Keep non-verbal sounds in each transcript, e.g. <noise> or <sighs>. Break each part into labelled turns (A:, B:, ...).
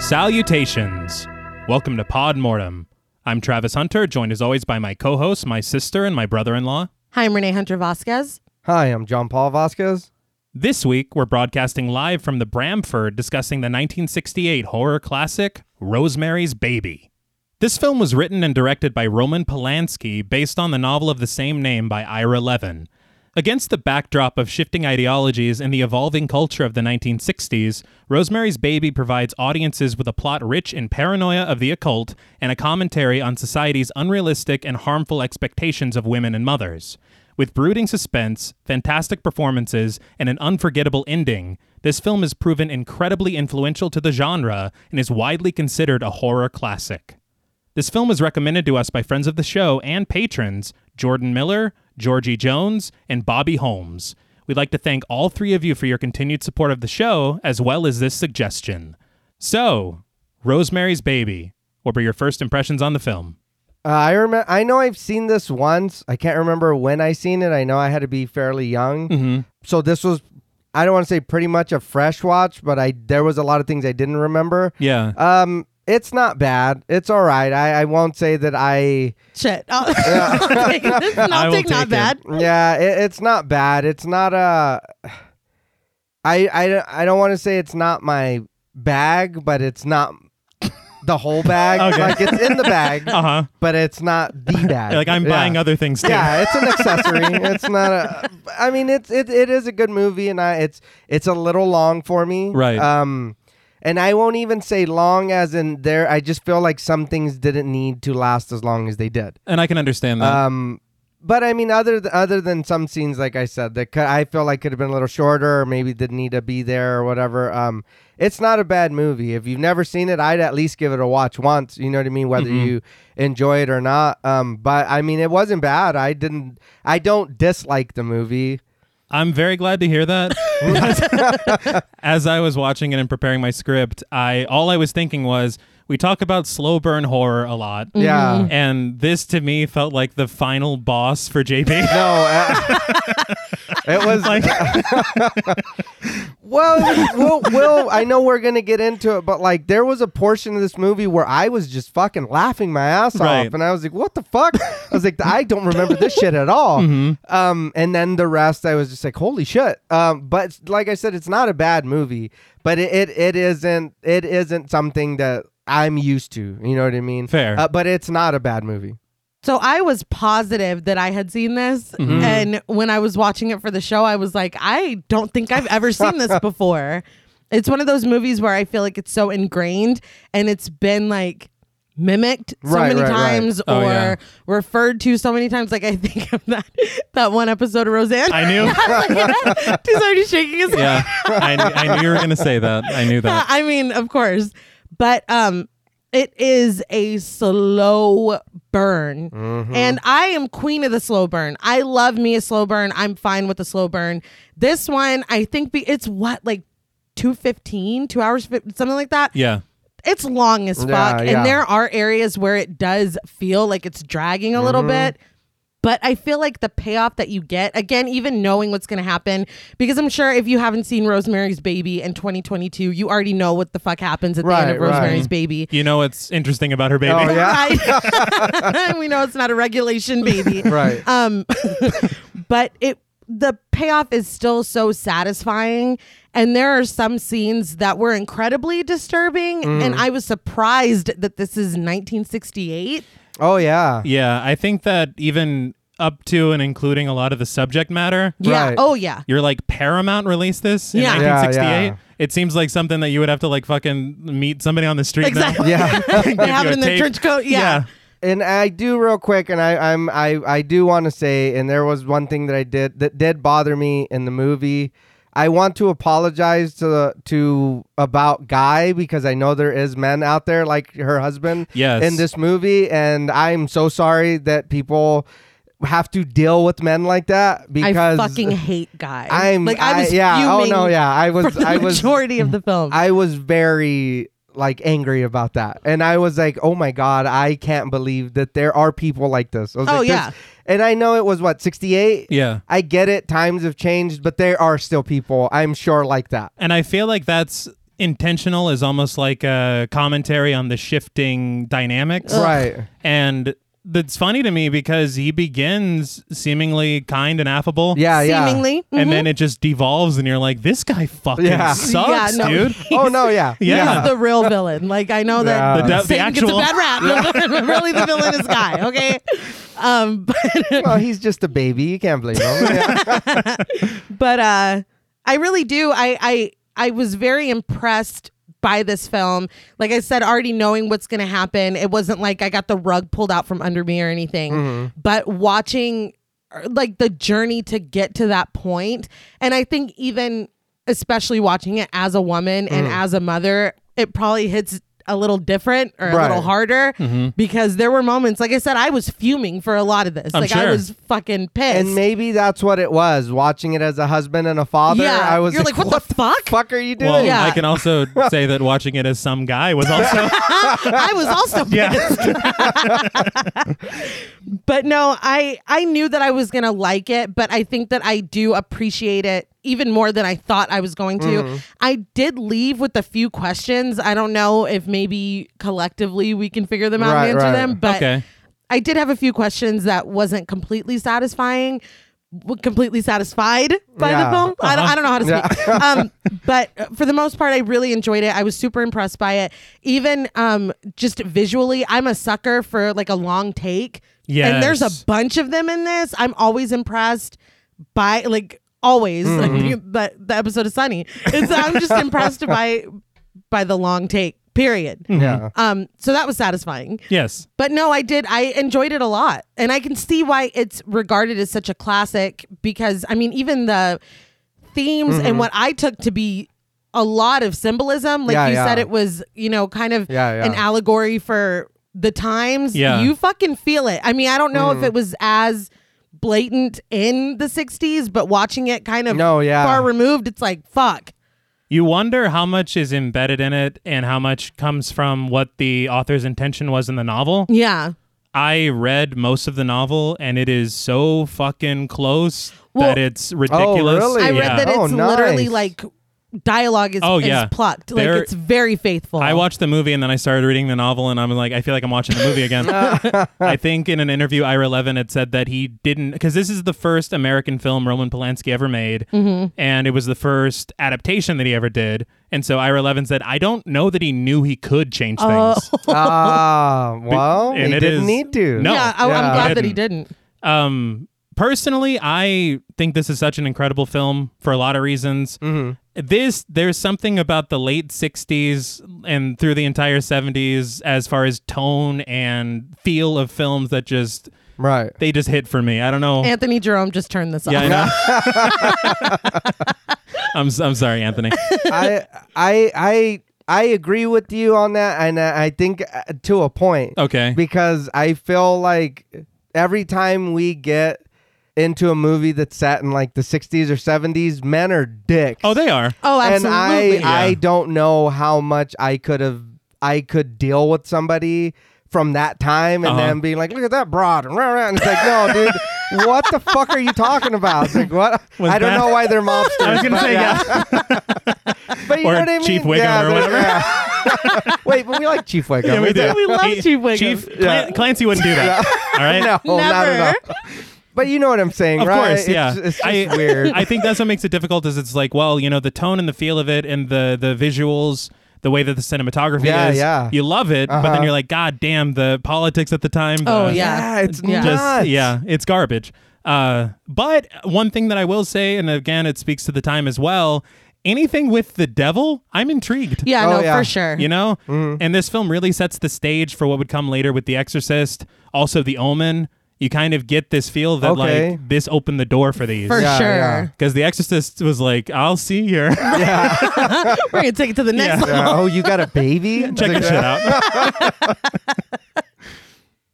A: Salutations! Welcome to Pod Mortem. I'm Travis Hunter, joined as always by my co host, my sister, and my brother in law.
B: Hi, I'm Renee Hunter Vasquez.
C: Hi, I'm John Paul Vasquez.
A: This week, we're broadcasting live from the Bramford discussing the 1968 horror classic, Rosemary's Baby. This film was written and directed by Roman Polanski based on the novel of the same name by Ira Levin. Against the backdrop of shifting ideologies and the evolving culture of the 1960s, Rosemary's Baby provides audiences with a plot rich in paranoia of the occult and a commentary on society's unrealistic and harmful expectations of women and mothers. With brooding suspense, fantastic performances, and an unforgettable ending, this film has proven incredibly influential to the genre and is widely considered a horror classic. This film was recommended to us by friends of the show and patrons Jordan Miller, Georgie Jones, and Bobby Holmes. We'd like to thank all three of you for your continued support of the show, as well as this suggestion. So, Rosemary's Baby, what were your first impressions on the film?
C: Uh, I remember. I know I've seen this once. I can't remember when I seen it. I know I had to be fairly young,
A: Mm-hmm.
C: so this was. I don't want to say pretty much a fresh watch, but I there was a lot of things I didn't remember.
A: Yeah.
C: Um, it's not bad. It's all right. I, I won't say that I.
B: Shit.
C: <laughs>
B: I'll, I'll <laughs> take,
A: I
B: I'll
A: will
B: take
A: take
B: not
A: it.
B: bad.
C: Yeah, it, it's not bad. It's not a. I I I don't want to say it's not my bag, but it's not the whole bag.
A: <laughs> Okay.
C: Like it's in the
A: <laughs>
C: bag,
A: uh huh.
C: but it's not
A: <laughs>
C: the bag.
A: Like, I'm
C: Yeah.
A: buying other things too.
C: Yeah, it's
A: <laughs>
C: an accessory. it's not a. I mean, it's it, it is a good movie, and I it's it's a little long for me.
A: Right.
C: Um, and I won't even say long as in there. I just feel like some things didn't need to last as long as they did.
A: And I can understand that.
C: Um, but I mean, other th- other than some scenes, like I said, that could, I feel like could have been a little shorter, or maybe didn't need to be there or whatever. Um, it's not a bad movie. If you've never seen it, I'd at least give it a watch once. You know what I mean? Whether you enjoy it or not. Um, but I mean, it wasn't bad. I didn't. I don't dislike the movie.
A: I'm very glad to hear that.
C: <laughs>
A: As I was watching it and preparing my script, I all I was thinking was we talk about slow burn horror a lot.
C: Yeah.
A: And this to me felt like the final boss for JP.
C: No. uh, <laughs> it was.
A: <laughs> like
C: Well, well, well, I know we're gonna get into it, but like there was a portion of this movie where I was just fucking laughing my ass
A: Right.
C: off, and I was like, "What the fuck?" I was like, "I don't remember this shit at all."
A: Mm-hmm.
C: Um, and then the rest, I was just like, "Holy shit!" Um, but like I said, it's not a bad movie, but it it, it isn't it isn't something that I'm used to. You know what I mean?
A: Fair.
C: Uh, but it's not a bad movie.
B: So I was positive that I had seen this.
A: Mm-hmm.
B: And when I was watching it for the show, I was like, I don't think I've ever seen
C: <laughs>
B: this before. It's one of those movies where I feel like it's so ingrained and it's been like mimicked so
C: Right,
B: many
C: right, right.
B: times
A: Oh,
B: or
A: yeah.
B: referred to so many times. Like I think of that that one episode of Roseanne.
A: I knew.
B: <laughs> He's already shaking his head.
A: Yeah. I, I knew you were gonna say that. I knew
B: Yeah,
A: that.
B: <laughs> I mean, of course. But um it is a slow burn. And I am queen of the slow burn. I love me a slow burn. I'm fine with the slow burn. This one, I think be, it's what like 215, 2 hours fif- something like that.
A: Yeah.
B: It's long as fuck.
C: Yeah, yeah.
B: And there are areas where it does feel like it's dragging a little
C: Mm-hmm.
B: bit. But I feel like the payoff that you get, again, even knowing what's going to happen, because I'm sure if you haven't seen Rosemary's Baby in 2022, you already know what the fuck happens at the end
C: Right,
B: of
C: right.
B: Rosemary's Baby.
A: You know what's interesting about her baby?
C: Oh yeah,
B: Right? <laughs> we know it's not a regulation
C: <laughs>
B: baby.
C: right.
B: Um, but it the payoff is still so satisfying, and there are some scenes that were incredibly disturbing,
C: Mm.
B: and I was surprised that this is 1968.
C: Oh yeah.
A: Yeah. I think that even up to and including a lot of the subject matter,
B: Yeah.
C: Right.
B: Oh yeah.
A: you're like Paramount released this in
B: Yeah. Yeah,
A: 1968.
C: yeah.
A: It seems like something that you would have to like fucking meet somebody on the street now. <laughs>
B: Exactly.
C: Yeah.
B: <laughs> they have
A: you a
B: it in their
A: tape.
B: trench coat. Yeah.
C: and I do real quick, and I, I'm I I do want to say, and there was one thing that I did that did bother me in the movie. I want to apologize to the to about Guy because I know there is men out there like her husband
A: Yes.
C: in this movie, and I'm so sorry that people have to deal with men like that
B: I
C: because
B: fucking hate guys.
C: I'm
B: like I was
C: yeah oh
B: fuming
C: no yeah I
B: for
C: was
B: the
C: I was
B: majority of the film.
C: I was very like angry about that. And I was like, oh my God, I can't believe that there are people like this. I was
B: Oh,
C: like,
B: yeah.
C: "There's-" And I know it was what, 68?
A: Yeah.
C: I get it. Times have changed, but there are still people, I'm sure, like that.
A: And I feel like that's intentional as almost like a commentary on the shifting dynamics.
C: Right.
A: And that's funny to me because he begins seemingly kind and affable.
C: Yeah, yeah.
B: Seemingly.
A: And then it just devolves, and you're like, this guy fucking
C: Yeah.
A: sucks,
B: Mm-hmm. Yeah, no. <laughs>
A: dude.
C: Oh no, yeah.
A: Yeah.
B: He's the real villain. Like I know that
C: Yeah.
A: de-
C: The
A: the
B: Satan gets a
A: actual-
B: bad rap, but <laughs> really the villain is guy. Okay, um, <laughs> but,
C: <laughs> Well, he's just a baby. You can't
B: <laughs>
C: blame him. Yeah.
B: but uh, I really do. I I I was very impressed by this film. Like I said, already knowing what's going to happen, it wasn't like I got the rug pulled out from under me or anything.
C: Mm-hmm.
B: But watching uh, like the journey to get to that point, and I think even especially watching it as a woman and
C: Mm.
B: as a mother, it probably hits a little different or a
C: Right.
B: little harder
A: Mm-hmm.
B: because there were moments like I said I was fuming for a lot of this.
A: I'm
B: like
A: sure.
B: I was fucking pissed.
C: And maybe that's what it was. Watching it as a husband and a father,
B: yeah,
C: I was
B: you're like, what the fuck?
C: fuck are you doing?
A: Well,
B: <laughs> Yeah.
A: I can also say that watching it as some guy was also. <laughs>
B: <laughs> I was
C: <laughs>
B: also pissed. <laughs> but no, I I knew that I was gonna like it, but I think that I do appreciate it even more than I thought I was going to.
C: Mm-hmm.
B: I did leave with a few questions. I don't know if maybe collectively we can figure them out
C: Right,
B: and answer
C: right.
B: them, but <laughs>
A: Okay.
B: I did have a few questions that wasn't completely satisfying. w- Completely satisfied by
C: Yeah.
B: the film. I, don't- I don't know how to speak. um, but uh, for the most part, I really enjoyed it. I was super impressed by it. Even um, just visually, I'm a sucker for like a long take. And there's
A: Yes.
B: a bunch of them in this. I'm always impressed by like always <laughs> but the episode of Sunny. And so I'm just impressed by by the long take. Period.
C: yeah.
B: Um, so that was satisfying.
A: Yes.
B: But no, I did. I enjoyed it a lot. And I can see why it's regarded as such a classic because, I mean, even the themes
C: Mm-hmm.
B: and what I took to be a lot of symbolism, like
C: Yeah,
B: you
C: yeah.
B: said, it was, you know, kind of
C: Yeah, yeah.
B: an allegory for the times.
A: Yeah.
B: You fucking feel it. I mean, I don't know
C: Mm.
B: if it was as blatant in the 60s, but watching it kind of
C: No, yeah.
B: far removed, it's like, fuck.
A: You wonder how much is embedded in it and how much comes from what the author's intention was in the novel.
B: Yeah.
A: I read most of the novel and it is so fucking close
B: Well-
A: that it's ridiculous.
C: really?
B: I read
A: Yeah.
B: that it's
C: Oh,
B: literally
C: nice.
B: like dialogue is,
A: Oh,
B: is
A: yeah.
B: plucked. Like
A: There-
B: it's very faithful.
A: I watched the movie and then I started reading the novel and I'm like, I feel like I'm watching the movie
C: <laughs>
A: again. I think in an interview, Ira Levin had said that he didn't because this is the first American film Roman Polanski ever made,
B: Mm-hmm.
A: and it was the first adaptation that he ever did. And so Ira Levin said, I don't know that he knew he could change
B: Oh.
A: things.
C: Ah, well,
A: and
C: he
A: it
C: didn't
A: is-
C: need to.
A: No.
B: yeah, I,
C: Yeah.
B: I'm glad that he didn't.
A: Um, personally, I think this is such an incredible film for a lot of reasons. This there's something about the late '60s and through the entire '70s, as far as tone and feel of films, that just
C: Right.
A: they just hit for me. I don't know.
B: Anthony Jerome just turned this off.
A: yeah, I know. <laughs> I'm s- I'm sorry, Anthony.
C: I I I I agree with you on that, and I I think uh, to a point.
A: Okay.
C: Because I feel like every time we get into a movie that's set in like the 60s or 70s, men are dicks.
A: Oh, they are.
B: Oh,
C: and I
B: absolutely.
C: I
A: Yeah.
C: don't know how much I could have I could deal with somebody from that time and
A: Uh-huh.
C: then being like, look at that broad, and rah, rah, and it's like, no, dude, what the fuck are you talking about? It's like what?
A: <laughs> Was
C: I don't
A: that-
C: know why they're mobsters.
A: I was gonna
C: but
A: say,
C: but you
A: Or
C: know what I mean?
A: Chief Wiggum or
C: they're-
A: whatever.
C: yeah. <laughs> Wait, but we like Chief Wiggum.
A: Yeah, we
C: Is
A: do.
C: that-
B: We love Chief Wiggum.
A: Chief Clan- Clancy wouldn't do <laughs> that. All right.
C: <laughs> No, not at all. But you know what I'm saying,
A: Of
C: right?
A: course,
C: It's-
A: yeah.
C: It's, just
A: I,
C: weird. <laughs>
A: I think that's what makes it difficult. Is it's like, well, you know, the tone and the feel of it, and the the visuals, the way that the cinematography
C: Yeah,
A: is,
C: yeah. Uh-huh.
A: you love it, but then you're like, God damn, the politics at the time. the-
B: Oh, yeah.
C: it's
B: Yeah.
C: nuts.
A: just yeah, it's garbage. Uh, but one thing that I will say, and again, it speaks to the time as well. Anything with the devil, I'm intrigued.
B: yeah,
C: Oh,
B: no,
C: yeah.
B: for sure.
A: You know?
B: Mm-hmm.
A: And this film really sets the stage for what would come later with The Exorcist, also The Omen. You kind of get this feel that,
C: Okay.
A: like, this opened the door for these.
B: for
C: Yeah,
B: sure.
C: yeah.
A: Because The Exorcist was like, I'll see you.
B: <laughs> We're gonna take it to the next
A: Yeah. <laughs>
B: level.
C: Yeah, oh, you got a baby? It's
A: Check
C: like, uh,
A: this shit out.
B: <laughs>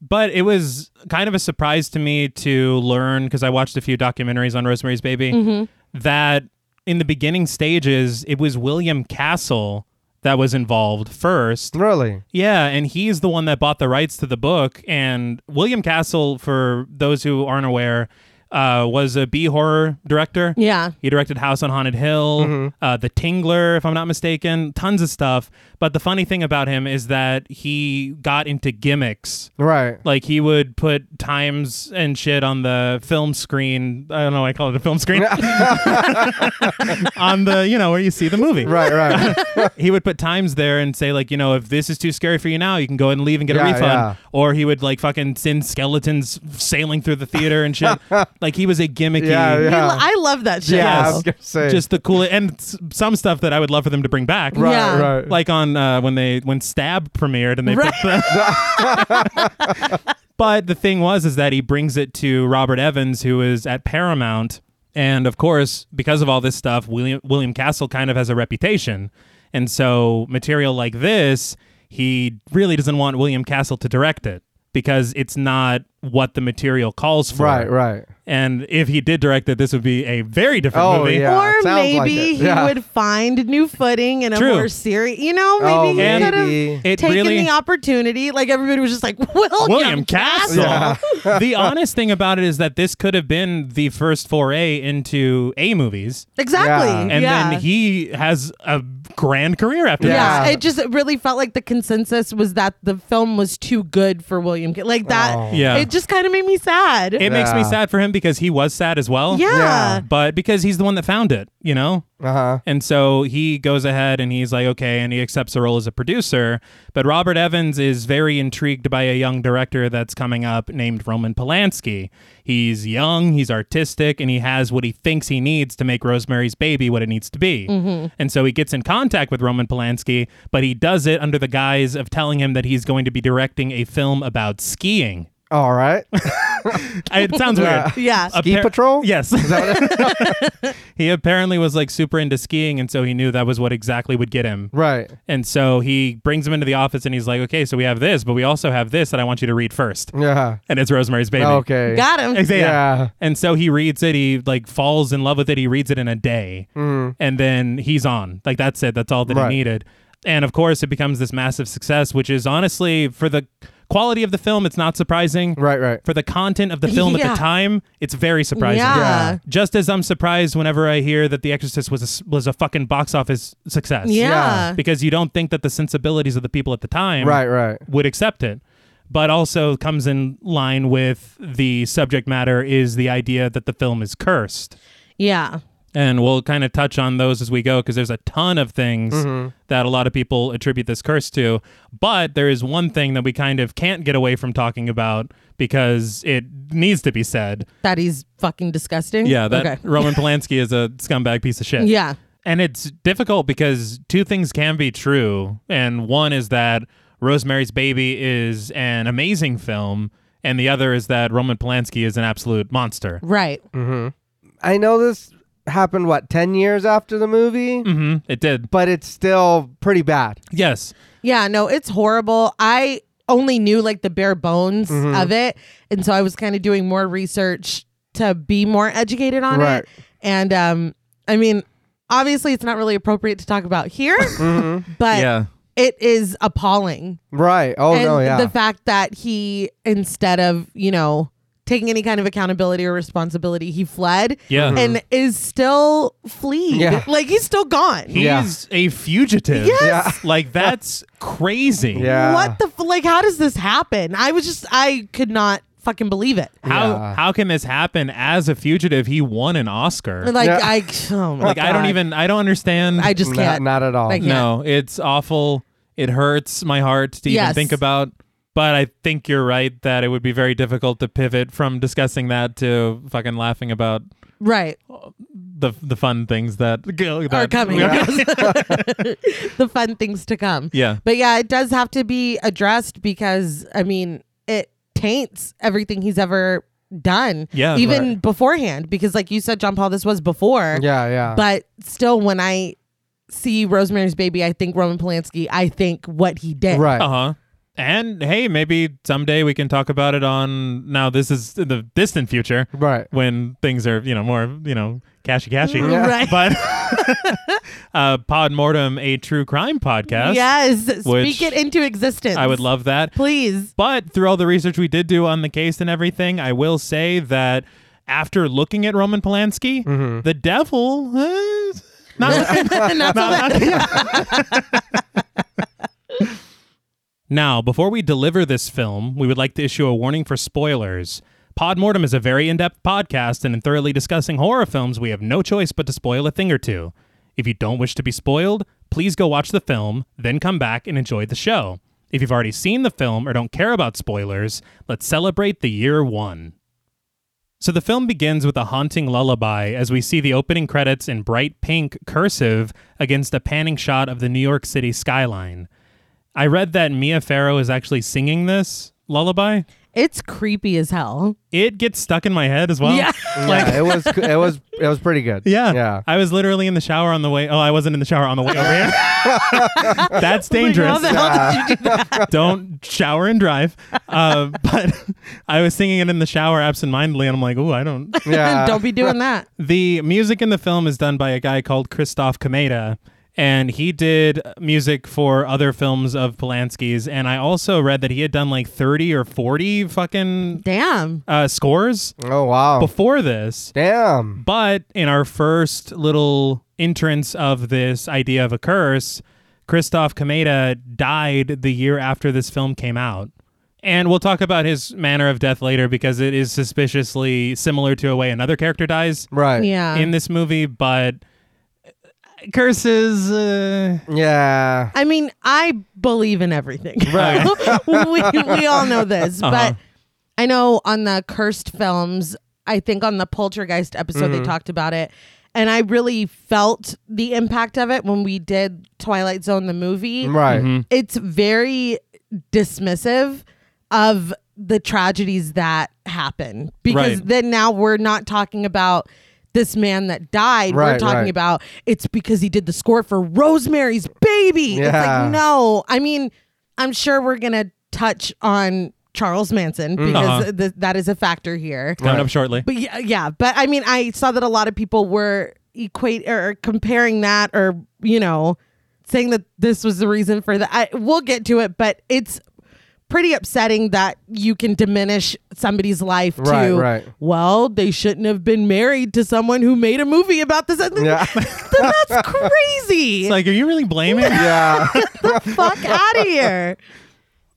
A: but it was kind of a surprise to me to learn, because I watched a few documentaries on Rosemary's Baby,
B: Mm-hmm.
A: that in the beginning stages, it was William Castle that was involved first.
C: Really?
A: Yeah, and he's the one that bought the rights to the book. And William Castle, for those who aren't aware, uh, was a B horror director.
B: Yeah.
A: He directed House on Haunted Hill, uh, The Tingler, if I'm not mistaken, tons of stuff. But the funny thing about him is that he got into gimmicks.
C: Right.
A: Like he would put times and shit on the film screen. I don't know. why I call it a film screen <laughs> on the you know where you see the movie.
C: Right,
A: <laughs>
C: right.
A: He would put times there and say like you know if this is too scary for you now you can go ahead and leave and get a
C: Yeah,
A: refund.
C: yeah.
A: Or he would like fucking send skeletons sailing through the theater and
C: <laughs>
A: shit. like he was a gimmicky.
C: Yeah, yeah.
B: We lo- I love that shit.
C: Yeah, I
A: Yes.
C: was gonna say.
A: Just the coolest, and s- some stuff that I would love for them to bring back.
C: right,
B: Yeah.
C: right.
A: Like on uh, when they when Stab premiered and they
B: Right.
A: picked the. <laughs> but the thing was is that he brings it to Robert Evans, who is at Paramount, and of course because of all this stuff, William William Castle kind of has a reputation, and so material like this, he really doesn't want William Castle to direct it because it's not what the material calls for.
C: right, right.
A: And if he did direct it, this would be a very different
C: Oh,
A: movie.
C: yeah. it
B: or
C: sounds like
B: maybe
C: it.
B: he
C: Yeah.
B: would find new footing in a
A: True.
B: more serious. You know, maybe
C: Oh,
B: he
A: maybe.
B: could have
A: It
B: taken
A: really-
B: the opportunity. Like everybody was just like <laughs> William,
A: William Castle. the honest thing about it is that this could have been the first foray into A movies.
B: Exactly.
C: Yeah.
A: And
B: yeah.
A: then he has a grand career after
B: Yeah.
C: Yeah.
B: it just it really felt like the consensus was that the film was too good for William. Ca- Like that,
C: Oh.
A: Yeah.
B: it just kind of made me sad.
A: that. It makes me
C: Yeah.
A: sad for him because he was sad as well.
B: yeah.
C: Yeah.
A: But because he's the one that found it, you know?
C: Uh huh.
A: And so he goes ahead and he's like, okay, and he accepts a role as a producer. But Robert Evans is very intrigued by a young director that's coming up named Roman Polanski. He's young, he's artistic, and he has what he thinks he needs to make Rosemary's Baby what it needs to be. And so he gets in contact with Roman Polanski, but he does it under the guise of telling him that he's going to be directing a film about skiing.
C: All right.
A: <laughs> It sounds weird. <laughs>
B: Yeah.
A: A
C: Ski
A: pair-
C: Patrol?
A: Yes. <laughs>
C: <laughs>
A: he apparently was like super into skiing, and so he knew that was what exactly would get him.
C: Right.
A: And so he brings him into the office and he's like, okay, so we have this, but we also have this that I want you to read first.
C: Yeah.
A: And it's Rosemary's Baby.
C: Oh, Okay.
B: Got him.
A: Exa-
C: Yeah.
A: And so he reads it. He like falls in love with it. He reads it in a day, and then he's on. Like that's it. That's all that
C: Mm-hmm. Right.
A: he needed. And of course, it becomes this massive success, which is honestly for the quality of the film, it's not surprising.
C: Right, right.
A: For the content of the film at
B: Yeah.
A: the time, it's very surprising.
B: Yeah.
A: Just as I'm surprised whenever I hear that The Exorcist was a, s- was a fucking box office success.
B: Yeah.
A: Because you don't think that the sensibilities of the people at the time
C: Right, right.
A: would accept it. But also comes in line with the subject matter is the idea that the film is cursed.
B: Yeah.
A: And we'll kind of touch on those as we go because there's a ton of things
C: Mm-hmm.
A: that a lot of people attribute this curse to. But there is one thing that we kind of can't get away from talking about because it needs to be said.
B: That he's fucking disgusting.
A: Yeah, that
B: Okay.
A: Roman Polanski is a scumbag piece of shit.
B: Yeah.
A: And it's difficult because two things can be true. And one is that Rosemary's Baby is an amazing film, and the other is that Roman Polanski is an absolute monster.
B: Right.
C: Mm-hmm. I know this happened what 10 years after the movie,
A: hmm It did.
C: but it's still pretty bad.
A: Yes.
B: Yeah, no, it's horrible. I only knew like the bare bones of it. And so I was kind of doing more research to be more educated on
C: Right.
B: it. And um I mean, obviously it's not really appropriate to talk about here, but it is appalling.
C: Right. Oh
B: and
C: no, yeah.
B: the fact that he instead of, you know, taking any kind of accountability or responsibility, he fled
A: Yeah.
B: and is still fleeing.
C: Mm-hmm. Yeah.
B: Like he's still gone.
A: He's
C: Yeah.
A: a fugitive.
B: Yes.
C: Yeah.
A: <laughs> Like that's crazy.
C: yeah.
B: What the f- like? How does this happen? I was just I could not fucking believe it.
A: How
C: Yeah.
A: how can this happen as a fugitive? He won an Oscar.
B: Like
C: Yeah. <laughs>
B: I oh my
A: Like I don't
B: God.
A: even I don't understand.
B: I just
C: Not-
B: can't.
C: Not at all.
B: Like- can't.
A: No, it's awful. It hurts my heart to even
B: Yes.
A: think about. But I think you're right that it would be very difficult to pivot from discussing that to fucking laughing about
B: right
A: the the fun things that, <laughs> that
B: are coming. <laughs>
A: Yeah.
B: the fun things to come.
A: Yeah.
B: But yeah, it does have to be addressed because I mean it taints everything he's ever done.
A: Yeah,
B: even beforehand because like you said, John Paul, this was before.
C: Yeah, yeah.
B: But still, when I see Rosemary's Baby, I think Roman Polanski. I think what he did.
C: right.
A: Uh huh. And hey, maybe someday we can talk about it on. Now this is in the distant future.
B: <laughs>
C: Right.
A: when things are you know more you know cashy cashy
B: Yeah. Mm, Right.
A: but <laughs> uh pod mortem a true crime podcast
B: Yes.
A: Which
B: Speak it into existence.
A: i would love that
B: Please. <laughs>
C: <laughs>
A: but through all the research we did do on the case and everything i will say that after looking at Roman Polanski, the devil. eh, not looking-
B: Not so bad.
A: Now, before we deliver this film, we would like to issue a warning for spoilers. Podmortem is a very in depth podcast, and in thoroughly discussing horror films, we have no choice but to spoil a thing or two. If you don't wish to be spoiled, please go watch the film, then come back and enjoy the show. If you've already seen the film or don't care about spoilers, let's celebrate the year one. So the film begins with a haunting lullaby as we see the opening credits in bright pink cursive against a panning shot of the New York City skyline. I read that Mia Farrow is actually singing this lullaby.
B: It's creepy as hell.
A: It gets stuck in my head as well.
B: Yeah. <laughs>
C: yeah, it was co- it was it was pretty
A: <laughs>
C: good.
A: Yeah.
C: yeah.
A: I was literally in the shower on the way. Oh, I wasn't in the shower on the way over here.
B: <laughs>
A: That's
B: How
A: dangerous.
B: the hell did you do that?
A: <laughs> Don't shower and drive. Uh, <laughs> but I was singing it in the shower absentmindedly, and I'm like, ooh, I don't.
C: <laughs> Yeah.
B: Don't be doing that.
A: The music in the film is done by a guy called Christoph Komeda, and he did music for other films of Polanski's. And I also read that he had done like 30 or 40 fucking
B: Damn.
A: uh, scores
C: Oh wow.
A: before this.
C: Damn.
A: But in our first little entrance of this idea of a curse, Christoph Komeda died the year after this film came out. And we'll talk about his manner of death later because it is suspiciously similar to a way another character dies
C: Right.
B: Yeah.
A: in this movie, but uh, curses. Uh,
C: Yeah.
B: I mean, I believe in everything.
A: Right.
B: <laughs> we, we all know this, but I know on the cursed films, I think on the Poltergeist episode, they talked about it. And I really felt the impact of it when we did Twilight Zone, the movie.
C: Right.
B: It's very dismissive of the tragedies that happen because
A: Right.
B: then now we're not talking about this man that died. we're
C: Right,
B: talking
C: right.
B: about it's because he did the score for Rosemary's Baby. It's
C: Yeah.
B: like, no. I mean, I'm sure we're going to touch on Charles Manson
C: Mm.
B: because
A: Uh-huh.
B: th- that is a factor here.
A: Coming up shortly.
B: But yeah, yeah, but I mean, I saw that a lot of people were equate or comparing that, or you know, saying that this was the reason for that. I, we'll get to it, but it's pretty upsetting that you can diminish somebody's life
C: Right,
B: to
C: right.
B: well they shouldn't have been married to someone who made a movie about this
C: Yeah.
B: <laughs> that's crazy
A: It's like, are you really blaming?
B: <laughs>
C: yeah.
A: <laughs>
B: fuck out of here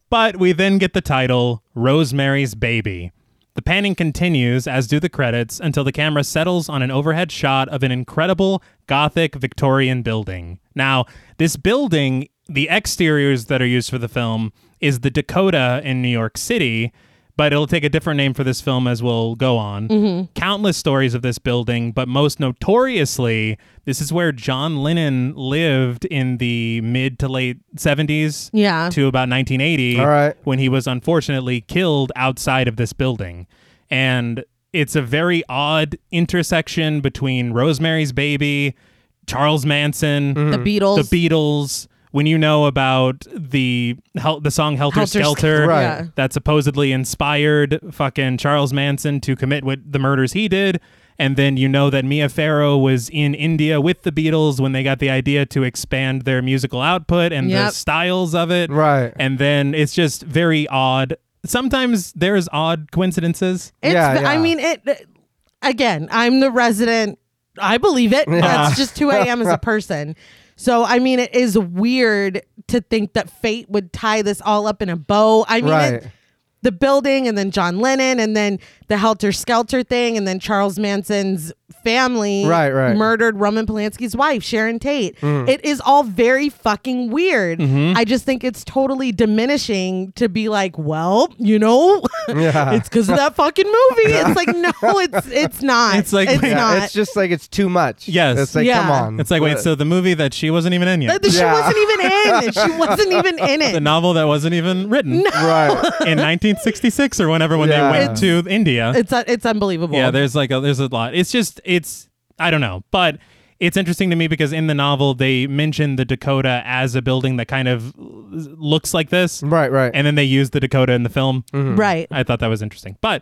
A: But we then get the title Rosemary's Baby. The panning continues, as do the credits, until the camera settles on an overhead shot of an incredible Gothic Victorian building. Now, this building, the exteriors that are used for the film, is the Dakota in New York City, but it'll take a different name for this film as we'll go on. Countless stories of this building, but most notoriously, this is where John Lennon lived in the mid to late 70s
B: yeah
A: to about 1980
C: All right.
A: when he was unfortunately killed outside of this building. And it's a very odd intersection between Rosemary's Baby, Charles Manson,
C: Mm-hmm.
B: the beatles
A: hmm. the Beatles. When you know about the hel- the song Helter,
B: Helter
A: Skelter
B: Skelter, Right. yeah.
A: that supposedly inspired fucking Charles Manson to commit what the murders he did, and then you know that Mia Farrow was in India with the Beatles when they got the idea to expand their musical output and the
B: Yep.
A: styles of it.
C: Right.
A: And then it's just very odd. Sometimes there's odd coincidences.
B: It's
C: Yeah,
B: the- I
C: yeah.
B: mean it again, I'm the resident I believe it. That's just who I am as a
C: <laughs>
B: person. So I mean it is weird to think that fate would tie this all up in a bow. I mean
C: Right.
B: it, the building and then John Lennon and then the Helter Skelter thing and then Charles Manson's family
C: Right, right.
B: murdered Roman Polanski's wife, Sharon Tate. It is all very fucking weird. I just think it's totally diminishing to be like, well, you know, <laughs>
C: Yeah.
B: it's because of that fucking movie. It's like, no, it's it's not.
A: It's like-
B: it's
A: Yeah,
B: not.
C: It's just like it's too much.
A: Yes.
C: It's like
B: Yeah.
C: come on.
A: It's like, wait, so the movie that she wasn't even in yet,
B: That- that
C: Yeah.
B: She wasn't even in. She wasn't even in
A: the
B: it.
A: novel that wasn't even written.
C: <laughs> right.
A: in
C: <laughs>
A: 1966 or whenever when
C: Yeah.
A: they went to India.
B: It's un- it's unbelievable.
A: yeah, there's like a, there's a lot. It's just it's I don't know, but it's interesting to me because in the novel they mention the Dakota as a building that kind of looks like this,
C: Right. Mm-hmm. Right.
A: and then they use the Dakota in the film.
B: right.
A: I thought that was interesting, but.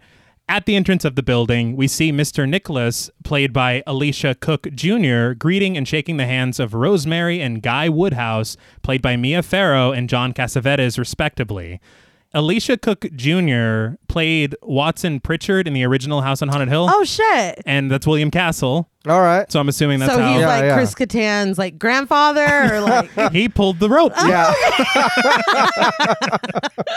A: At the entrance of the building, we see Mr. Nicholas, played by Alicia Cook Jr., greeting and shaking the hands of Rosemary and Guy Woodhouse, played by Mia Farrow and John Cassavetes, respectively. Alicia Cook Jr. played Watson Pritchard in the original House on Haunted Hill,
B: Oh shit.
A: and that's William Castle.
C: All right.
A: So I'm assuming that's
B: so
A: how
B: he's
C: Yeah,
B: like
C: yeah.
B: Chris Kattan's like grandfather or like
A: he pulled the
B: Oh,
A: rope.
B: <laughs>
C: Yeah.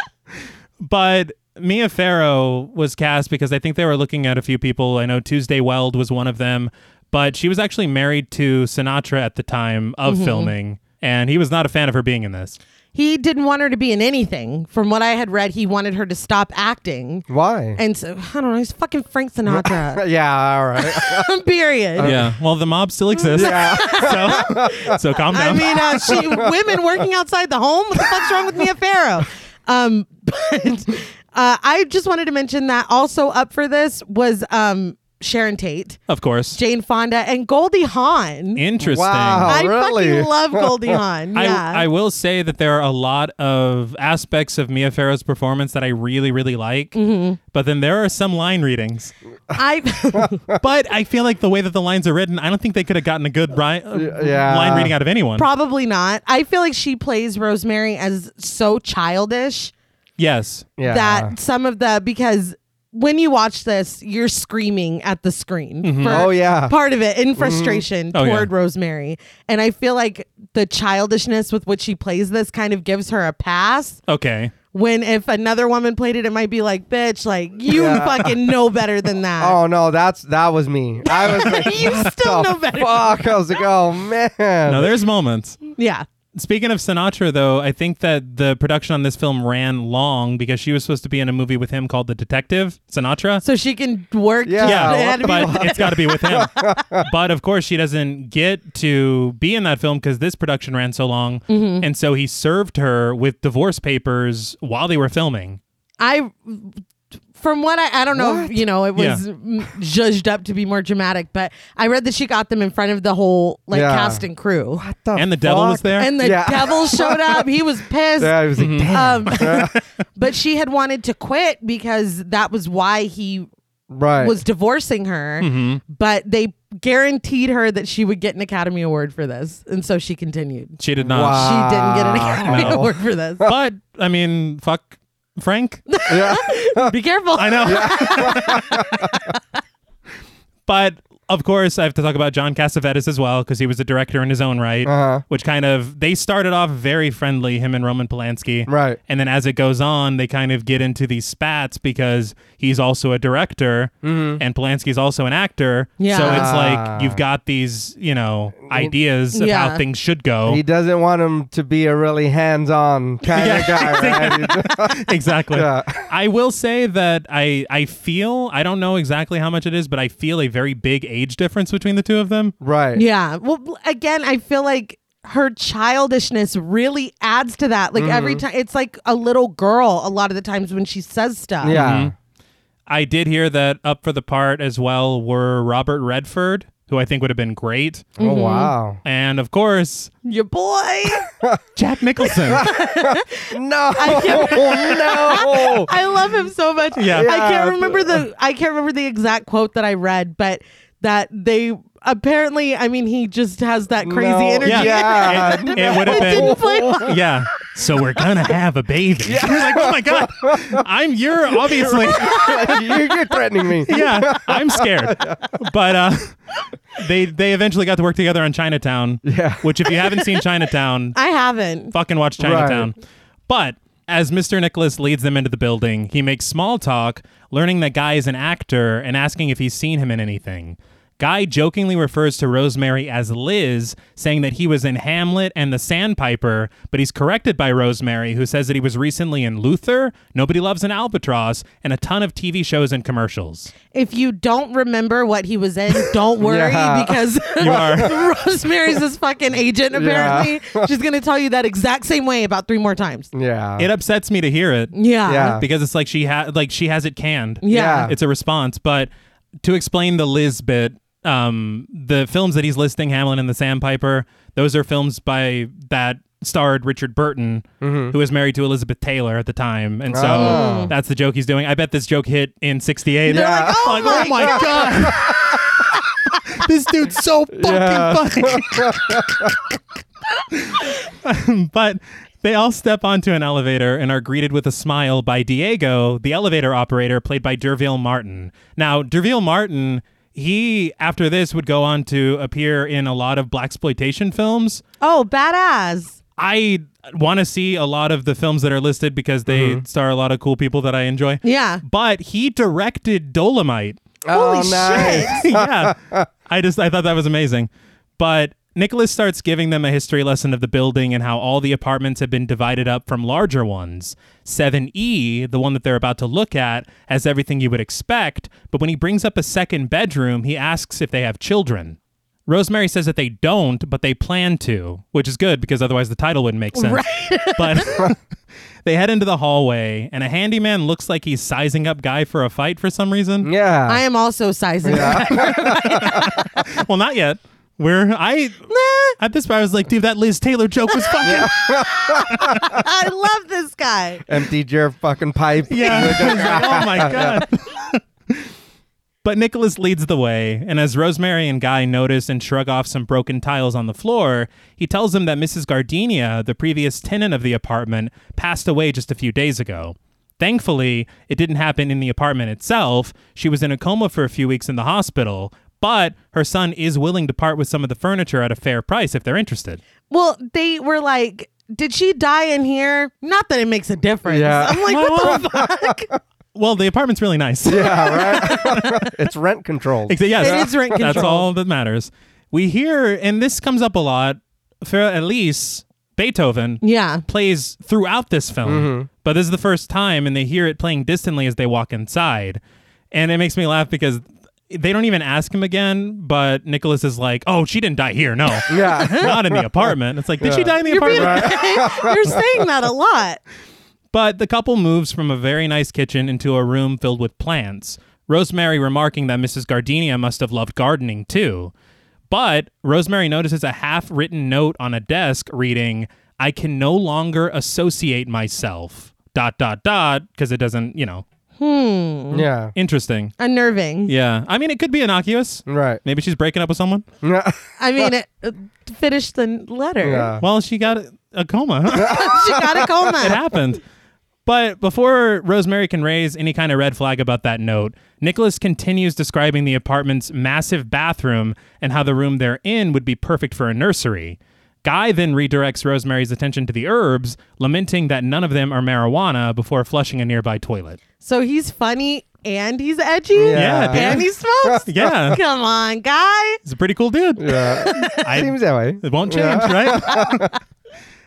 A: But Mia Farrow was cast because I think they were looking at a few people. I know Tuesday Weld was one of them, but she was actually married to Sinatra at the time of
B: Mm-hmm.
A: filming, and he was not a fan of her being in this.
B: he didn't want her to be in anything. From what I had read, he wanted her to stop acting.
C: Why?
B: And so I don't know, he's fucking Frank Sinatra.
C: yeah. All <laughs>
B: <laughs>
C: right.
B: Period.
A: Yeah. Well, the mob still
B: <laughs>
A: exists. <laughs> So, so calm
B: I
A: down.
B: mean, uh, she women working outside the home. What the fuck's wrong with Mia Farrow? Um, <laughs> but uh, I just wanted to mention that also up for this was um, Sharon Tate,
A: of course.
B: Jane Fonda, and Goldie Hawn.
A: Interesting.
C: Wow.
B: I
C: really?
B: fucking love Goldie Hawn.
A: I,
B: Yeah.
A: I will say that there are a lot of aspects of Mia Farrow's performance that I really, really like.
B: Mm-hmm.
A: But then there are some line readings.
B: I <laughs>
A: but I feel like the way that the lines are written, I don't think they could have gotten a good ri- uh,
C: yeah.
A: line reading out of anyone.
B: probably not. I feel like she plays Rosemary as so childish
A: yes.
C: Yeah.
B: that some of the because when you watch this, you're screaming at the screen. for
C: Oh, yeah.
B: part of it in frustration
A: Oh, yeah.
B: toward Rosemary, and I feel like the childishness with which she plays this kind of gives her a pass.
A: Okay.
B: When if another woman played it, it might be like, "Bitch, like you fucking know better than that."
C: <laughs> Oh no, that's that was me. I was like,
B: <laughs> You
C: Oh, <laughs> what
B: still
C: the
B: know better.
C: Fuck! I was like, oh man.
A: Now, there's moments.
B: Yeah.
A: Speaking of Sinatra, though, I think that the production on this film ran long because she was supposed to be in a movie with him called The Detective, Sinatra.
B: So she can work.
C: Yeah.
B: just-
A: Yeah,
B: it had to be-
A: but it's got to be with
C: <laughs>
A: him. but of course, she doesn't get to be in that film because this production ran so long,
B: Mm-hmm.
A: and so he served her with divorce papers while they were filming.
B: I, from what I, I don't know, if, you know, it was
A: Yeah.
B: mm, judged up to be more dramatic, but I read that she got them in front of the whole like
C: Yeah.
B: cast and crew,
A: and the devil was
C: fuck?
A: there.
B: and the
C: Yeah. <laughs>
B: devil showed up. He was pissed.
C: Yeah, I was like, damn. <laughs>
B: Um, <laughs> but she had wanted to quit because that was why he
C: right.
B: was divorcing her.
A: Mm-hmm.
B: But they guaranteed her that she would get an Academy Award for this, and so she continued.
A: she did not.
C: Wow.
B: She didn't get an
C: Ah.
B: Academy
A: Wow.
B: Award
A: <laughs>
B: for this.
A: But I mean, fuck Frank.
C: <laughs> yeah.
B: Be careful.
A: I know. <laughs> but of course, I have to talk about John Cassavetes as well because he was a director in his own right,
C: Uh-huh.
A: which kind of they started off very friendly, him and Roman Polanski,
C: Right.
A: And then as it goes on, they kind of get into these spats because he's also a director
C: Mm-hmm.
A: and Polanski's also an actor.
B: Yeah.
A: So it's
C: Ah.
A: like you've got these, you know, ideas of
B: Yeah.
A: how things should go.
C: He doesn't want him to be a really hands-on
A: <laughs>
C: kind
A: Yeah.
C: of guy,
B: <laughs>
C: right?
A: exactly.
C: Yeah.
A: I will say that I I feel I don't know exactly how much it is, but I feel a very big age difference between the two of them.
C: right.
B: Yeah. Well, again, I feel like her childishness really adds to that. Like every
C: Mm-hmm.
B: time, it's like a little girl. A lot of the times when she says stuff.
A: Mm-hmm.
C: Yeah.
A: I did hear that up for the part as well were Robert Redford, who I think would have been great,
C: Oh
B: Mm-hmm. <laughs>
C: wow.
A: and of course
B: Your boy.
A: Jack
C: <laughs>
A: Nicholson.
C: No. <laughs> no.
B: I love him so much.
A: Yeah.
B: I
C: Yeah.
B: can't remember the I can't remember the exact quote that I read, but that they apparently I mean he just has that crazy
C: No.
B: energy.
A: Yeah.
C: Yeah.
A: It- <laughs> it would have
B: It
A: been-
B: didn't
C: <laughs>
B: play well.
A: yeah. So we're gonna have a baby. You're like, oh my god, I'm
C: <laughs>
A: you're obviously
C: you're, you're threatening me.
A: yeah, I'm scared. But uh, they they eventually got to work together on Chinatown.
C: Yeah.
A: Which, if you haven't seen Chinatown,
B: <laughs> I haven't.
A: fucking watch Chinatown. But as Mr. Nicholas leads them into the building, he makes small talk, learning that Guy is an actor and asking if he's seen him in anything. Guy jokingly refers to Rosemary as Liz, saying that he was in Hamlet and The Sandpiper, but he's corrected by Rosemary, who says that he was recently in Luther, Nobody Loves an Albatross, and a ton of TV shows and commercials.
B: If you don't remember what he was in,
C: <laughs>
B: don't worry
C: Yeah.
B: because
A: You are.
B: <laughs> Rosemary's his fucking agent apparently.
C: <laughs>
B: She's gonna tell you that exact same way about three more times.
C: Yeah.
A: It upsets me to hear it.
B: Ah. Yeah.
C: Yeah.
A: because it's like she ha- like she has it canned.
B: Yeah.
A: It's a response, but to explain the Liz bit, um the films that he's listing Hamlin and the Sandpiper, those are films by that starred Richard Burton, who was married to Elizabeth Taylor at the time. And so
C: Oh.
A: that's the joke he's doing. I bet this joke hit in 68.
B: They're like, oh,
A: <laughs> Like,
B: my, god.
A: this dude's <laughs> so fucking funny. <laughs> but They all step onto an elevator and are greeted with a smile by Diego, the elevator operator, played by Derville Martin. Now, Derville Martin, he, after this, would go on to appear in a lot of black exploitation films.
B: Oh, badass.
A: I want to see a lot of the films that are listed because they star a lot of cool people that I enjoy.
B: Yeah.
A: But he directed Dolomite.
B: Holy
C: oh, nice.
B: shit.
A: <laughs> yeah. I just I thought that was amazing. But Nicholas starts giving them a history lesson of the building and how all the apartments have been divided up from larger ones. 7E, the one that they're about to look at, has everything you would expect, but when he brings up a second bedroom, he asks if they have children. Rosemary says that they don't, but they plan to, which is good because otherwise the title wouldn't make sense. <laughs> but they head into the hallway, and a handyman looks like he's sizing up Guy for a fight for some reason.
C: Yeah.
B: I am also sizing up. <laughs>
A: Well, not yet. We're I at this point I was like, dude, that Liz Taylor joke was fucking. Yeah,
B: I love this guy.
C: Emptied your fucking pipe. <laughs>
A: I was like, oh my god. but Nicholas leads the way, and as Rosemary and Guy notice and shrug off some broken tiles on the floor, he tells them that Mrs. Gardenia, the previous tenant of the apartment, passed away just a few days ago. Thankfully, it didn't happen in the apartment itself. She was in a coma for a few weeks in the hospital, but her son is willing to part with some of the furniture at a fair price if they're interested.
B: Well, they were like, did she die in here? Not that it makes a difference.
C: Yeah.
B: I'm like, what the
C: <laughs>
B: fuck? <laughs>
A: Well, the apartment's really nice. <laughs>
C: Yeah, right. <laughs> it's rent controlled.
A: Exa- yes.
B: It is rent
A: That's
B: control.
A: all that matters. We hear, and this comes up a lot, for Elise, Beethoven
B: Yeah. Mm-hmm.
A: plays throughout this film, but this is the first time, and they hear it playing distantly as they walk inside. And it makes me laugh because they don't even ask him again, but Nicholas is like, oh, she didn't die here.
B: <laughs>
A: No. <laughs>
C: Yeah.
A: Not in the apartment. It's like, did she die in the
B: You're, being,
A: apartment?
B: <laughs> you're saying that a lot.
A: But the couple moves from a very nice kitchen into a room filled with plants, Rosemary remarking that Mrs. Gardenia must have loved gardening too. But Rosemary notices a half written note on a desk reading, I can no longer associate myself. Dot, dot, dot, because it doesn't, you know,
C: Yeah.
A: interesting.
B: Unnerving.
A: Yeah. I mean, it could be innocuous.
C: Right. <laughs>
A: Maybe she's breaking up with someone.
C: Yeah.
B: I mean, it, uh, finish the letter.
C: Yeah.
A: Well, she got a- a coma. <laughs> huh?
B: she got a
A: it <laughs>
B: coma.
A: happened. But before Rosemary can raise any kind of red flag about that note, Nicholas continues describing the apartment's massive bathroom and how the room they're in would be perfect for a nursery. Guy then redirects Rosemary's attention to the herbs, lamenting that none of them are marijuana before flushing a nearby toilet.
B: So he's funny and he's edgy.
C: Yeah,
A: dude.
B: And he
A: <laughs>
B: smokes.
A: Yeah.
B: Come on, guy.
A: He's a pretty cool dude. <laughs> I-
C: Seems that way.
A: It won't change, right?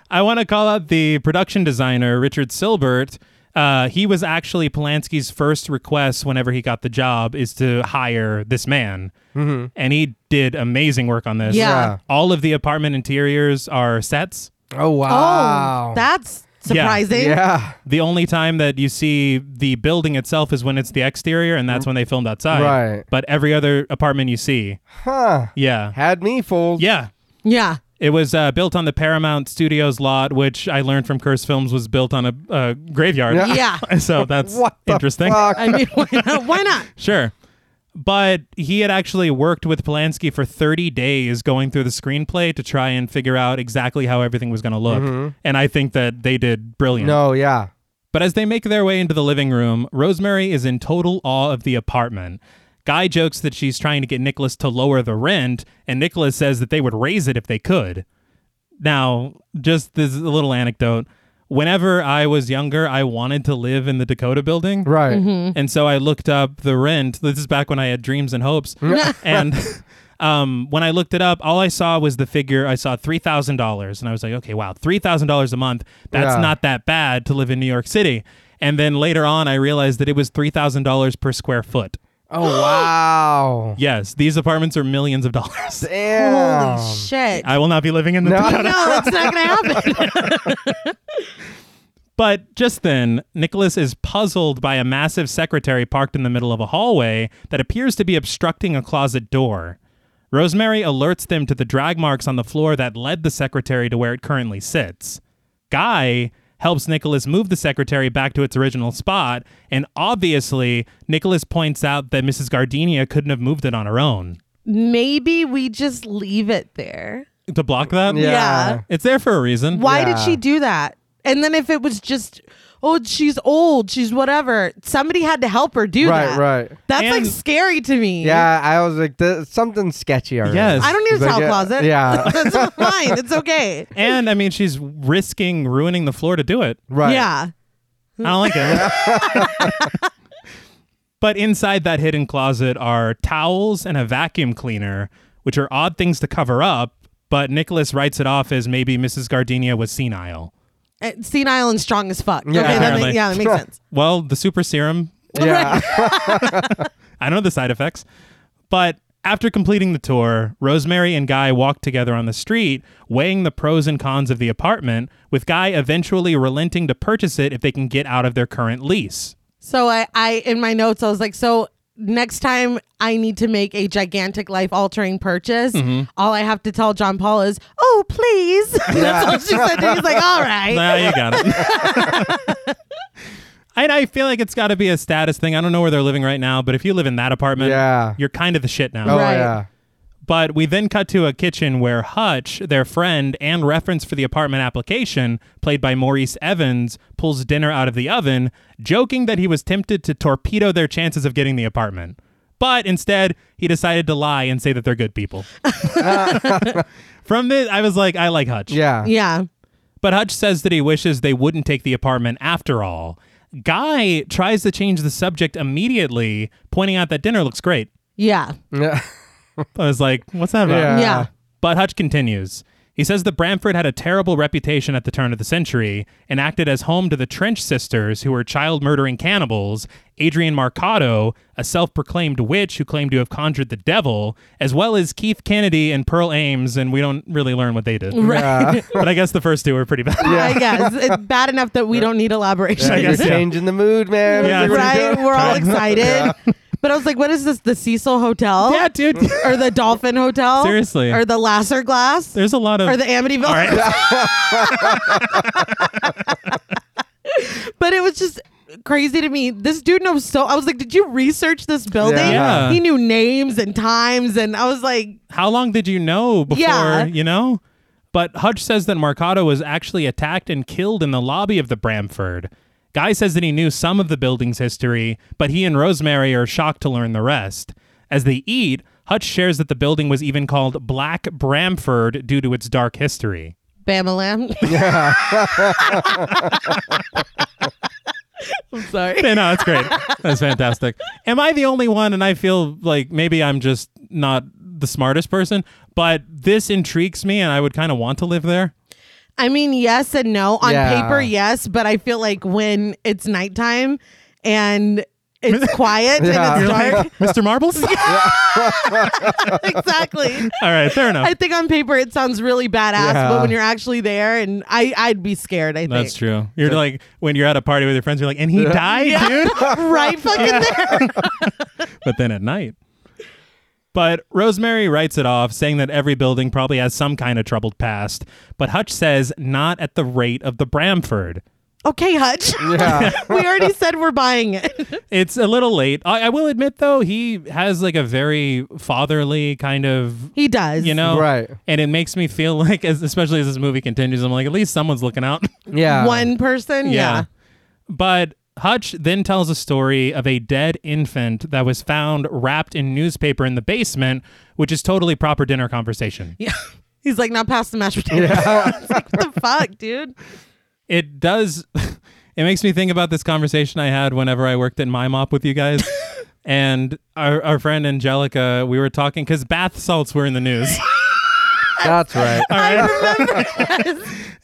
A: I want to call out the production designer, Richard Silbert. Uh, he was actually Polanski's first request whenever he got the job is to hire this man. And he did amazing work on this.
B: Yeah.
C: Yeah.
A: All of the apartment interiors are sets.
C: Oh
B: Oh,
C: wow.
B: that's surprising.
C: yeah.
A: The only time that you see the building itself is when it's the exterior, and that's when they filmed outside.
C: Right.
A: But every other apartment you see.
C: Huh.
A: Yeah.
C: Had me fooled.
A: Yeah.
B: Yeah.
A: It was uh, built on the Paramount Studios lot, which I learned from Curse Films was built on a uh, graveyard.
B: Yeah.
A: <laughs> so that's
C: What the
A: interesting.
C: fuck?
B: I mean, <laughs> why not? Why not?
A: Sure. But he had actually worked with Polanski for 30 days going through the screenplay to try and figure out exactly how everything was going to look.
C: Mm-hmm.
A: And I think that they did brilliant.
C: No. Yeah.
A: But as they make their way into the living room, Rosemary is in total awe of the apartment. Guy jokes that she's trying to get Nicholas to lower the rent, and Nicholas says that they would raise it if they could. Now, just this is a little anecdote. Whenever I was younger, I wanted to live in the Dakota building.
C: Right.
B: Mm-hmm.
A: And so I looked up the rent. This is back when I had dreams and hopes. and um, when I looked it up, all I saw was the figure. I saw three thousand dollars, and I was like, okay, wow, three thousand dollars a month. That's
C: Yeah.
A: not that bad to live in New York City. And then later on, I realized that it was three thousand dollars per square foot.
C: Oh wow.
A: Yes, these apartments are millions of dollars.
C: <laughs> <gasps> Damn.
B: Holy shit.
A: I will not be living in the
C: No.
A: Dakota.
B: no, that's not going to happen. <laughs>
A: But just then, Nicholas is puzzled by a massive secretary parked in the middle of a hallway that appears to be obstructing a closet door. Rosemary alerts them to the drag marks on the floor that led the secretary to where it currently sits. Guy helps Nicholas move the secretary back to its original spot, and obviously, Nicholas points out that Mrs. Gardenia couldn't have moved it on her own.
B: Maybe we just leave it there.
A: To block that?
C: Yeah.
B: Yeah.
A: It's there for a reason.
B: Why
C: Yeah.
B: did she do that? And then if it was just, oh, she's old, she's whatever, somebody had to help her do
C: Right,
B: that.
C: right.
B: That's like
A: And-
B: scary to me.
C: Yeah, I was like, "Th- something sketchy already.
A: Yes.
B: I don't need a
C: Like,
B: towel
C: yeah,
B: closet. <laughs>
C: yeah.
B: <laughs> That's fine. It's okay.
A: And I mean, she's risking ruining the floor to do it.
C: Right.
B: Yeah.
A: I don't like it. but inside that hidden closet are towels and a vacuum cleaner, which are odd things to cover up. But Nicholas writes it off as maybe Mrs. Gardenia was senile.
B: Uh, Senile and strong as fuck.
C: Yeah.
B: okay, that ma-
A: Apparently.
B: yeah, that makes sense.
A: Well, the super serum,
C: Yeah.
A: I know the side effects. But after completing the tour, Rosemary and Guy walk together on the street, weighing the pros and cons of the apartment, with Guy eventually relenting to purchase it if they can get out of their current lease.
B: So I, I in my notes I was like, so next time I need to make a gigantic life altering purchase,
A: Mm-hmm.
B: all I have to tell John Paul is, "Oh, please." <laughs> That's all she said. to me. He's like, "All right."
A: Nah, you got it. <laughs> and I feel like it's got to be a status thing. I don't know where they're living right now, but if you live in that apartment,
C: Yeah.
A: you're kind of the shit now.
C: Oh,
B: Right.
C: yeah.
A: But we then cut to a kitchen where Hutch, their friend and reference for the apartment application, played by Maurice Evans, pulls dinner out of the oven, joking that he was tempted to torpedo their chances of getting the apartment. But instead, he decided to lie and say that they're good people. <laughs> From this, I was like, I like Hutch.
C: Yeah.
B: Yeah.
A: But Hutch says that he wishes they wouldn't take the apartment after all. Guy tries to change the subject immediately, pointing out that dinner looks great.
B: Yeah.
A: <laughs>
C: Yeah.
A: I was like, what's that about?
C: Yeah.
B: Yeah.
A: But Hutch continues. He says that Bramford had a terrible reputation at the turn of the century and acted as home to the Trench sisters, who were child murdering cannibals, Adrian Marcado, a self proclaimed witch who claimed to have conjured the devil, as well as Keith Kennedy and Pearl Ames, and we don't really learn what they did.
B: Right.
A: <laughs> But I guess the first two were pretty bad.
B: <laughs> I guess it's bad enough that we don't need elaboration.
A: I guess,
C: You're
A: yeah.
C: changing the mood,
A: <laughs>
C: man.
A: Yeah.
C: Look what you're
B: right?
C: doing.
B: We're all excited. But I was like, what is this? The Cecil Hotel?
A: Yeah, dude.
B: Or the Dolphin Hotel?
A: Seriously.
B: Or the Lasser Glass?
A: There's a lot of
B: Or the Amityville?
A: All right.
B: <laughs> But it was just crazy to me. This dude knows so. I was like, did you research this building?
A: Yeah.
B: He knew names and times. And I was like,
A: How long did you know before,
B: Yeah.
A: you know? But Hutch says that Mercado was actually attacked and killed in the lobby of the Bramford. Guy says that he knew some of the building's history, but he and Rosemary are shocked to learn the rest. As they eat, Hutch shares that the building was even called Black Bramford due to its dark history. <laughs>
B: Bama Lamb. <laughs> I'm sorry.
A: Yeah, no, that's great. That's fantastic. Am I the only one? And I feel like maybe I'm just not the smartest person, but this intrigues me and I would kind of want to live there.
B: I mean, yes and no. On
C: Yeah.
B: paper, yes. But I feel like when it's nighttime and it's
A: <laughs>
B: quiet
C: Yeah.
B: and it's
A: You're
B: dark.
A: <laughs> like, Mr. Uh,
B: <laughs>
A: Marbles?
B: exactly.
A: All right, fair enough.
B: I think on paper it sounds really badass,
C: Yeah.
B: but when you're actually there, and I, I'd be scared. I
A: That's
B: think
A: true. You're like when you're at a party with your friends, you're like, and he died, dude.
B: right fucking
C: <laughs>
B: there.
A: But then at night. But Rosemary writes it off, saying that every building probably has some kind of troubled past. But Hutch says not at the rate of the Bramford.
B: Okay, Hutch.
C: Yeah.
B: we already said we're buying it.
A: It's a little late. I, I will admit, though, he has like a very fatherly kind of,
B: He does.
A: you know,
C: Right.
A: And it makes me feel <laughs> like, as, especially as this movie continues, I'm like, at least someone's looking out.
B: <laughs>
C: Yeah.
B: one person. Yeah.
A: But Hutch then tells a story of a dead infant that was found wrapped in newspaper in the basement, which is totally proper dinner conversation.
B: yeah, He's like, now pass the mashed potatoes. <laughs> It's like, what the fuck, dude?
A: It does. <laughs> It makes me think about this conversation I had whenever I worked at My Mop with you guys. and our, our friend Angelica, we were talking because bath salts were in the news. <laughs>
C: That's right.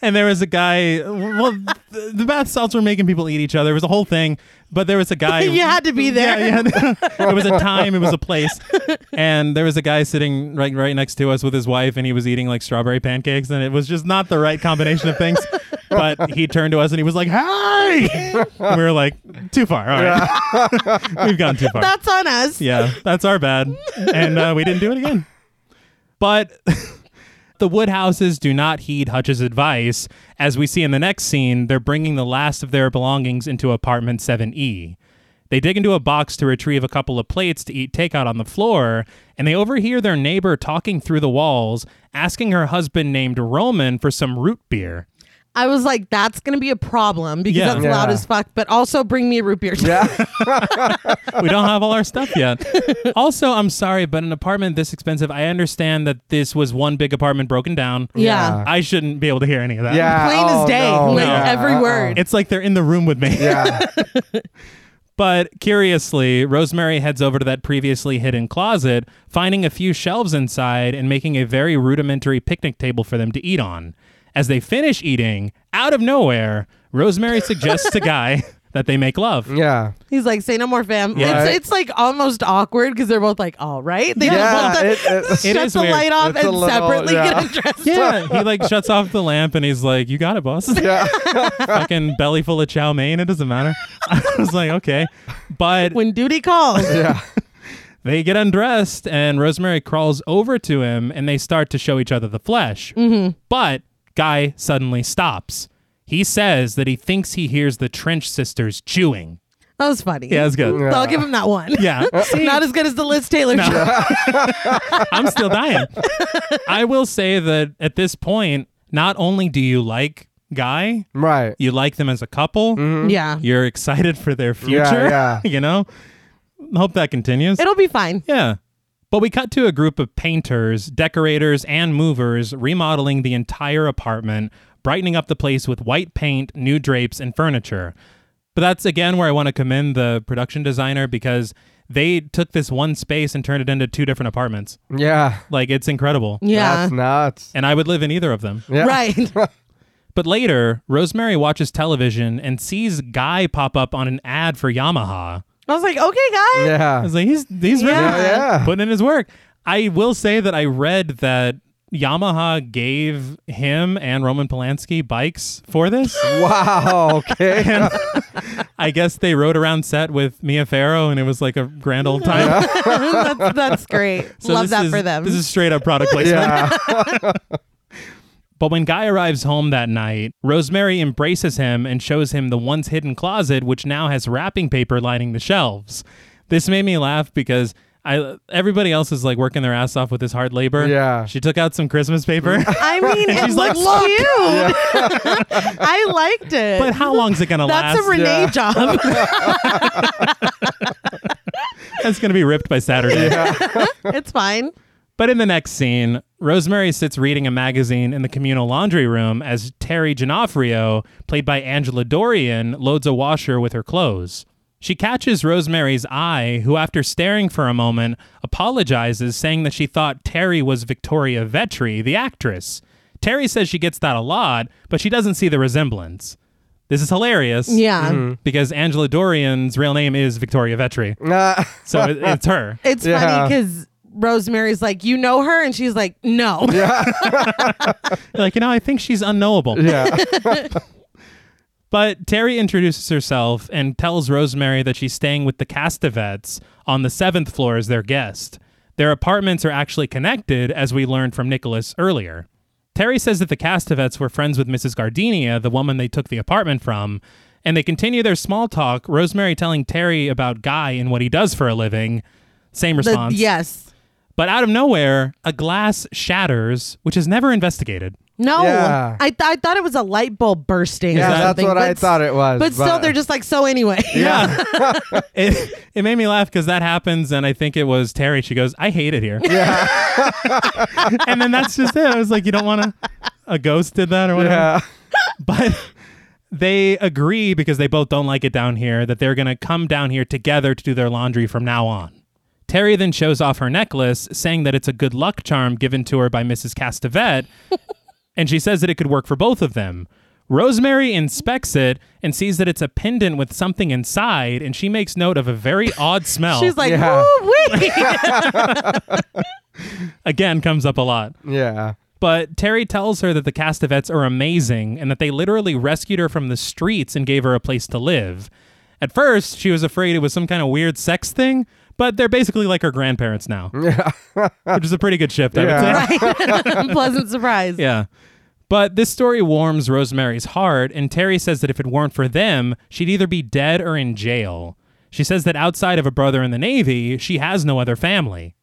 A: and there was a guy, well, the, the bath salts were making people eat each other. It was a whole thing. But there was a guy.
B: <laughs> you had to be there.
A: Yeah, yeah.
B: <laughs>
A: it was a time, it was a place, and there was a guy sitting right right next to us with his wife, and he was eating like strawberry pancakes, and it was just not the right combination of things. But he turned to us and he was like, "Hi!" And we were like, "Too far. All right, <laughs> we've gone too far.
B: That's on
A: <laughs>
B: us.
A: yeah, that's our bad, and uh, we didn't do it again." But. <laughs> The Woodhouses do not heed Hutch's advice. As we see in the next scene, they're bringing the last of their belongings into apartment 7E. They dig into a box to retrieve a couple of plates to eat takeout on the floor, and they overhear their neighbor talking through the walls, asking her husband named Roman for some root beer.
B: I was like, that's gonna be a problem because
A: Yeah.
B: that's loud
C: Yeah.
B: as fuck. But also bring me a root beer. <laughs>
C: Yeah.
A: <laughs> we don't have all our stuff
C: <laughs>
A: yet. Also, I'm sorry, but an apartment this expensive, I understand that this was one big apartment broken down.
B: Yeah.
A: I shouldn't be able to hear any of that.
B: <laughs>
C: Yeah.
B: Plain as
C: Oh,
B: day,
C: no,
B: like
A: no.
B: every
C: Uh-uh.
A: <laughs>
B: word.
A: It's like they're in the room with me.
B: <laughs>
C: Yeah.
A: <laughs> But curiously, Rosemary heads over to that previously hidden closet, finding a few shelves inside and making a very rudimentary picnic table for them to eat on. As they finish eating, out of nowhere, Rosemary suggests to Guy <laughs> that they make love.
C: Yeah.
B: He's like, say no more, fam.
C: Yeah.
B: It's, it's like almost awkward because they're both like, all right. They
C: Yeah,
B: just want to <laughs>
C: it- it-
B: shut
A: It is
B: the
A: weird.
B: light off
C: It's a
B: and
C: little-
B: separately
C: yeah.
B: <laughs> get undressed.
A: Yeah, he like shuts off the lamp and he's like, "You got it,
B: <laughs>
A: boss."
C: Yeah.
A: Fucking belly full of chow mein. It doesn't matter. <laughs> I was like, okay, but
B: When duty calls.
C: Yeah.
A: They get undressed, and Rosemary crawls over to him, and they start to show each other the flesh. Mm-hmm. But Guy suddenly stops. He says that he thinks he hears the Trench sisters chewing.
B: That was funny.
A: Yeah, that's good.
B: So I'll give him that one. <laughs>
A: Yeah.
B: Not as good as the Liz Taylor show.
A: I'm still
C: <laughs>
A: dying. I will say that at this point, not only do you like Guy,
C: Right.
A: you like them as a couple,
C: Mm-hmm.
B: Yeah.
A: you're excited for their future.
C: Mm. yeah.
A: <laughs> you know, hope that continues.
B: It'll be fine.
A: Yeah. But we cut to a group of painters, decorators, and movers remodeling the entire apartment, brightening up the place with white paint, new drapes, and furniture. But that's again where I want to commend the production designer because they took this one space and turned it into two different apartments.
C: Yeah.
A: Like it's incredible.
B: Yeah.
C: That's nuts.
A: And I would live in either of them.
C: Yeah.
B: Right.
C: <laughs>
A: But later, Rosemary watches television and sees Guy pop up on an ad for Yamaha.
B: I was like, okay, guys.
A: I
B: <laughs>
C: Yeah.
A: was like, he's he's really
B: Yeah.
C: Yeah.
A: putting in his work. I will say that I read that Yamaha gave him and Roman Polanski bikes for this.
C: Wow.
B: <laughs>
C: Okay.
A: I guess they rode around set with Mia Farrow, and it was like a grand old time.
B: that's, that's great.
A: <laughs> So
B: Love
A: this
B: that
A: is-
B: for them.
A: This is straight up product placement.
C: Yeah.
A: But when Guy arrives home that night, Rosemary embraces him and shows him the once hidden closet, which now has wrapping paper lining the shelves. This made me laugh because I everybody else is like working their ass off with this hard labor.
C: Yeah.
A: She took out some Christmas
B: <laughs>
A: paper. <laughs>
B: I mean, it
A: She's like,
B: looks
A: "Look."
B: cute. <laughs> I liked it.
A: but
B: <laughs>
A: how long's it gonna last?
B: that's a Renee
C: Yeah.
B: job.
C: <laughs>
A: That's going to be ripped by
B: <laughs>
A: Saturday.
B: it's fine.
A: But in the next scene, Rosemary sits reading a magazine in the communal laundry room as Terry Genofrio, played by Angela Dorian, loads a washer with her clothes. She catches Rosemary's eye, who, after staring for a moment, apologizes, saying that she thought Terry was Victoria Vetri, the actress. Terry says she gets that a lot, but she doesn't see the resemblance. This is hilarious.
B: Yeah.
C: Mm-hmm.
A: Mm-hmm. Because Angela Dorian's real name is Victoria Vetri.
C: Nah.
A: So it- it's her.
B: It's funny 'cause
C: Yeah.
B: funny because Rosemary's like, you know her? And she's like, no.
A: like you know i think she's unknowable
C: <laughs> Yeah.
A: but terry introduces herself and tells rosemary that she's staying with the castavets on the seventh floor as their guest their apartments are actually connected as we learned from nicholas earlier terry says that the castavets were friends with mrs gardenia the woman they took the apartment from and they continue their small talk rosemary telling terry about guy and what he does for a living same
B: <laughs> The-
A: response
B: yes.
A: but out of nowhere a glass shatters which is never investigated
B: No.
C: Yeah.
B: I, th- I thought it was a light bulb bursting.
C: Yeah,
B: or
C: that's
B: something,
C: what I
B: but s-
C: thought it was,
B: But, still,
C: but-
B: they're just like, so anyway.
A: Yeah. <laughs> it, it made me laugh because that happens, and I think it was Terry. She goes, I hate it here. Yeah. <laughs> and then that's just it. I was like, you don't want to. A ghost did that or whatever.
C: Yeah.
A: But <laughs> they agree because they both don't like it down here that they're going to come down here together to do their laundry from now on. Terry then shows off her necklace, saying that it's a good luck charm given to her by Mrs. Castavet, <laughs> and she says that it could work for both of them. Rosemary inspects it and sees that it's a pendant with something inside, and she makes note of a very
B: <laughs>
A: odd smell.
B: <laughs> She's like,
C: Yeah.
B: woo
C: <laughs>
B: <laughs> wee.
A: Again, comes up a lot.
C: Yeah.
A: But Terry tells her that the Castavets are amazing and that they literally rescued her from the streets and gave her a place to live. At first, she was afraid it was some kind of weird sex thing, but they're basically like her grandparents now, which is a pretty good shift, I would say.
C: Yeah.
B: Pleasant surprise.
A: Yeah. But this story warms Rosemary's heart, and Terry says that if it weren't for them, she'd either be dead or in jail. She says that outside of a brother in the Navy, she has no other family.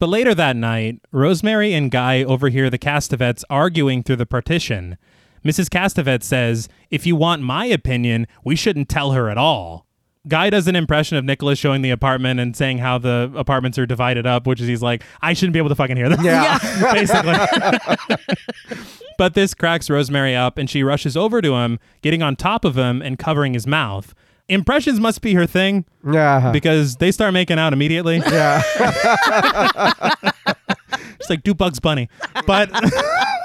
A: But later that night, Rosemary and Guy overhear the Castavets arguing through the partition. Mrs. Castavette says, If you want my opinion, we shouldn't tell her at all. Guy does an impression of Nicholas showing the apartment and saying how the apartments are divided up, which is he's like, I shouldn't be able to fucking hear this.
C: Yeah.
A: <laughs> Basically. But this cracks Rosemary up and she rushes over to him, getting on top of him and covering his mouth. Impressions must be her thing
C: Yeah.
A: because they start making out immediately.
C: yeah. <laughs>
A: It's like, do Bugs Bunny. But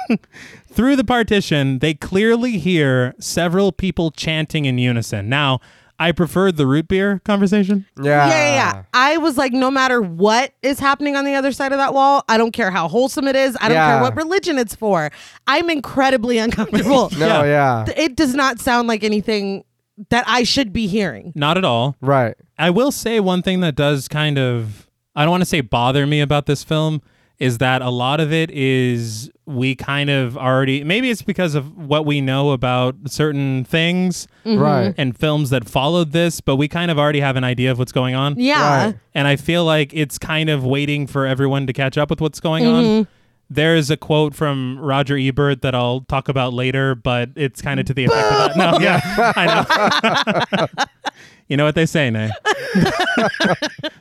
A: <laughs> through the partition, they clearly hear several people chanting in unison. Now, I prefer the root beer conversation.
C: Yeah.
B: Yeah, yeah, yeah. I was like, no matter what is happening on the other side of that wall, I don't care how wholesome it is. I don't
C: Yeah.
B: care what religion it's for. I'm incredibly <laughs> uncomfortable.
C: <laughs> No,
A: Yeah.
C: yeah.
B: It does not sound like anything that I should be hearing.
A: Not at all.
C: Right.
A: I will say one thing that does kind of I don't want to say bother me about this film is that a lot of it is we kind of already maybe it's because of what we know about certain things
C: Right.
A: and films that followed this, but we kind of already have an idea of what's going on.
B: Yeah.
C: Right.
A: And I feel like it's kind of waiting for everyone to catch up with what's going on. There is a quote from Roger Ebert that I'll talk about later, but it's kind of to the effect of that. No, yeah, I know. <laughs> you know what they say, Nay?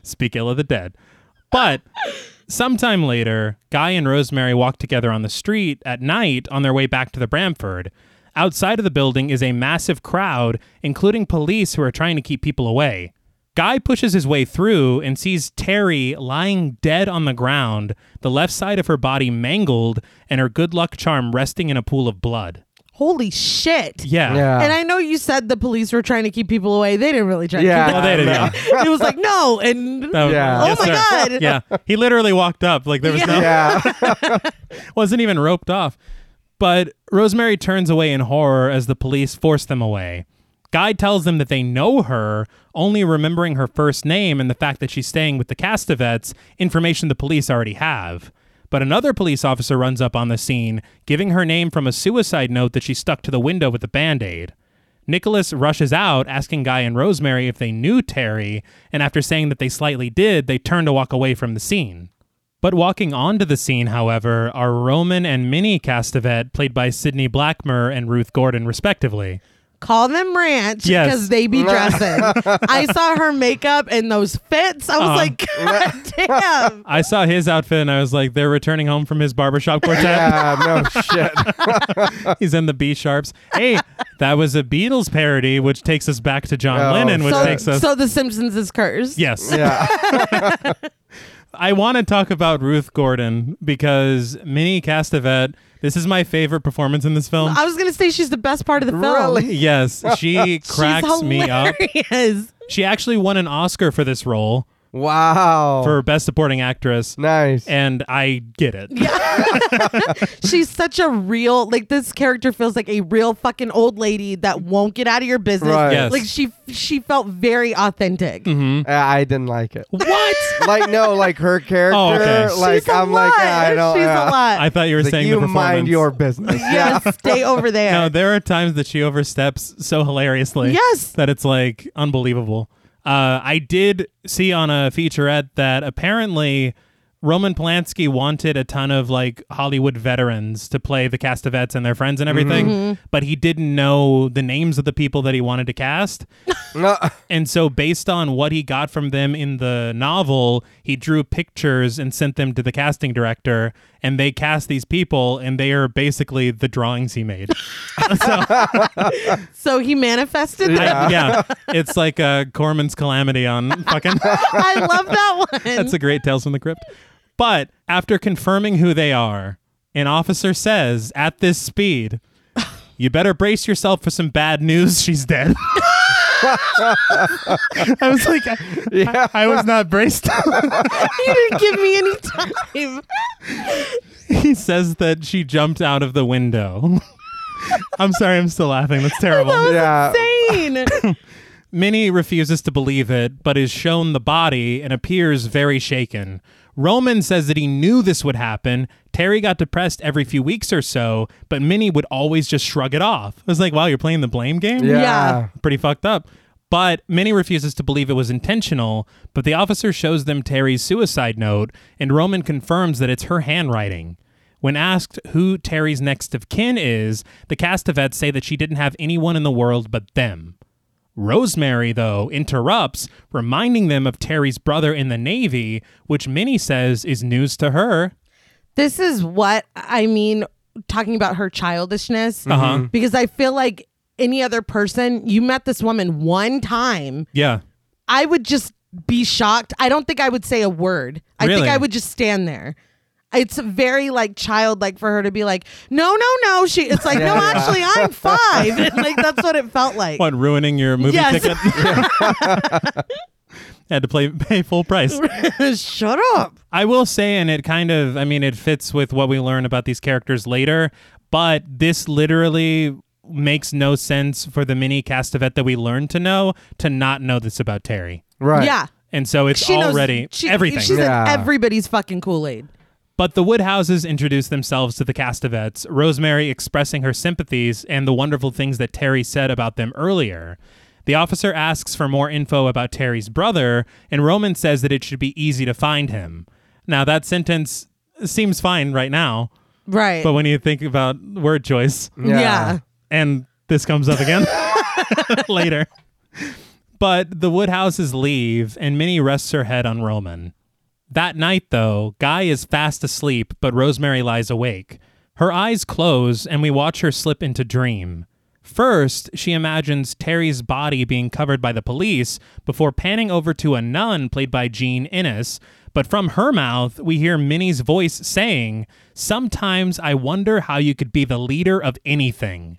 A: Speak ill of the dead. But sometime later, Guy and Rosemary walk together on the street at night on their way back to the Bramford. Outside of the building is a massive crowd, including police who are trying to keep people away. Guy pushes his way through and sees Terry lying dead on the ground, the left side of her body mangled, and her good luck charm resting in a pool of blood.
B: Holy shit.
A: Yeah.
C: Yeah.
B: And I know you said the police were trying to keep people away. They didn't really try
C: <laughs> Yeah.
B: to
A: Oh, they did, <laughs> yeah.
B: keep people It was like, no. And
A: Oh,
C: Yeah.
A: yes,
B: Oh my
A: sir.
B: God.
A: Yeah. He literally walked up. Like there was no
C: Yeah.
A: wasn't even roped off. But Rosemary turns away in horror as the police force them away. Guy tells them that they know her, only remembering her first name and the fact that she's staying with the Castavets, information the police already have. But another police officer runs up on the scene, giving her name from a suicide note that she stuck to the window with a band aid. Nicholas rushes out, asking Guy and Rosemary if they knew Terry, and after saying that they slightly did, they turn to walk away from the scene. But walking onto the scene, however, are Roman and Minnie Castavet, played by Sidney Blackmer and Ruth Gordon, respectively.
B: call them ranch because
A: Yes.
B: they be dressing.
C: <laughs>
B: I saw her makeup and those fits. I
A: Uh-huh.
B: was like, <laughs> God damn.
A: I saw his outfit and I was like, they're returning home from his barbershop quartet.
C: <laughs>
B: <laughs>
C: yeah. No shit.
A: He's in the B sharps. Hey, that was a Beatles parody, which takes us back to John
C: Oh,
A: Lennon, <laughs> which
B: so,
A: takes us.
B: so the Simpsons is cursed.
A: yes.
B: <laughs>
C: Yeah.
A: I want to talk about Ruth Gordon because Minnie Castavet, this is my favorite performance in this film.
B: I was gonna say she's the best part of the film.
C: Really? <laughs>
A: yes, she cracks
B: she's
A: me up.
B: hilarious.
A: She actually won an Oscar for this role
C: Wow.
A: for Best Supporting Actress.
C: nice.
A: and I get it.
B: She's such a real like this character feels like a real fucking old lady that won't get out of your business.
C: Right.
A: Yes. Mm-hmm.
B: Like she she felt very authentic.
C: Uh, I didn't like it.
A: <laughs> What?
C: Like no, like her
A: <laughs>
C: character.
A: Oh, okay.
C: Like
B: She's a
C: I'm
B: lot.
C: like I don't.
B: She's a
C: yeah.
B: lot.
A: I thought you were
C: Like,
A: saying the
C: you
A: performance.
C: mind your business.
B: yeah. stay over
A: <laughs>
B: there.
A: No, there are times that she oversteps so hilariously.
B: Yes.
A: That it's like unbelievable. Uh, I did see on a featurette that apparently Roman Polanski wanted a ton of like Hollywood veterans to play the Castavets and their friends and everything, but he didn't know the names of the people that he wanted to cast.
C: No.
A: And so, based on what he got from them in the novel, he drew pictures and sent them to the casting director, and they cast these people, and they are basically the drawings he made.
B: So he manifested
A: I-
B: that.
A: yeah, it's like uh, Corman's calamity on fucking.
B: I love that one.
A: That's a great Tales from the Crypt. But after confirming who they are, an officer says, "At this speed, you better brace yourself for some bad news. She's dead." <laughs> I was like, I,
C: Yeah.
A: I was not braced.
B: <laughs> you didn't give me any time.
A: he says that she jumped out of the window. <laughs> I'm sorry, I'm still laughing. That's terrible.
C: yeah.
B: Insane.
C: <laughs>
A: Minnie refuses to believe it, but is shown the body and appears very shaken. Roman says that he knew this would happen. Terry got depressed every few weeks or so, but Minnie would always just shrug it off. It was like, wow, you're playing the blame game?
C: <laughs> Yeah.
B: Yeah.
A: pretty fucked up. But Minnie refuses to believe it was intentional, but the officer shows them Terry's suicide note, and Roman confirms that it's her handwriting. When asked who Terry's next of kin is, the Castavets say that she didn't have anyone in the world but them. Rosemary, though, interrupts, reminding them of Terry's brother in the Navy, which Minnie says is news to her.
B: This is what I mean talking about her childishness
A: Uh-huh.
B: because I feel like any other person, you met this woman one time,
A: Yeah.
B: I would just be shocked. I don't think I would say a word. I
A: Really?
B: think I would just stand there. It's very like childlike for her to be like, no, no, no. She, it's like, no, actually, I'm five. And, <laughs> like that's what it felt like.
A: What, ruining your movie
B: Yes.
A: ticket? <laughs> Had to play, pay full price.
B: <laughs> Shut up.
A: I will say, and it kind of, I mean, it fits with what we learn about these characters later, but this literally makes no sense for the mini Castavet that we learn to know to not know this about Terry.
C: Right.
B: Yeah.
A: And so it's
B: She knows
A: already
B: she-
A: everything.
B: She's
C: Yeah.
B: in everybody's fucking Kool Aid.
A: But the Woodhouses introduce themselves to the Castavets, Rosemary expressing her sympathies and the wonderful things that Terry said about them earlier. The officer asks for more info about Terry's brother, and Roman says that it should be easy to find him. Now, that sentence seems fine right now,
B: Right.
A: but when you think about word choice,
B: yeah.
A: and this comes up again <laughs> later. But the Woodhouses leave, and Minnie rests her head on Roman. That night, though, Guy is fast asleep, but Rosemary lies awake. Her eyes close, and we watch her slip into dream. First, she imagines Terry's body being covered by the police before panning over to a nun played by Jean Innes. But from her mouth, we hear Minnie's voice saying, Sometimes I wonder how you could be the leader of anything.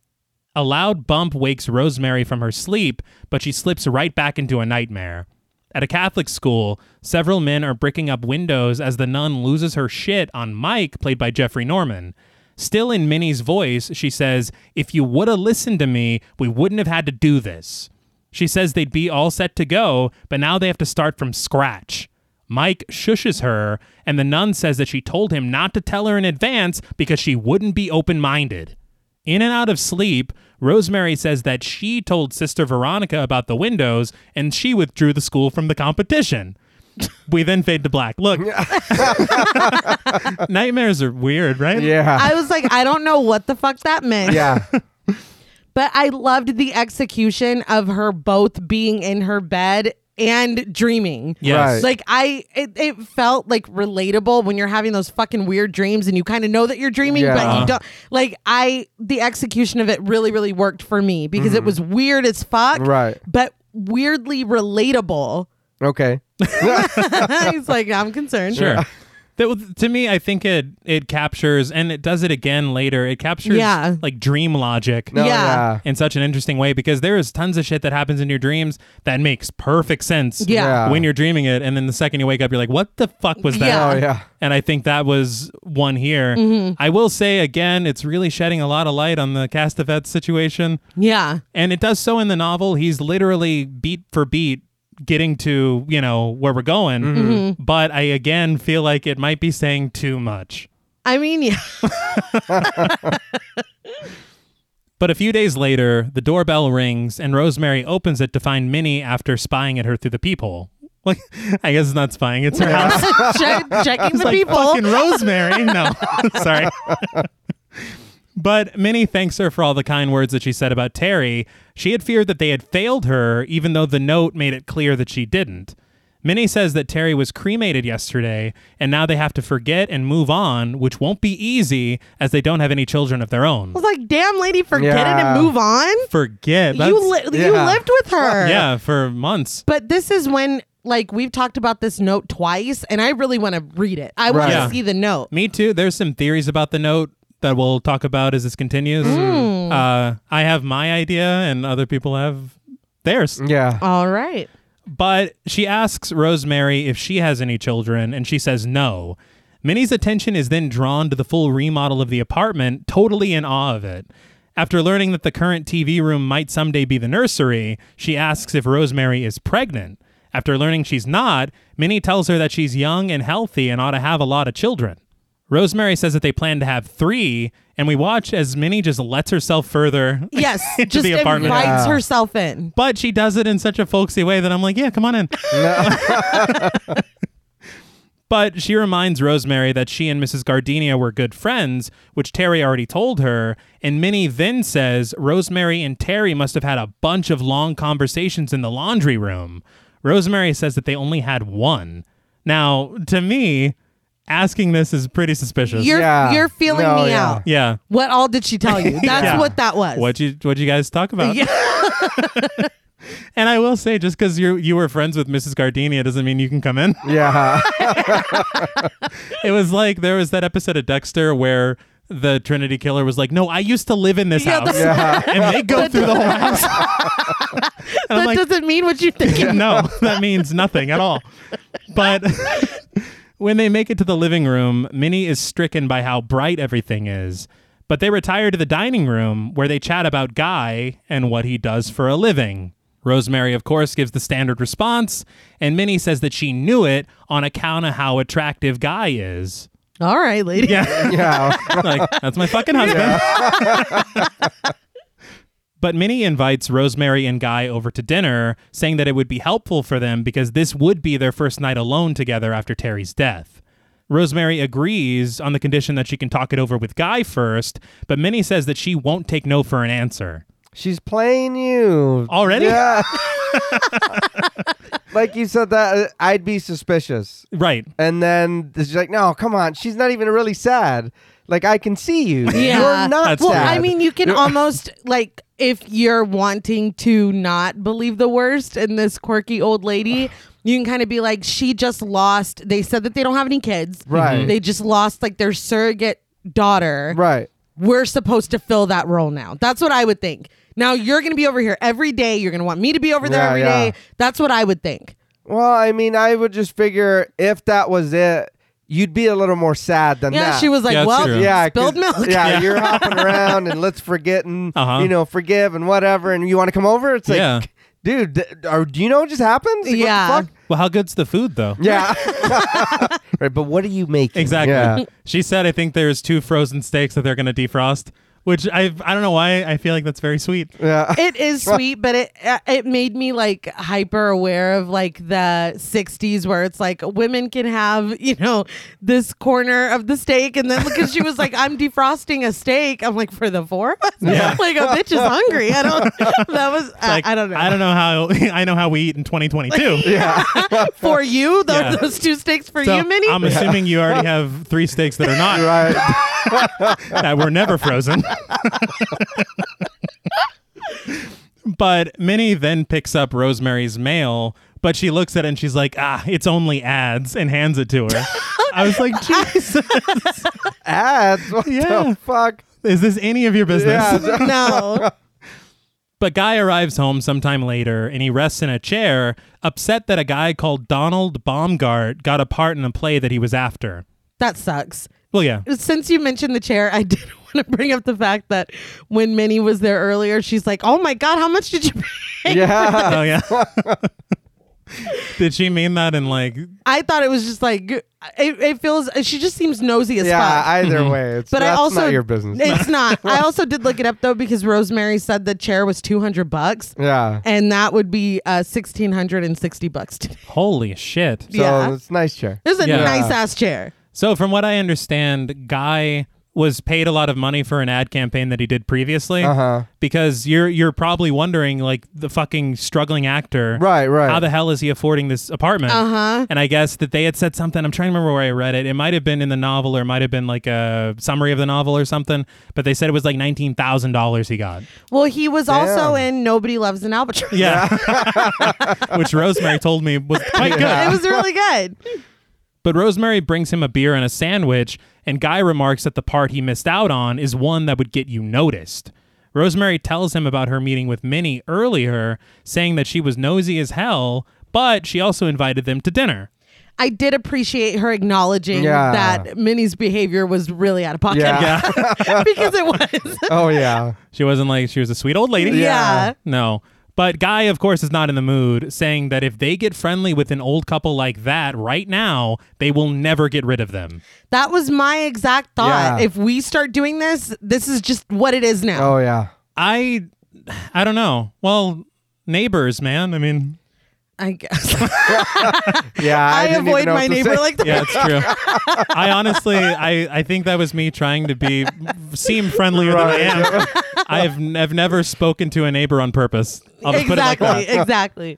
A: A loud bump wakes Rosemary from her sleep, but she slips right back into a nightmare. At a Catholic school, several men are bricking up windows as the nun loses her shit on Mike, played by Jeffrey Norman. Still in Minnie's voice, she says, If you would have listened to me, we wouldn't have had to do this. She says they'd be all set to go, but now they have to start from scratch. Mike shushes her, and the nun says that she told him not to tell her in advance because she wouldn't be open minded. In and out of sleep, Rosemary says that she told Sister Veronica about the windows and she withdrew the school from the competition. <laughs> We then fade to black. Look, <laughs> nightmares are weird, right?
C: Yeah.
B: I was like, I don't know what the fuck that meant.
C: yeah.
B: But I loved the execution of her both being in her bed and dreaming. <laughs>
A: Yes.
C: Right.
B: Like I it, it felt like relatable when you're having those fucking weird dreams and you kind of know that you're dreaming but
C: Yeah.
B: you don't like I the execution of it really really worked for me because it was weird as fuck
C: Mm-hmm. Right.
B: but weirdly relatable. <laughs>
C: Okay.
B: He's like I'm concerned.
A: Sure. That, was- to me, I think it it captures and it does it again later. It captures
B: Yeah.
A: like dream logic.
C: No,
B: Yeah.
C: yeah.
A: in such an interesting way because there is tons of shit that happens in your dreams that makes perfect sense
B: Yeah.
C: Yeah.
A: when you're dreaming it and then the second you wake up you're like what the fuck was that
B: Yeah. Mm-hmm.
C: Oh yeah.
A: and i think that was one here i will say again it's really shedding a lot of light on the castavets situation
B: Yeah.
A: and it does so in the novel he's literally beat for beat getting to you know where we're going
C: Mm-hmm.
B: Mm-hmm.
A: but i again feel like it might be saying too much
B: I mean,
A: <laughs>
B: yeah. <laughs>
A: But a few days later, the doorbell rings and Rosemary opens it to find Minnie after spying at her through the peephole. Like, <laughs> I guess it's not spying, it's her house.
B: Check, checking the
A: It's like <laughs>
B: people.
A: fucking Rosemary. No, <laughs> sorry. But Minnie thanks her for all the kind words that she said about Terry. She had feared that they had failed her, even though the note made it clear that she didn't. Minnie says that Terry was cremated yesterday, and now they have to forget and move on, which won't be easy as they don't have any children of their own.
B: I was like, damn, lady, forget it
C: Yeah.
B: and move on.
A: Forget. that's-
B: You, li- you
C: yeah.
B: lived with her.
A: Yeah, for months.
B: But this is when, like, we've talked about this note twice, and I really want to read it. I want
C: Right.
B: to
A: Yeah.
B: see the note.
A: Me too. There's some theories about the note that we'll talk about as this continues. Uh, I have my idea, and other people have theirs.
C: Yeah.
B: All right.
A: But she asks Rosemary if she has any children, and she says no. Minnie's attention is then drawn to the full remodel of the apartment, totally in awe of it. After learning that the current TV room might someday be the nursery, she asks if Rosemary is pregnant. After learning she's not, Minnie tells her that she's young and healthy and ought to have a lot of children. Rosemary says that they plan to have three, and we watch as Minnie just lets herself further. <laughs>
B: Yes.
A: Into
B: just
A: the
B: invites
A: apartment.
C: Yeah.
B: herself in.
A: But she does it in such a folksy way that I'm like, yeah, come on in.
C: No.
A: But she reminds Rosemary that she and Mrs. Gardenia were good friends, which Terry already told her. And Minnie then says Rosemary and Terry must have had a bunch of long conversations in the laundry room. Rosemary says that they only had one. Now, to me, asking this is pretty suspicious.
B: You're
C: Yeah.
B: you're feeling
C: No,
B: me
C: yeah.
B: out.
A: yeah.
B: What all did she
A: <laughs>
B: tell you? That's
A: Yeah.
B: what that was.
A: What you what you guys talk about?
B: Yeah.
A: <laughs> And I will say, just because you you were friends with Mrs. Gardenia doesn't mean you can come in.
C: <laughs> Yeah.
A: it was like there was that episode of Dexter where the Trinity Killer was like, "No, I used to live in this
B: Yeah,
A: house," <laughs>
B: the-
A: and they go through the
B: <laughs>
A: whole house. <laughs> and
B: that
A: I'm like,
B: doesn't mean what
A: <laughs>
B: you're thinking.
A: no, that means nothing at all. But <laughs> when they make it to the living room, Minnie is stricken by how bright everything is. But they retire to the dining room where they chat about Guy and what he does for a living. Rosemary, of course, gives the standard response, and Minnie says that she knew it on account of how attractive Guy is.
B: All right, lady.
A: Yeah.
C: <laughs> Yeah.
A: <laughs> like that's my fucking husband. <laughs> but Minnie invites Rosemary and Guy over to dinner, saying that it would be helpful for them because this would be their first night alone together after Terry's death. Rosemary agrees on the condition that she can talk it over with Guy first, but Minnie says that she won't take no for an answer.
C: She's playing you.
A: Already?
C: Yeah. <laughs> like you said that uh, I'd be suspicious.
A: Right.
C: And then she's like, "No, come on. She's not even really sad. Like I can see you.
B: Yeah.
C: You're not
A: That's
B: Well,
C: sad."
B: I mean, you can almost like if you're wanting to not believe the worst in this quirky old lady, you can kind of be like, she just lost. They said that they don't have any kids.
C: Right.
A: Mm-hmm.
B: They just lost like their surrogate daughter.
C: right.
B: We're supposed to fill that role now. That's what I would think. Now you're going to be over here every day. You're going to want me to be over there
C: Yeah,
B: every day.
C: yeah.
B: That's what I would think.
C: Well, I mean, I would just figure if that was it, you'd be a little more sad than
B: Yeah,
C: that.
B: she was like,
A: Yeah, that's
B: well,
A: true.
C: yeah,
B: spilled
C: <laughs> 'cause-
B: milk.
C: Yeah, you're <laughs> hopping around and let's forget and
A: Uh-huh.
C: you know forgive and whatever, and you want to come over. It's like,
A: Yeah.
C: dude, th- are, do you know what just happened? Like, what
B: <laughs>
C: the
B: Yeah.
C: fuck?
A: Well, how good's the food though?
C: Yeah. <laughs> right, but what are you making?
A: Exactly.
C: Yeah.
A: She said I think there's two frozen steaks that they're going to defrost, which I I don't know why I feel like that's very sweet.
C: Yeah.
B: it is sweet, but it uh, it made me like hyper aware of like the '60s where it's like women can have <laughs> you know this corner of the steak, and then because she was like, "I'm defrosting a steak," I'm like, "For the four of us?"
A: Yeah.
B: like a bitch is hungry.
A: <laughs>
B: I don't. That was I-
A: Like,
B: I don't know.
A: I don't know how <laughs> I know how we eat in 2022.
C: Yeah.
B: <laughs> for you, those,
A: Yeah.
B: those two steaks for
A: So
B: you, Minnie.
A: I'm assuming you already have three steaks that are not
C: <laughs> Right.
A: that were never frozen. but Minnie then picks up Rosemary's mail, but she looks at it and she's like, "Ah, it's only ads," and hands it to her. I was
B: <laughs>
A: like, "Jesus,
C: Ads. What
A: Yeah.
C: the fuck?
A: is this any of your business?"
C: <laughs> Yeah.
B: <laughs> no,
A: But Guy arrives home sometime later and he rests in a chair, upset that a guy called Donald Baumgart got a part in a play that he was after.
B: that sucks.
A: Well,
C: <laughs>
A: yeah.
B: since you mentioned the chair, I <laughs> did want to bring up the fact that when Minnie was there earlier, she's like, "Oh my god, how much did you pay?"
C: <laughs> Yeah.
A: Oh, yeah. Did she mean that in like,
B: I thought it was just like it, it feels. She just seems nosy as
C: Yeah.
B: fuck.
C: Either way, it's
B: but I
C: that's
B: also
C: not your business. <laughs>
B: It's not. I also did look it up though because Rosemary said the chair was two hundred bucks,
C: yeah.
B: and that would be uh, sixteen hundred and sixty bucks today.
A: holy shit?
C: So
B: yeah.
C: it's a nice chair.
B: It was a
A: Yeah.
B: nice ass chair.
A: So, from what I understand, Guy was paid a lot of money for an ad campaign that he did previously.
C: Uh-huh.
A: Because you're you're probably wondering, like the fucking struggling actor,
C: Right, right. Uh-huh.
A: How the hell is he affording this apartment? Uh huh. And I guess that they had said something. I'm trying to remember where I read it. It might have been in the novel, or it might have been like a summary of the novel or something. But they said it was like nineteen thousand dollars he got.
B: Well, he was also
C: Damn.
B: in Nobody Loves an Albatross.
A: Yeah. <laughs> Which Rosemary told me was quite good.
B: <laughs> it was really good.
A: But Rosemary brings him a beer and a sandwich, and Guy remarks that the part he missed out on is one that would get you noticed. Rosemary tells him about her meeting with Minnie earlier, saying that she was nosy as hell, but she also invited them to dinner.
B: I did appreciate her acknowledging
C: Yeah.
B: that Minnie's behavior was really out of pocket.
C: Yeah.
B: <laughs> because it was.
C: Oh yeah.
A: She wasn't like she was a sweet old lady.
B: Yeah.
A: No. But Guy, of course, is not in the mood, saying that if they get friendly with an old couple like that right now, they will never get rid of them.
B: That was my exact thought.
C: Yeah.
B: If we start doing this, this is just what it is now.
C: Oh yeah.
A: I I don't know. Well, neighbors, man. I mean,
B: I
C: <laughs>
B: guess.
C: Yeah, I,
B: I,
C: didn't even
B: avoid
C: know
B: my
C: what to
B: neighbor
C: say.
B: like the
A: Yeah, it's true. I honestly, I, I think that was me trying to be seem friendlier
C: Right.
A: than I am. I've n- I've never spoken to a neighbor on purpose. I'll just put it like
B: exactly,
A: that.
B: exactly.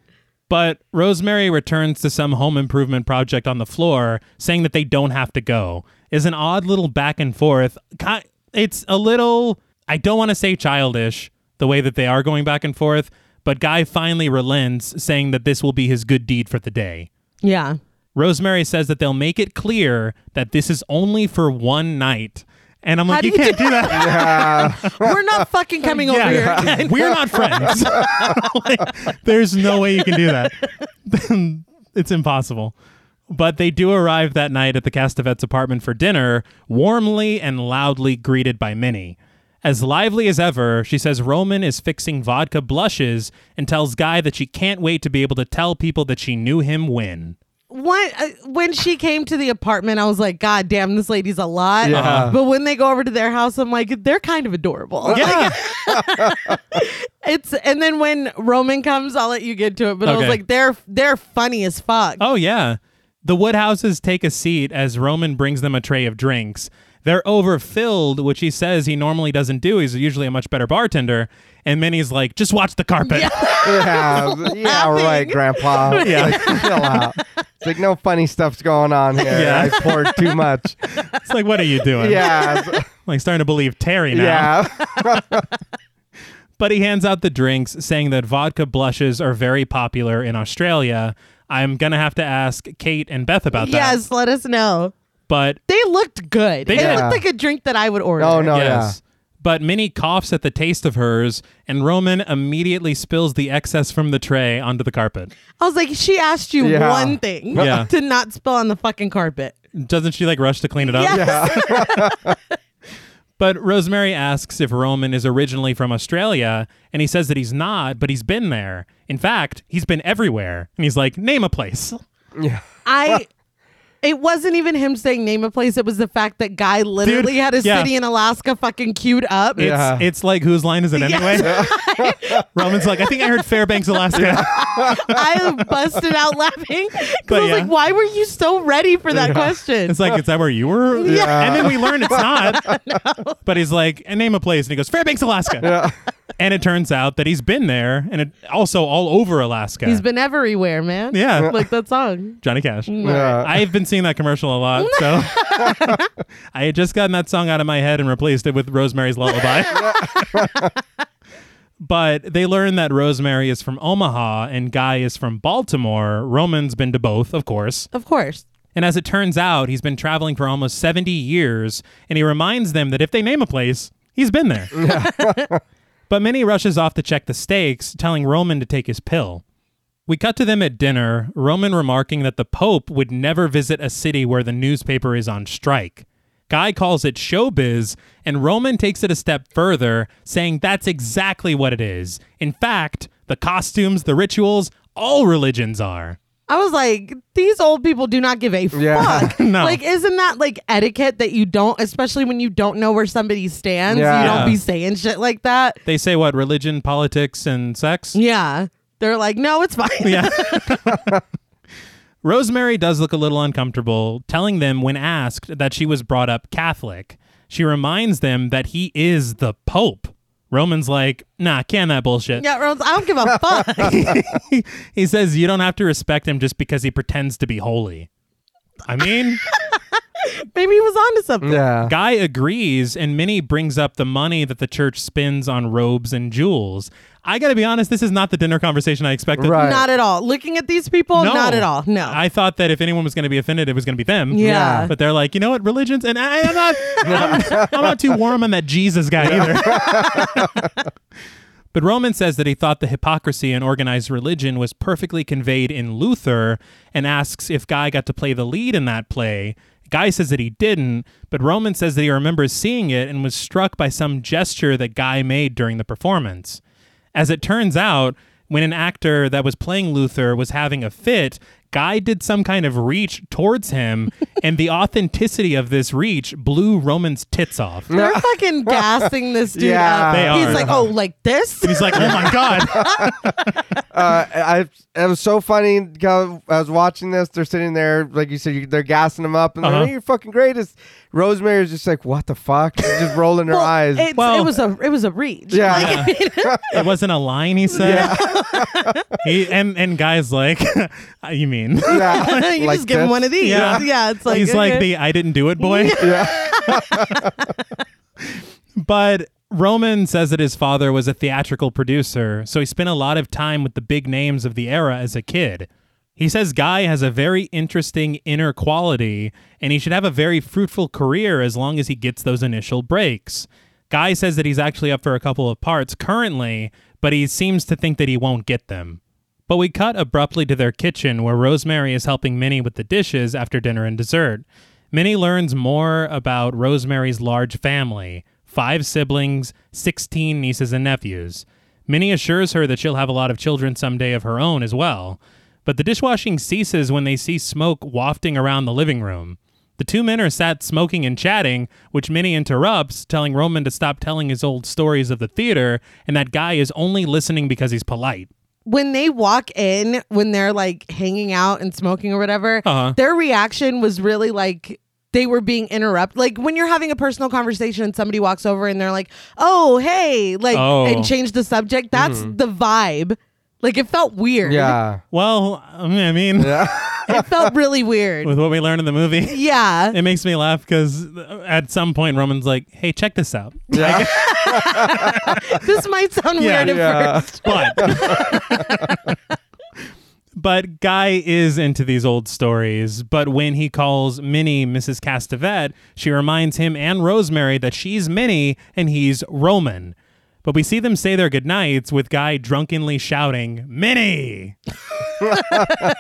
A: But Rosemary returns to some home improvement project on the floor, saying that they don't have to go. Is an odd little back and forth. Ki- It's a little, I don't want to say childish, the way that they are going back and forth, but Guy finally relents, saying that this will be his good deed for the day.
B: Yeah.
A: Rosemary says that they'll make it clear that this is only for one night. And I'm like,
B: do
A: you,
B: you
A: can't do
B: <laughs>
A: that.
B: We're
C: <laughs>
B: not fucking coming over here.
A: <laughs> Yeah. We're not friends. <laughs> Like, there's no way you can do that. <laughs> it's impossible. But they do arrive that night at the Castavet's apartment for dinner, warmly and loudly greeted by Minnie. As lively as ever, she says Roman is fixing vodka blushes and tells Guy that she can't wait to be able to tell people that she knew him when.
B: When, uh, when she came to the apartment, I was like, God damn, this lady's a lot.
C: Yeah.
B: But when they go over to their house, I'm like, they're kind of adorable.
A: Uh-huh. Yeah.
B: It's and then when Roman comes, I'll let you get to it. But I was
A: Okay.
B: like, they're they're funny as fuck.
A: Oh yeah. The Woodhouses take a seat as Roman brings them a tray of drinks. They're overfilled, which he says he normally doesn't do. He's usually a much better bartender. And Minnie's like, just watch the carpet.
C: Yeah, yeah, right, Grandpa.
A: Yeah.
C: Like, chill out. It's like no funny stuff's going on here.
A: Yeah.
C: I poured too much.
A: <laughs> It's like, what are you doing?
C: Yeah,
A: Like starting to believe Terry now.
C: yeah.
A: But he hands out the drinks, saying that vodka blushes are very popular in Australia. I'm gonna have to ask Kate and Beth about that.
B: yes, let us know.
A: But
B: They looked good. They,
A: did.
B: looked like a drink that I would order.
C: Oh no,
A: yes. But Minnie coughs at the taste of hers, and Roman immediately spills the excess from the tray onto the carpet.
B: I was like, she asked you
C: Yeah.
B: one thing
A: Yeah.
B: <laughs> to not spill on the fucking carpet.
A: Doesn't she like rush to clean it up?
B: Yes.
A: But Rosemary asks if Roman is originally from Australia, and he says that he's not, but he's been there. In fact, he's been everywhere. And he's like, name a place.
C: yeah, yeah.
B: <laughs> I. It wasn't even him saying name a place. It was the fact that guy literally had a
A: yeah.
B: city in Alaska fucking queued up.
A: It's,
C: Yeah.
A: it's like, whose line is it anyway? Roman's like, I think I heard Fairbanks, Alaska.
B: <laughs> I busted out laughing because I
A: <laughs> But
B: was
A: yeah.
B: like, why were you so ready for that question?
A: It's like, is that where you were?
C: Yeah.
A: And then we learn it's
B: <laughs>
A: not. But he's like, and name a place. And he goes, Fairbanks, Alaska. And it turns out that he's been there and it, also all over Alaska.
B: He's been everywhere, man.
A: Yeah.
B: Like that song.
A: Johnny Cash.
C: Yeah.
A: I've been seeing that commercial a lot, so I had just gotten that song out of my head and replaced it with Rosemary's Lullaby. <laughs> but they learn that Rosemary is from Omaha and Guy is from Baltimore. Roman's been to both, of course.
B: Of course.
A: And as it turns out, he's been traveling for almost 70 years, and he reminds them that if they name a place, he's been there. <laughs> but Minnie rushes off to check the stakes, telling Roman to take his pill. We cut to them at dinner, Roman remarking that the Pope would never visit a city where the newspaper is on strike. Guy calls it showbiz, and Roman takes it a step further, saying that's exactly what it is. In fact, the costumes, the rituals, all religions are.
B: I was like, these old people do not give a
C: Yeah.
A: <laughs>
B: fuck.
A: No.
B: Like, isn't that like etiquette that you don't, especially when you don't know where somebody stands?
C: Yeah.
B: You
A: Yeah.
B: don't be saying shit like that.
A: They say what religion, politics, and sex.
B: Yeah. They're like, no, it's fine.
A: <laughs> Yeah. Rosemary does look a little uncomfortable, telling them when asked that she was brought up Catholic. She reminds them that he is the Pope. Roman's like, nah, can that bullshit.
B: <laughs> yeah, Rose, I don't give a fuck.
A: <laughs>
B: <laughs>
A: he says you don't have to respect him just because he pretends to be holy. I mean,
B: Maybe he was onto something.
C: yeah.
A: Guy agrees, and Minnie brings up the money that the church spends on robes and jewels. I gotta be honest, this is not the dinner conversation I expected.
C: Right.
B: Not at all. Looking at these people,
A: No.
B: not at all. No.
A: I thought that if anyone was going to be offended, it was going to be them.
B: Yeah. Yeah.
A: But they're like, you know what, religions, and I, I'm
B: <laughs>
A: not, I'm, I'm not too warm on that Jesus guy either. but Roman says that he thought the hypocrisy in organized religion was perfectly conveyed in Luther, and asks if Guy got to play the lead in that play. Guy says that he didn't, but Roman says that he remembers seeing it and was struck by some gesture that Guy made during the performance. As it turns out, when an actor that was playing Luther was having a fit, Guy did some kind of reach towards him, and the authenticity of this reach blew Roman's tits off. And <laughs>
B: They're fucking gassing this dude
C: Yeah.
B: up.
A: They
B: He's
A: are.
B: like, oh, like this?
A: he's like, oh my God.
C: uh, I it was so funny. 'cause I was watching this. They're sitting there, like you said, you, they're gassing him up, and they're
A: Uh-huh.
C: like, "You're fucking greatest." Rosemary's just like, "What the fuck?" She's just rolling her
B: Well,
C: eyes.
B: it's-
A: Well-
B: it was a it was a reach.
C: <laughs> yeah,
A: <laughs> It wasn't a line, he said. <laughs> He, and, and Guy's like, <laughs> you mean?
C: yeah.
B: <laughs> you
C: Like
B: just give him
C: this.
B: one of these.
A: Yeah.
B: Yeah, it's like
A: he's like
B: okay.
A: the I didn't do it boy. <laughs> but Roman says that his father was a theatrical producer, so he spent a lot of time with the big names of the era as a kid. He says Guy has a very interesting inner quality, and he should have a very fruitful career as long as he gets those initial breaks. Guy says that he's actually up for a couple of parts currently, but he seems to think that he won't get them. But we cut abruptly to their kitchen where Rosemary is helping Minnie with the dishes after dinner and dessert. Minnie learns more about Rosemary's large family five siblings, 16 nieces and nephews. Minnie assures her that she'll have a lot of children someday of her own as well. But the dishwashing ceases when they see smoke wafting around the living room. The two men are sat smoking and chatting, which Minnie interrupts, telling Roman to stop telling his old stories of the theater and that guy is only listening because he's polite.
B: when they walk in, when they're like hanging out and smoking or whatever,
A: Uh-huh.
B: their reaction was really like they were being interrupted. Like when you're having a personal conversation and somebody walks over and they're like, "Oh, hey," like
A: Oh. Mm-hmm.
B: and change the subject. That's the vibe. Like it felt weird.
C: yeah.
A: Well, I mean,
B: <laughs> it felt really weird.
A: <laughs> with what we learned in the movie, <laughs>
B: Yeah.
A: it makes me laugh because at some point Roman's like, "Hey, check this out,"
C: Yeah.
B: this might sound
A: Yeah.
B: weird <laughs> at
C: Yeah.
B: first.
A: but <laughs> but Guy is into these old stories. But when he calls Minnie Mrs. Castavet, she reminds him and Rosemary that she's Minnie and he's Roman. But we see them say their goodnights with Guy drunkenly shouting, "Minnie!" <laughs>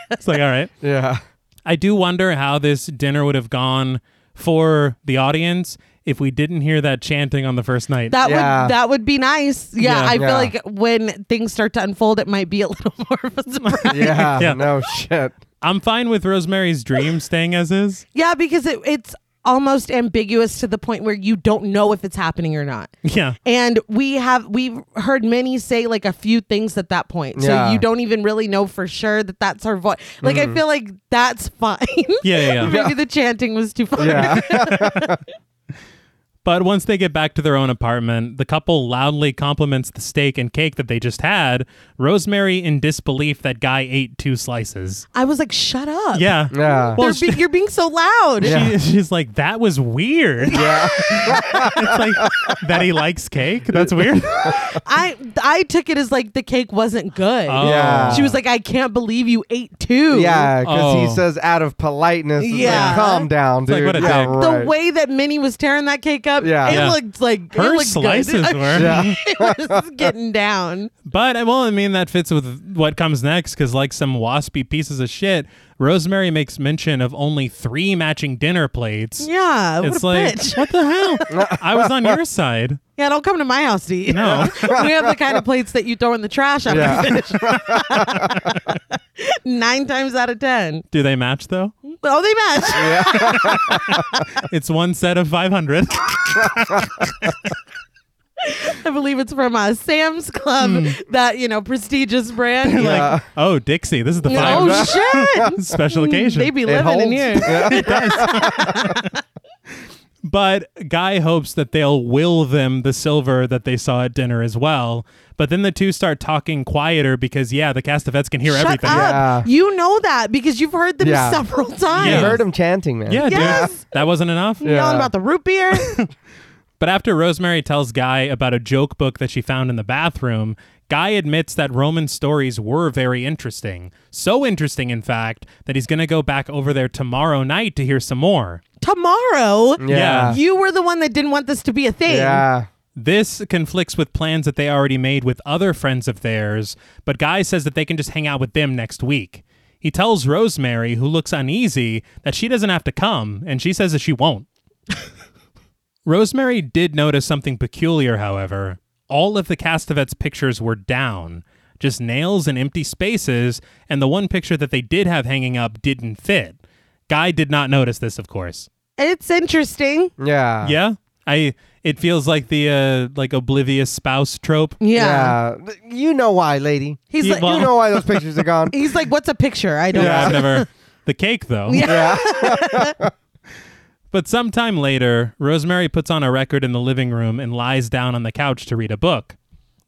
A: it's like, all right.
C: Yeah.
A: I do wonder how this dinner would have gone for the audience if we didn't hear that chanting on the first night.
B: That
C: Yeah.
B: would that would be nice. Yeah,
A: Yeah.
B: I
C: Yeah.
B: feel like when things start to unfold, it might be a little <laughs> more of a surprise.
C: Yeah.
A: Yeah.
C: No shit.
A: I'm fine with Rosemary's
B: <laughs>
A: Dream staying as is.
B: yeah, because it, it's almost ambiguous to the point where you don't know if it's happening or not.
A: Yeah.
B: And we have we've heard many say like a few things at that point, so
C: Yeah.
B: you don't even really know for sure that that's her voice. Like I feel like that's fine.
A: Mm-hmm. Yeah, yeah, yeah.
B: <laughs> Maybe the chanting was too far.
C: Yeah.
A: But once they get back to their own apartment, the couple loudly compliments the steak and cake that they just had. Rosemary in disbelief that guy ate two slices.
B: I was like, shut up.
A: Yeah.
C: Yeah.
A: Well,
B: They're <laughs> be- you're being so loud.
A: She, she's like, that was
B: <laughs>
A: weird.
C: Yeah.
A: it's like that he likes cake. That's weird.
B: I I took it as like the cake wasn't good.
A: Oh.
C: Yeah.
B: She was like, I can't believe you ate two.
C: Yeah, because
A: Oh.
C: he says out of politeness. It's like,
B: Yeah.
C: calm down, dude.
A: like, what a
C: yeah,
A: dick. The
B: The
C: right.
B: way that Minnie was tearing that cake up,
C: Yeah.
B: it
A: Yeah.
B: looked like it
A: Her
B: looked
A: slices
B: <laughs> good.
A: were.
C: <laughs> Yeah.
B: it was getting down.
A: But well, I mean that fits with what comes next because, like some waspy pieces of shit, Rosemary makes mention of only three matching dinner plates.
B: Yeah, what
A: it's
B: a
A: like
B: bitch.
A: what the
B: <laughs>
A: hell? I was on your side.
B: Yeah, don't come to my house to eat.
A: No.
B: <laughs> we have the kind of plates that you throw in the trash after
C: Yeah.
B: you finish. <laughs> Nine times out of ten.
A: Do they match though?
B: Oh, they match.
A: It's one set of five hundred.
B: <laughs>
A: <laughs>
B: I believe it's from uh, Sam's Club, that you know prestigious brand. You're like,
A: Hmm. like, oh Dixie, this is the
B: oh
A: five <laughs>
B: shit, Hmm, Mm,
A: special occasion.
B: they be
C: It
B: living
C: holds.
B: in here.
C: Yeah.
A: But Guy hopes that they'll will them the silver that they saw at dinner as well. But then the two start talking quieter because yeah, the Castavets can hear
B: Shut
A: everything.
B: up.
C: Yeah.
B: You know that because you've heard them
C: Yeah.
B: several times.
C: You
A: Yeah.
C: heard him chanting, man.
A: Yeah,
B: Yes.
A: dude, that wasn't enough.
B: Yelling
C: Yeah.
B: about the
A: <laughs>
B: root beer.
A: But after Rosemary tells Guy about a joke book that she found in the bathroom, Guy admits that Roman stories were very interesting. So interesting, in fact, that he's going to go back over there tomorrow night to hear some more.
B: Tomorrow,
A: Yeah.
C: Yeah.
B: you were the one that didn't want this to be a thing.
C: Yeah.
A: This conflicts with plans that they already made with other friends of theirs, but Guy says that they can just hang out with them next week. He tells Rosemary, who looks uneasy, that she doesn't have to come, and she says that she won't. Rosemary did notice something peculiar, however. All of the Castavets pictures were down. just nails and empty spaces, and the one picture that they did have hanging up didn't fit. Guy did not notice this, of course.
B: It's interesting.
C: Yeah.
A: yeah, I. It feels like the uh, like oblivious spouse trope.
B: Yeah.
C: Yeah. Th- You know why, lady.
B: He's
A: Yeah,
B: like
A: well-
C: You know why those pictures
B: <laughs>
C: are gone.
B: he's like, What's a picture? I don't
A: Yeah,
B: know.
A: I've never. The cake, though.
C: yeah.
A: But sometime later, Rosemary puts on a record in the living room and lies down on the couch to read a book.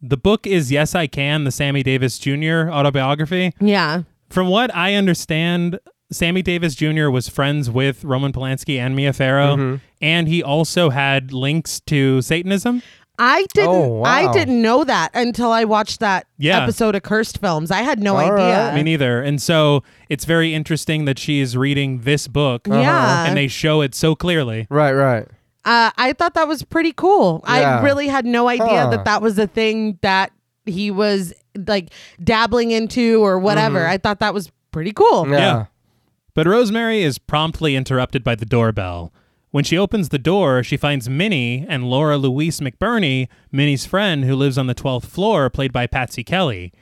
A: The book is Yes I Can, the Sammy Davis Jr. autobiography.
B: Yeah.
A: From what I understand, Sammy Davis Jr. was friends with Roman Polanski and Mia Farrow, and he also had links to Satanism.
B: I didn't
C: Oh,
B: I
C: wow.
B: didn't know that until I watched that
A: Yeah.
B: episode of Cursed Films. I had no
C: All
B: idea.
C: right.
A: Me neither. And so it's very interesting that she is reading this book
B: Yeah.
A: and they show it so clearly.
C: Right, right.
B: uh, I thought that was pretty cool.
C: Yeah.
B: I really had no idea
C: Huh.
B: that that was the thing that he was like dabbling into or whatever. I thought that was pretty cool.
C: Mm-hmm. Yeah.
A: Yeah. But Rosemary is promptly interrupted by the doorbell. When she opens the door, she finds Minnie and Laura Louise McBurney, Minnie's friend who lives on the 12th floor, played by Patsy Kelly.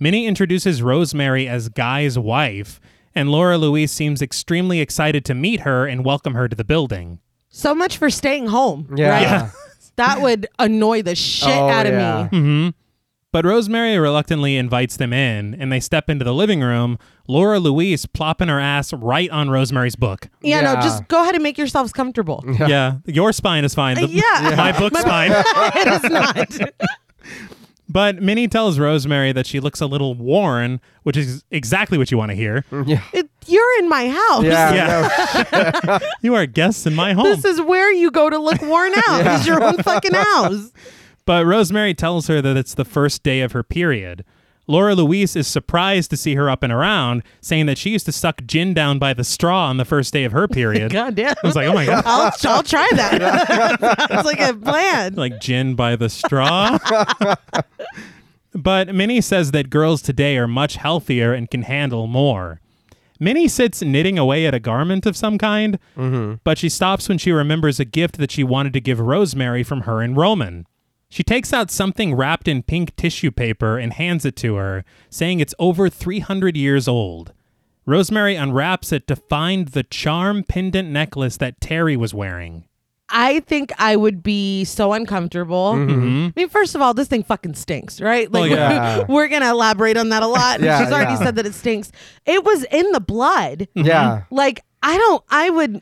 A: Minnie introduces Rosemary as Guy's wife, and Laura Louise seems extremely excited to meet her and welcome her to the building.
B: So much for staying home.
C: Yeah.
B: Right?
C: Yeah.
B: <laughs> That would annoy the shit
C: Oh,
B: out of
C: yeah.
B: me.
A: But Rosemary reluctantly invites them in, and they step into the living room, Laura Louise plopping her ass right on Rosemary's book.
B: Yeah, no,
C: Yeah.
B: just go ahead and make yourselves
C: <laughs>
B: comfortable.
A: Yeah, your spine is fine. The-
B: Yeah.
A: <laughs> My book's fine.
B: <laughs> it is not.
A: But Minnie tells Rosemary that she looks a little worn, which is exactly what you want to hear.
B: It, you're in my house.
C: Yeah.
A: Yeah. <laughs>
C: no,
A: You are guests in my home.
B: This is where you go to look worn out. It's your own fucking house.
A: But Rosemary tells her that it's the first day of her period. Laura Louise is surprised to see her up and around, saying that she used to suck gin down by the straw on the first day of her period. I
B: Oh God damn.
A: was like, oh my God.
B: I'll, I'll try
C: <laughs>
B: that. Sounds like a plan.
A: Like gin by the straw. but Minnie says that girls today are much healthier and can handle more. Minnie sits knitting away at a garment of some kind, but she stops when she remembers a gift that she wanted to give Rosemary from her and Roman. She takes out something wrapped in pink tissue paper and hands it to her, saying it's over 300 years old. Rosemary unwraps it to find the charm pendant necklace that Terry was wearing.
B: I think I would be so uncomfortable.
C: Mm-hmm.
B: I mean, first of all, this thing fucking stinks, right? Like,
A: Well,
C: Oh, yeah.
B: <laughs> we're, we're going to elaborate on that a lot.
C: Yeah,
B: She's already
C: yeah. Mm-hmm.
B: said that it stinks. It was in the blood.
C: yeah.
B: Like, I don't, I would,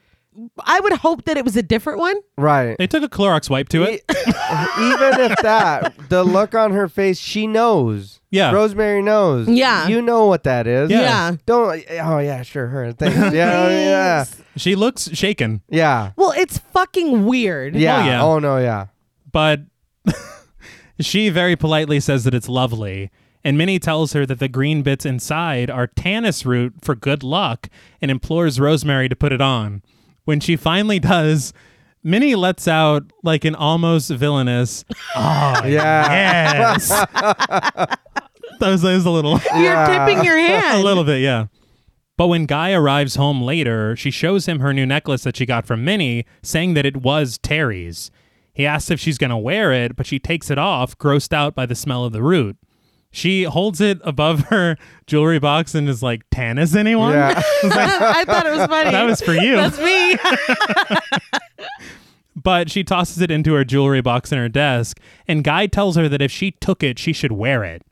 B: I would hope that it was a different one.
C: Right.
A: They took a Clorox wipe to it.
C: E- Even if that, the look on her face, she knows.
A: Yeah.
C: Rosemary knows.
B: Yeah.
C: You know what that is.
A: Yeah.
B: Yeah.
C: Don't. Oh yeah, sure. Her. Thanks. Yeah. oh, yeah.
B: Thanks.
A: She looks shaken,
C: Yeah.
B: Well, it's fucking weird.
C: Yeah.
A: yeah.
C: Oh no. Yeah.
A: but <laughs> she very politely says that it's lovely. And Minnie tells her that the green bits inside are tannis root for good luck and implores Rosemary to put it on. When she finally does, Minnie lets out like an almost villainous, oh,
C: Yeah.
A: yes. <laughs> that, was, that was a little.
B: You're
C: Yeah.
A: <laughs>
B: tipping your
A: a
B: hand.
A: little bit, yeah. But when Guy arrives home later, she shows him her new necklace that she got from Minnie, saying that it was Terry's. He asks if she's going to wear it, but she takes it off, grossed out by the smell of the root. She holds it above her jewelry box and is like, Tan is anyone?
C: Yeah. <laughs>
B: <laughs> I thought it was
A: <laughs>
B: funny.
A: That was for you.
B: That's me.
A: <laughs> but she tosses it into her jewelry box in her desk, and Guy tells her that if she took it, she should wear it.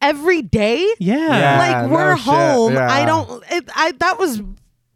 B: Every day?
A: Yeah.
C: Yeah.
B: like we're
C: no shit.
B: home.
C: Yeah.
B: I don't. It, I that was.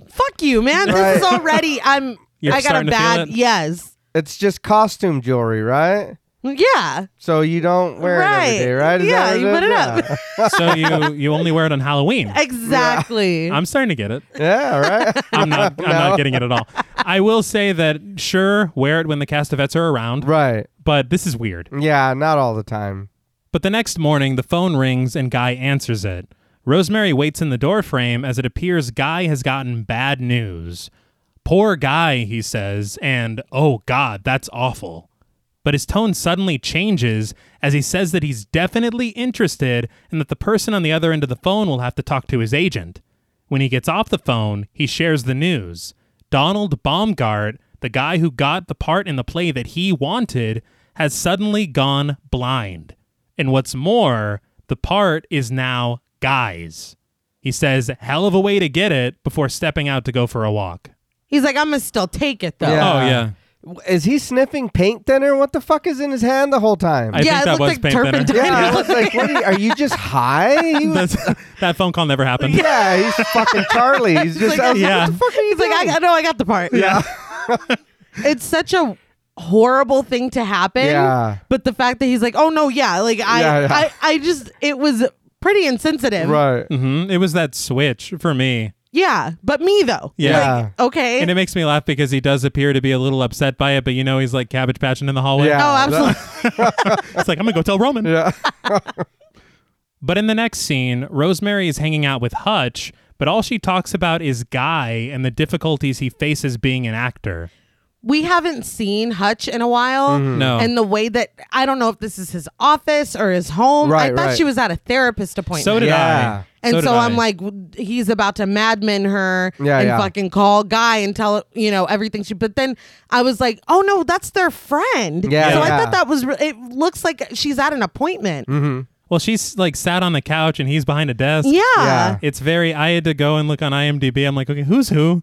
B: Fuck you, man. This
C: Right.
A: <laughs>
B: is already. I'm.
A: You're
B: I got a
A: starting to feel
B: bad.
A: it?
B: Yes.
C: It's just costume jewelry, right?
B: Yeah.
C: So you don't wear it every day, right? Is
B: yeah.
C: that what
B: You
C: it
B: put it
C: is?
B: up.
A: so you, you only wear it on Halloween.
B: exactly.
A: I'm starting to get it.
C: <laughs> Yeah.
B: <laughs>
C: yeah right.
A: I'm not. I'm not getting it at all. I will say that sure, wear it when the Castavets are around,
C: right.
A: but this is weird.
C: Yeah. Not all the time.
A: But the next morning, the phone rings and Guy answers it. Rosemary waits in the doorframe as it appears Guy has gotten bad news. Poor Guy, he says, and oh God, that's awful. But his tone suddenly changes as he says that he's definitely interested and that the person on the other end of the phone will have to talk to his agent. When he gets off the phone, he shares the news. Donald Baumgart, the guy who got the part in the play that he wanted, has suddenly gone blind. And what's more, The part is now guys. He says, hell of a way to get it before stepping out to go for a walk.
B: He's like, I'm gonna still take it though.
C: Yeah.
A: Oh, yeah.
C: Is he sniffing paint thinner? What the fuck is in his hand the whole time?
A: I
B: <laughs>
A: think
B: Yeah, it
A: that
B: looked
A: was
B: like
A: paint thinner.
B: turpentine.
C: yeah, I was like, what are, you, are you
A: <laughs>
C: just high? He was-
A: That's- <laughs> that phone call never happened.
C: yeah, he's fucking Charlie. He's just,
B: <laughs>
C: I was like,
A: yeah.
C: what the fuck are you
B: He's like,
C: doing?
B: I, I know I got the part. Yeah. <laughs> it's such a horrible thing to happen.
C: Yeah.
B: But the fact that he's like, oh no, yeah, like I,
C: Yeah, yeah.
B: I, I just, it was pretty insensitive.
C: <laughs> right.
A: hmm It was that switch for me.
B: Yeah. But me though.
A: Yeah.
C: Yeah.
B: Okay.
A: And it makes me laugh because he does appear to be a little upset by it, but you know he's like cabbage patching in the hallway.
C: Yeah.
B: oh,
C: <laughs>
B: absolutely.
A: <laughs> It's like, I'm going to go tell Roman.
B: <laughs>
C: Yeah.
A: But in the next scene, Rosemary is hanging out with Hutch, but all she talks about is Guy and the difficulties he faces being an actor.
B: we haven't seen Hutch in a while.
C: Mm-hmm.
A: No.
B: And the way that I don't know if this is his office or his home. I
C: Right,
B: thought
C: right.
B: she was at a therapist appointment.
A: So did
C: Yeah.
A: I.
B: and so,
A: did I.
B: I'm like, w- he's about to madman her
C: Yeah,
B: and
C: yeah.
B: fucking call Guy and tell you know everything she. But then I was like, oh no, that's their friend.
C: Yeah,
B: So I
C: yeah.
B: thought that was. Re- it looks like she's at an appointment.
A: well, she's like sat on the couch and he's behind a desk.
B: Yeah.
C: Yeah.
B: Yeah.
A: It's very, I had to go and look on IMDb. I'm like, okay, who's who?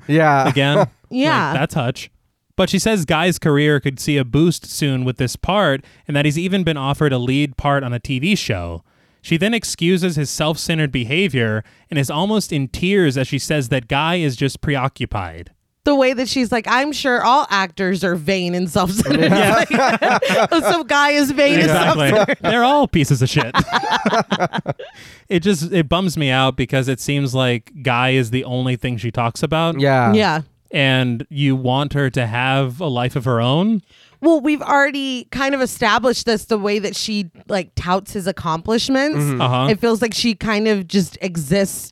A: <laughs>
C: Yeah.
A: Again.
B: Yeah.
A: Like, that's Hutch. But she says Guy's career could see a boost soon with this part, and that he's even been offered a lead part on a TV show. She then excuses his self centered behavior and is almost in tears as she says that Guy is just preoccupied.
B: The way that she's like, I'm sure all actors are vain and self-centered. <laughs> Some guy is vain and self-centered. <laughs>
A: Exactly. They're all pieces of shit. <laughs> it just it bums me out because it seems like Guy is the only thing she talks about.
C: Yeah.
B: Yeah.
A: And you want her to have a life of her own.
B: Well, we've already kind of established this the way that she like touts his accomplishments.
A: Uh-huh.
B: It feels like she kind of just exists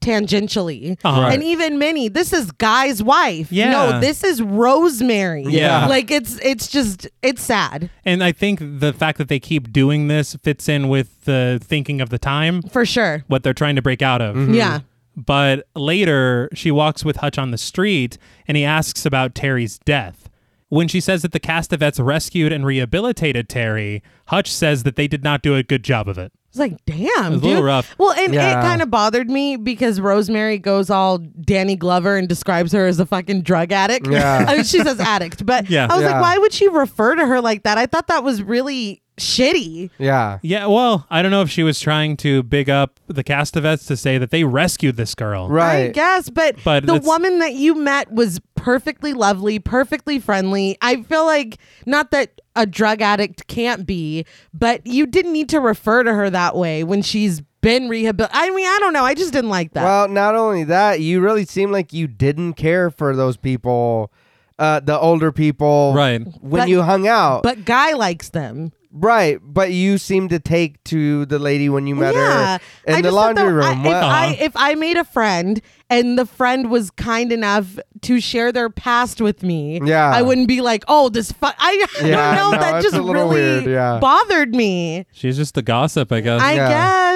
B: tangentially.
A: Uh-huh. Right.
B: And even Minnie, this is Guy's wife.
A: Yeah.
B: No, this is Rosemary.
A: Yeah.
B: Like it's it's just it's sad
A: And I think the fact that they keep doing this fits in with the thinking of the time,
B: for sure.
A: what they're trying to break out of.
B: Yeah.
A: But later, she walks with Hutch on the street and he asks about Terry's death. When she says that the Castavets rescued and rehabilitated Terry, Hutch says that they did not do a good job of it.
B: It's like, damn,
A: was a
B: dude.
A: little rough.
B: Well, and
C: Yeah.
B: it kind of bothered me because Rosemary goes all Danny Glover and describes her as a fucking drug addict.
C: Yeah.
B: <laughs> I mean, she says addict, but
A: Yeah.
B: I was
C: Yeah.
B: like, why would she refer to her like that? I thought that was really shitty.
C: Yeah.
A: Yeah, well, I don't know if she was trying to big up the Castavets to say that they rescued this girl.
B: I
C: Right.
B: guess, but,
A: But
B: the
A: it's-
B: woman that you met was perfectly lovely, perfectly friendly. I feel like not that a drug addict can't be, but you didn't need to refer to her that way when she's been rehabilitated. I mean, I don't know. I just didn't like that.
C: Well, not only that, you really seem like you didn't care for those people, uh, the older people,
A: Right.
C: When
B: But-
C: you hung out,
B: but guy likes them.
C: right? But you seemed to take to the lady when you met
B: Yeah,
C: her in
B: I
C: the
B: just thought
C: laundry
B: that-
C: room.
B: I,
C: What-
B: if, I, if I made a friend and the friend was kind enough to share their past with me,
C: Yeah.
B: I wouldn't be like, oh, this. Fu-. I <laughs> don't
C: Yeah,
B: know.
C: no,
B: that
C: it's
B: just
C: a little
B: really
C: weird, yeah.
B: bothered me.
A: She's just the gossip, I guess.
B: I
C: Yeah.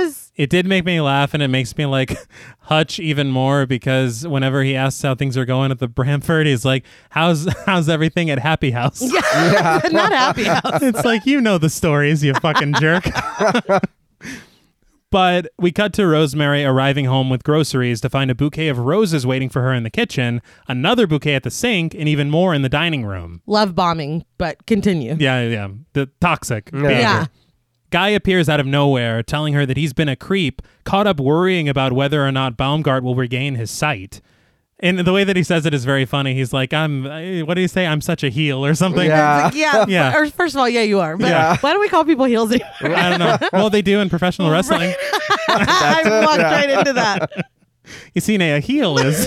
B: guess. <laughs>
A: it did make me laugh and it makes me like <laughs> Hutch even more because whenever he asks how things are going at the <laughs> Bramford, he's like, How's <laughs> how's everything at Happy House?
B: <laughs> Not
C: <laughs>
B: happy.
A: <laughs> it's like you know the stories, you fucking jerk. <laughs> but we cut to Rosemary arriving home with groceries to find a bouquet of roses waiting for her in the kitchen, another bouquet at the sink, and even more in the dining room.
B: Love bombing, but continue.
A: Yeah, yeah. The toxic. behavior.
B: Yeah.
A: Guy appears out of nowhere, telling her that he's been a creep, caught up worrying about whether or not Baumgart will regain his sight. And the way that he says it is very funny. He's like, "I'm, eh, what do you say? I'm such a heel or something."
C: Yeah.
B: It's like, yeah.
A: Yeah.
B: Or first of all, yeah, you are. But
A: Yeah.
B: why don't we call people heels? <laughs> anymore?
A: <laughs> I don't know. Well, they do in professional wrestling.
B: I walked right into
C: <laughs>
B: that.
A: You see, a heel is.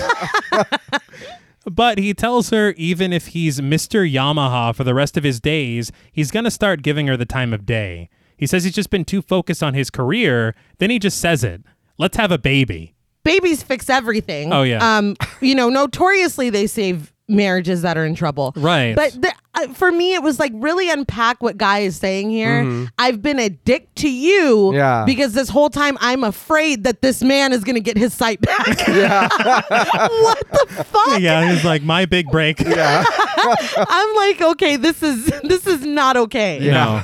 A: but he tells her even if he's Mr. Yamaha for the rest of his days, he's going to start giving her the time of day. He says he's just been too focused on his career. Then he just says it. Let's have a baby.
B: Babies fix everything.
A: Oh, yeah.
B: Um, you know, notoriously they save marriages that are in trouble.
A: Right.
B: But the, uh, for me, it was like really unpack what Guy is saying here.
A: Mm-hmm.
B: I've been a dick to you
C: Yeah.
B: because this whole time I'm afraid that this man is going to get his sight back. <laughs> what
A: <laughs>
B: the fuck?
A: Yeah, he's like, my big break.
C: yeah.
B: <laughs> I'm like, okay, this is this is not okay.
A: No.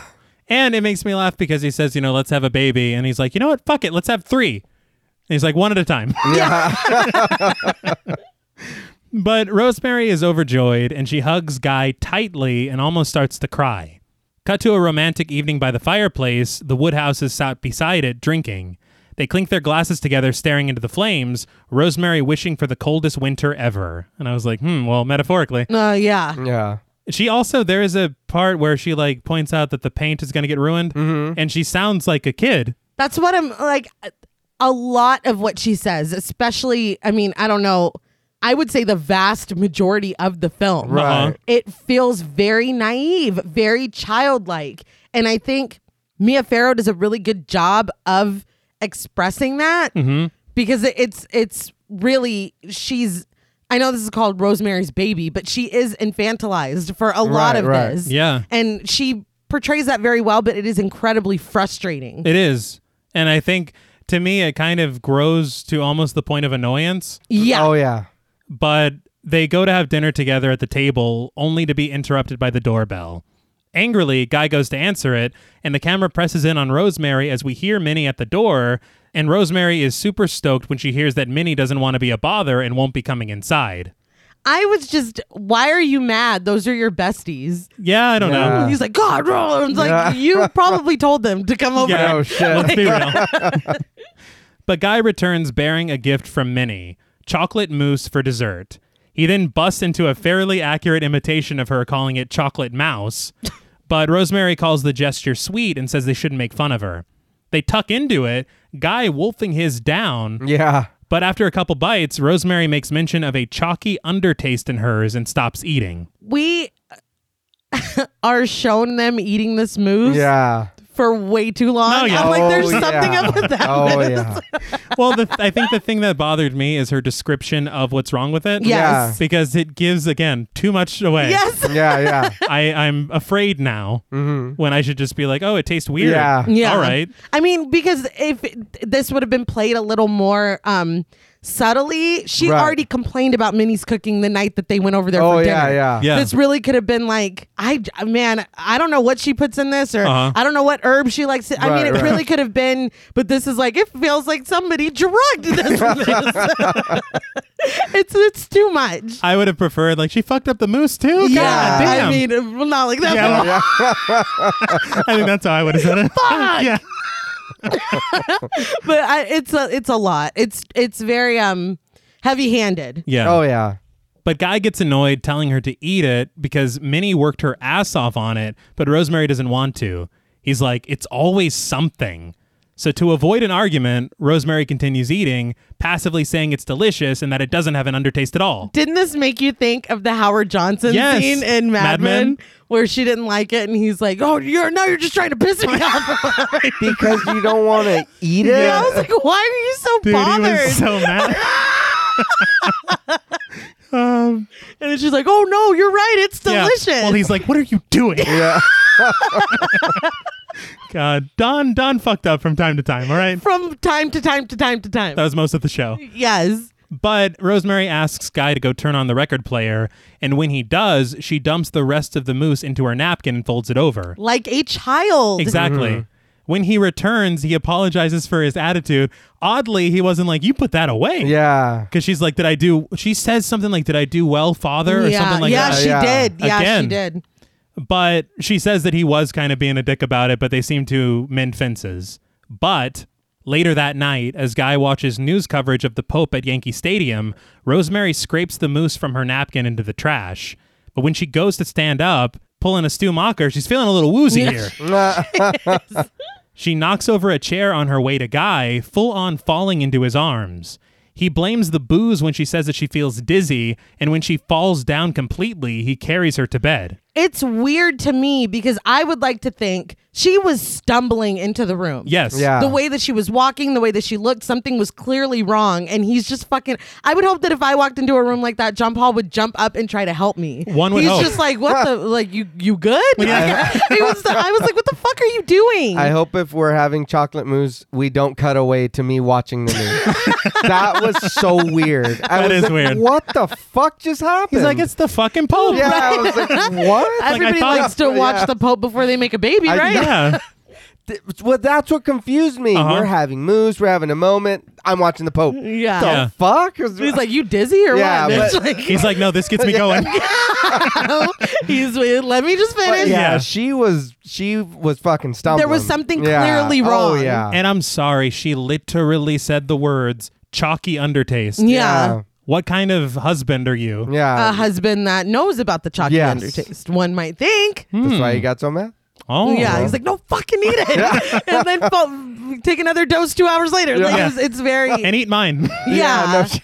A: And it makes me laugh because he says, you know, let's have a baby. And he's like, you know what? Fuck it. Let's have three. And he's like, one at a time.
C: Yeah.
A: <laughs> But Rosemary is overjoyed and she hugs Guy tightly and almost starts to cry. Cut to a romantic evening by the fireplace. The Woodhouses sat beside it, drinking. They clink their glasses together, staring into the flames, Rosemary wishing for the coldest winter ever. And I was like, hmm, well, metaphorically.
B: No, Uh, yeah.
C: yeah.
A: She also, there is a part where she like points out that the paint is going to get ruined and she sounds like a kid.
B: That's what I'm like. A lot of what she says, especially, I mean, I don't know. I would say the vast majority of the film.
A: Right. Uh-huh.
B: It feels very naive, very childlike. And I think Mia Farrow does a really good job of expressing that
A: Mm-hmm.
B: because it- it's it's really she's I know this is called Rosemary's Baby, but she is infantilized for a lot
C: Right,
B: of
C: right.
B: this.
A: Yeah.
B: And she portrays that very well, but it is incredibly frustrating.
A: It is. And I think to me, it kind of grows to almost the point of annoyance.
B: yeah.
C: Oh yeah.
A: but they go to have dinner together at the table only to be interrupted by the doorbell. Angrily, Guy goes to answer it, and the camera presses in on Rosemary as we hear Minnie at the door. And Rosemary is super stoked when she hears that Minnie doesn't want to be a bother and won't be coming inside.
B: I was just, why are you mad? Those are your besties.
A: Yeah, I don't
C: Yeah.
A: know.
B: He's like, God, I was like,
C: Uh, Yeah. <laughs>
B: you probably told them to come over.
A: Yeah.
C: Oh shit.
A: Let's be real. <laughs> but Guy returns bearing a gift from Minnie chocolate mousse for dessert. He then busts into a fairly accurate imitation of her, calling it chocolate mouse. But Rosemary calls the gesture sweet and says they shouldn't make fun of her. They tuck into it, Guy wolfing his down.
C: Yeah.
A: But after a couple bites, Rosemary makes mention of a chalky undertaste in hers and stops eating.
B: We <laughs> are shown them eating this mousse
C: Yeah.
B: for way too long.
A: No, yeah.
B: I'm like, there's
C: Oh,
B: something
C: yeah.
B: up with that. <laughs>
C: Oh yeah.
A: Well, the, I think the thing that bothered me is her description of what's wrong with it.
C: Yeah.
B: Yes.
A: because it gives again too much away.
B: Yes.
C: Yeah. Yeah.
A: <laughs> I, I'm afraid now when I should just be like, oh, it tastes weird.
C: Mm-hmm. Yeah.
B: Yeah.
A: All right.
B: I mean, because if it- this would have been played a little more um subtly, she
C: Right.
B: already complained about Minnie's cooking the night that they went over there
C: Oh,
B: for
C: yeah,
B: dinner.
C: yeah.
A: Yeah.
B: This really could have been like, I j- man, I don't know what she puts in this, or
A: Uh-huh.
B: I don't know what herb she likes. I
C: Right,
B: mean, it
C: right.
B: really could have been, but this is like it feels like somebody drugged
C: <laughs>
B: this. with this. it's it's too much.
A: I would have preferred, like, she fucked up the moose too.
B: yeah,
A: God damn.
B: I mean, uh, well, not like that.
A: Yeah,
B: but-
C: <laughs> Yeah.
A: I think that's how I would have said it. <laughs> yeah.
B: But I, it's a it's a lot. It's it's very um heavy handed.
A: Yeah.
C: Oh yeah.
A: But Guy gets annoyed telling her to eat it because Minnie worked her ass off on it, but Rosemary doesn't want to. He's like, it's always something. So, to avoid an argument, Rosemary continues eating, passively saying it's delicious and that it doesn't have an undertaste at all.
B: Didn't this make you think of the Howard Johnson
A: Yes.
B: scene in Mad,
A: Mad Men?
B: Men, where she didn't like it and he's like, "Oh, you're now you're just trying to piss me off." <laughs>
C: Because you don't want to eat it.
B: I was like, "Why are you so
A: Dude,
B: bothered?"
A: he was so
B: <laughs>
A: mad. um,
B: and then she's like, "Oh no, you're right. It's
A: yeah.
B: delicious."
A: Well, he's like, "What are you <laughs> doing?"
C: yeah.
A: God, Uh, Don, Don fucked up from time to time. All right,
B: From time to time to time to time.
A: that was most of the show.
B: yes.
A: But Rosemary asks Guy to go turn on the record player, and when he does, she dumps the rest of the moose into her napkin and folds it over.
B: Like a child.
A: Exactly. When he returns, he apologizes for his attitude. Oddly, he wasn't like, "You put that away."
C: Yeah.
A: Because she's like, "Did I do?" She says something like, "Did I do well, father?" or
B: yeah,
A: something like
B: yeah,
A: that.
B: she
C: Yeah.
B: did. Yeah,
A: Again.
B: she did.
A: But she says that he was kind of being a dick about it, but they seem to mend fences. But later that night, as Guy watches news coverage of the Pope at Yankee Stadium, Rosemary scrapes the moose from her napkin into the trash. But when she goes to stand up, pulling a Stu Mocker, she's feeling a little woozy here.
C: <laughs>
A: She knocks over a chair on her way to Guy, full on falling into his arms. He blames the booze when she says that she feels dizzy, and when she falls down completely, he carries her to bed.
B: It's weird to me because I would like to think she was stumbling into the room.
A: Yes.
C: Yeah.
B: the way that she was walking, the way that she looked, something was clearly wrong. And he's just fucking. I would hope that if I walked into a room like that, John Paul would jump up and try to help me.
A: One would
B: He's
A: hope.
B: just like, what the like you you good? <laughs>
A: Yeah.
B: He
C: <laughs>
B: was- I was like, what the fuck are you doing?
C: I hope if we're having chocolate mousse, we don't cut away to me watching
B: <laughs>
C: the news. that was so weird. I
A: That
C: was
A: is
C: like,
A: weird.
C: What the fuck just happened?
A: He's like, it's the fucking Pope.
C: yeah. I was
B: <laughs>
C: like, What?
A: I
B: Everybody
A: thought-
B: likes to watch
C: Yeah.
B: the Pope before they make a baby,
C: I-
B: right?
A: <laughs> Yeah.
C: Th- well, that's what confused me.
A: Uh-huh.
C: We're having moves. We're having a moment. I'm watching the Pope.
B: Yeah.
C: The
A: Yeah.
C: fuck?
B: He's like, you dizzy or
C: Yeah,
B: what? <laughs> bitch?"
C: but-
B: Like,
A: He's like, no, this gets me going.
B: he's let me just
C: yeah,
B: finish.
A: Yeah.
C: she was. She was fucking stumbling.
B: There was something
C: Yeah.
B: clearly
C: Oh
B: wrong.
C: yeah.
A: And I'm sorry, she literally said the words chalky undertaste.
B: Yeah.
A: What kind of husband are you?
C: Yeah.
B: A husband that knows about the chocolate
C: Yes.
B: undertaste, one might think.
C: That's why
B: Hmm.
C: he got so mad.
A: Oh.
B: yeah, he's like, no, fucking eat it. <laughs> and then fo- take another dose two hours later. Like,
A: Yeah.
B: it's, it's very.
A: And eat mine.
B: yeah.
C: no, she-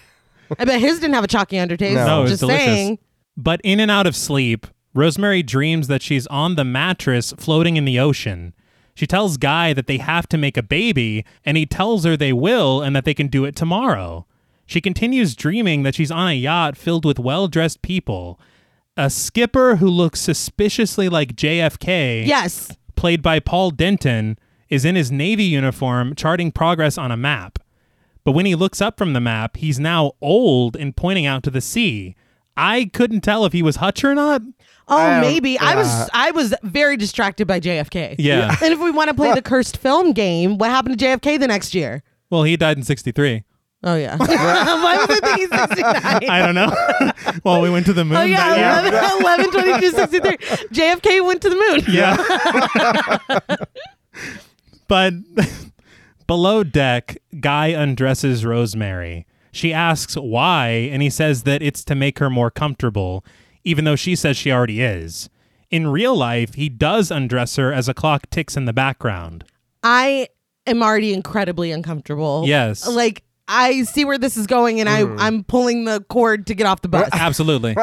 B: I bet his didn't have a chalky undertaste.
C: No.
A: No, it's
B: just
A: delicious.
B: saying.
A: But in and out of sleep, Rosemary dreams that she's on the mattress floating in the ocean. She tells Guy that they have to make a baby, and he tells her they will and that they can do it tomorrow. She continues dreaming that she's on a yacht filled with well dressed people. A skipper who looks suspiciously like JFK,
B: Yes.
A: played by Paul Denton, is in his Navy uniform charting progress on a map. But when he looks up from the map, he's now old and pointing out to the sea. I couldn't tell if he was Hutch or not.
B: Oh,
C: I don't-
B: maybe. I
C: yeah.
B: was I was very distracted by JFK.
A: Yeah.
B: And if we want to play the cursed film game, what happened to JFK the next year?
A: Well, he died in 63.
B: Oh yeah. <laughs> Why was I
A: <laughs>
B: thinking 69?
A: I don't know. well, we went to the moon.
B: Oh
A: that year.
B: yeah, 11, 11, 22, 63. JFK went to the moon.
A: Yeah. <laughs> but <laughs> below deck, Guy undresses Rosemary. She asks why, and he says that it's to make her more comfortable, even though she says she already is. In real life, he does undress her as a clock ticks in the background.
B: I am already incredibly uncomfortable.
A: Yes.
B: Like I see where this is going and
C: Mm.
B: I I'm pulling the cord to get off the bus.
A: Absolutely.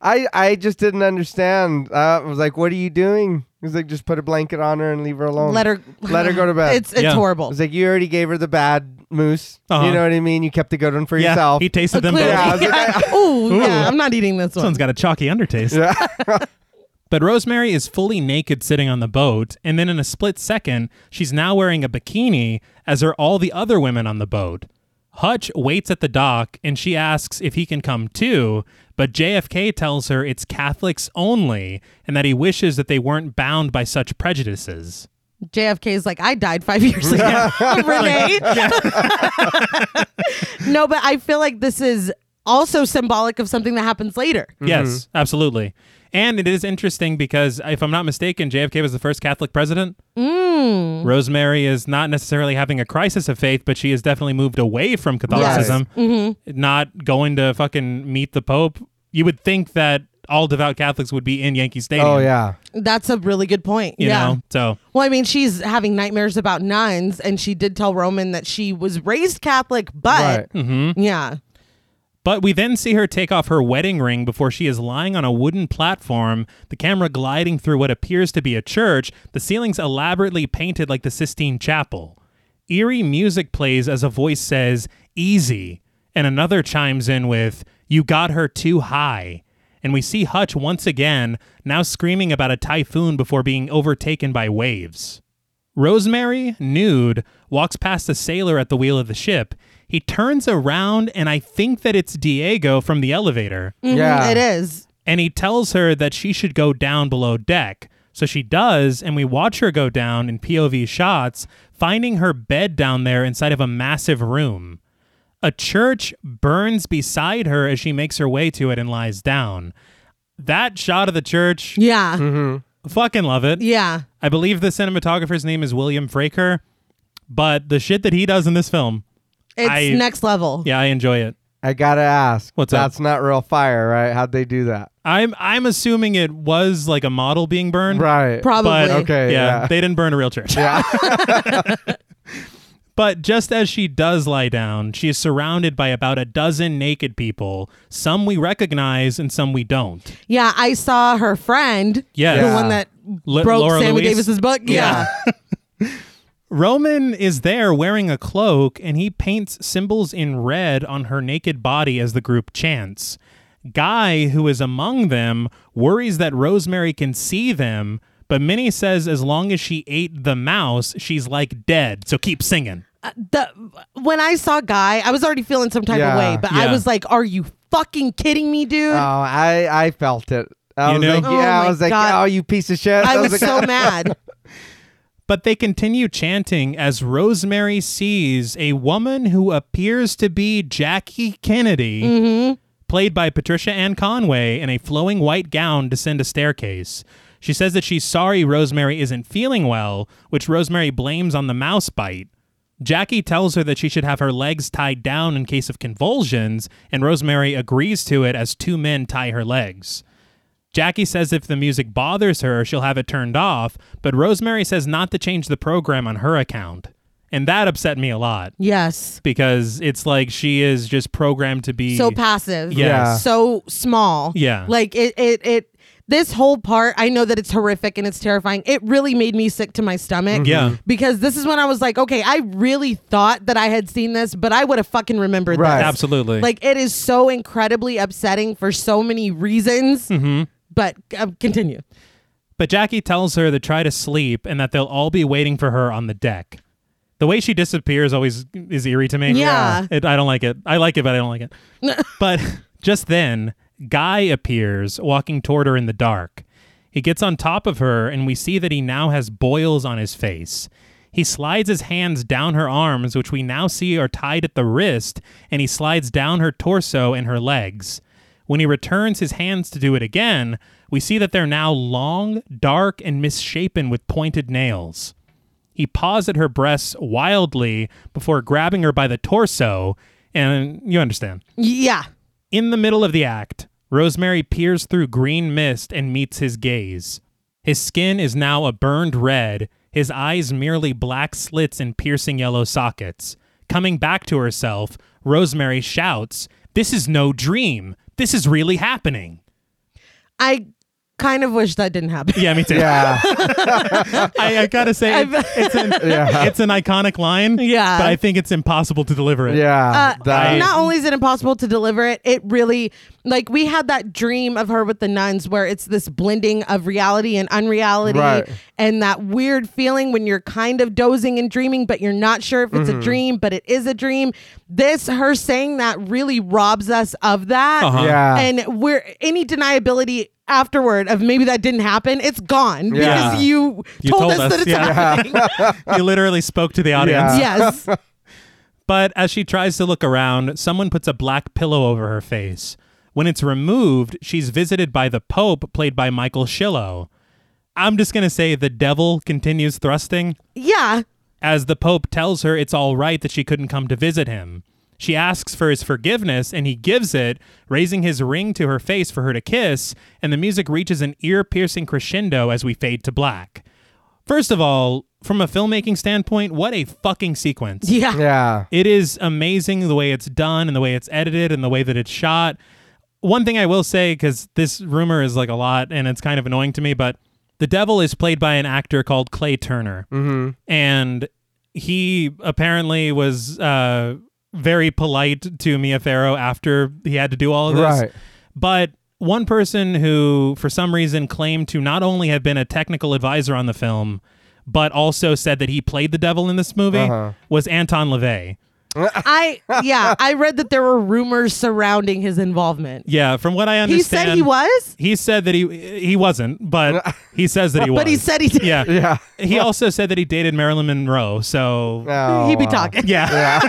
C: I I just didn't understand. Uh, I was like, "What are you doing?" He's like, "Just put a blanket on her and leave her alone.
B: Let her
C: let her
B: <laughs>
C: go to bed."
B: It's it's
A: Yeah.
B: horrible.
C: It's like you already gave her the bad moose.
A: Uh-huh.
C: You know what I mean? You kept the good one for
A: yeah.
C: yourself.
A: He tasted them both.
B: Clearly. <laughs>
C: Yeah, I was like,
B: Ooh,
A: Ooh.
B: yeah, I'm not eating this
A: This
B: one.
A: one's got a chalky undertaste.
C: Yeah.
A: <laughs> But Rosemary is fully naked sitting on the boat, and then in a split second, she's now wearing a bikini, as are all the other women on the boat. Hutch waits at the dock and she asks if he can come too, but JFK tells her it's Catholics only and that he wishes that they weren't bound by such prejudices.
B: JFK's like, I died five <laughs> years ago.
A: <laughs>
B: Renee. <laughs> no, but I feel like this is also symbolic of something that happens later.
A: Yes, absolutely. And it is interesting because, if I'm not mistaken, JFK was the first Catholic president.
C: Mm.
A: Rosemary is not necessarily having a crisis of faith, but she has definitely moved away from Catholicism,
C: Mm-hmm.
A: not going to fucking meet the Pope. You would think that all devout Catholics would be in Yankee Stadium.
C: oh yeah.
B: That's a really good point.
A: You
B: yeah.
A: know? So,
B: Well, I mean, she's having nightmares about nuns, and she did tell Roman that she was raised Catholic, but yeah.
A: but we then see her take off her wedding ring before she is lying on a wooden platform, the camera gliding through what appears to be a church, the ceilings elaborately painted like the Sistine Chapel. Eerie music plays as a voice says, Easy, and another chimes in with, You got her too high. And we see Hutch once again, now screaming about a typhoon before being overtaken by waves. Rosemary, nude, walks past a sailor at the wheel of the ship. He turns around, and I think that it's Diego from the elevator,
B: Mhm,
C: Yeah.
B: It is.
A: and he tells her that she should go down below deck. So she does, and we watch her go down in POV shots, finding her bed down there inside of a massive room. A church burns beside her as she makes her way to it and lies down. That shot of the church,
B: Yeah.
A: fucking love it.
B: Mm-hmm. Yeah.
A: I believe the cinematographer's name is William Fraker, but the shit that he does in this film,
B: It's
A: I-
B: next level.
A: yeah, I enjoy it.
C: I gotta ask.
A: What's up?
C: that's not real fire, right? How'd they do that?
A: I'm I'm assuming it was like a model being burned,
C: Right.
B: Probably.
A: but
C: Okay,
A: yeah,
C: yeah.
A: they didn't burn a real church.
C: Yeah.
A: <laughs> But just as she does lie down, she is surrounded by about a dozen naked people. Some we recognize and some we don't.
B: Yeah, I saw her friend,
A: Yes.
B: the one that
A: L-
B: broke
A: Laura
B: Sammy
A: Louise?
B: Davis's book. yeah.
A: Roman is there wearing a cloak and he paints symbols in red on her naked body as the group chants. Guy, who is among them, worries that Rosemary can see them, but Minnie says as long as she ate the mouse, she's like dead, so keep singing.
B: Uh, the when I saw Guy, I was already feeling some type
C: Yeah.
B: of
C: Uh,
B: way, but
A: Yeah.
B: I was like, "Are you fucking kidding me, dude?"
C: Oh, I I felt it. I
A: You
C: was
A: know?
C: like,
B: Oh
C: yeah, I
B: my
C: was like,
B: God.
C: oh, you piece of shit.
B: I
C: I
B: was
C: like,
B: so mad.
A: But they continue chanting as Rosemary sees a woman who appears to be Jackie Kennedy, played by Patricia Ann Conway, in a flowing white gown descend a staircase. She says that she's sorry Rosemary isn't feeling well, which Rosemary blames on the mouse bite. Jackie tells her that she should have her legs tied down in case of convulsions, and Rosemary agrees to it as two men tie her legs. Jackie says if the music bothers her, she'll have it turned off, but Rosemary says not to change the program on her account. And that upset me a lot
B: Yes.
A: because it's like she is just programmed to be
B: So passive.
A: Yeah.
B: So small.
A: Yeah.
B: Like it it it this whole part, I know that it's horrific and it's terrifying. It really made me sick to my stomach.
A: Mm-hmm. Yeah.
B: Because this is when I was like, okay, I really thought that I had seen this, but I would have fucking remembered
C: Right.
B: this.
A: absolutely
B: Like it is so incredibly upsetting for so many reasons.
A: Mm-hmm.
B: But uh, continue.
A: But Jackie tells her to try to sleep and that they'll all be waiting for her on the deck. The way she disappears always is eerie to me.
B: Yeah.
A: It, I don't like it. I like it, but I don't like it. but just then, Guy appears walking toward her in the dark. He gets on top of her, and we see that he now has boils on his face. He slides his hands down her arms, which we now see are tied at the wrist, and he slides down her torso and her legs. When he returns his hands to do it again, we see that they're now long, dark, and misshapen with pointed nails. He paws at her breasts wildly before grabbing her by the torso, and you understand.
B: Yeah.
A: In the middle of the act, Rosemary peers through green mist and meets his gaze. His skin is now a burned red, his eyes merely black slits and piercing yellow sockets. Coming back to herself, Rosemary shouts, This is no dream. This is really happening.
B: I kind of wish that didn't happen.
A: Yeah, me too.
C: <laughs> yeah,
A: I, I gotta say,
B: <laughs> I've-
A: it's, it's an,
C: Yeah.
A: it's an iconic line,
B: Yeah.
A: but I think it's impossible to deliver it.
C: yeah.
B: Uh,
C: that-
A: I-
B: not only is it impossible to deliver it, it really like we had that dream of her with the nuns where it's this blending of reality and unreality
C: Right.
B: and that weird feeling when you're kind of dozing and dreaming but you're not sure if
C: Mm-hmm.
B: it's a dream but it is a dream. This her saying that really robs us of that.
A: Uh-huh.
C: Yeah.
B: And we're any deniability afterward of maybe that didn't happen, it's gone
C: Yeah.
B: because you,
A: You
B: told,
A: told
B: us,
A: us,
B: that it's
A: yeah.
C: <laughs>
B: happening.
A: you literally spoke to the audience.
C: Yeah.
B: yes.
A: But as she tries to look around, someone puts a black pillow over her face. When it's removed, she's visited by the Pope, played by Michael Shillo. I'm just going to say the devil continues thrusting
B: Yeah.
A: as the Pope tells her it's all right that she couldn't come to visit him. She asks for his forgiveness, and he gives it, raising his ring to her face for her to kiss, and the music reaches an ear piercing crescendo as we fade to black. First of all, from a filmmaking standpoint, what a fucking sequence.
B: Yeah.
C: yeah.
A: It is amazing the way it's done and the way it's edited and the way that it's shot. One thing I will say, because this rumor is like a lot and it's kind of annoying to me, but the devil is played by an actor called Clay Turner. Mm-hmm. And he apparently was uh, very polite to Mia Farrow after he had to do all of this.
C: Right.
A: But one person who, for some reason, claimed to not only have been a technical advisor on the film, but also said that he played the devil in this movie
C: Uh-huh.
A: was Anton LaVey. <laughs>
B: I yeah, I read that there were rumors surrounding his involvement.
A: Yeah, from what I
B: He
A: understand,
B: said he was,
A: He said that he he wasn't,
B: <laughs>
A: but he says that he was.
B: but he said he did.
A: yeah.
C: Yeah.
A: He also said that he dated Marilyn Monroe. So
B: <laughs>
C: Oh,
B: he be
A: <laughs>
C: wow.
B: talking.
A: yeah.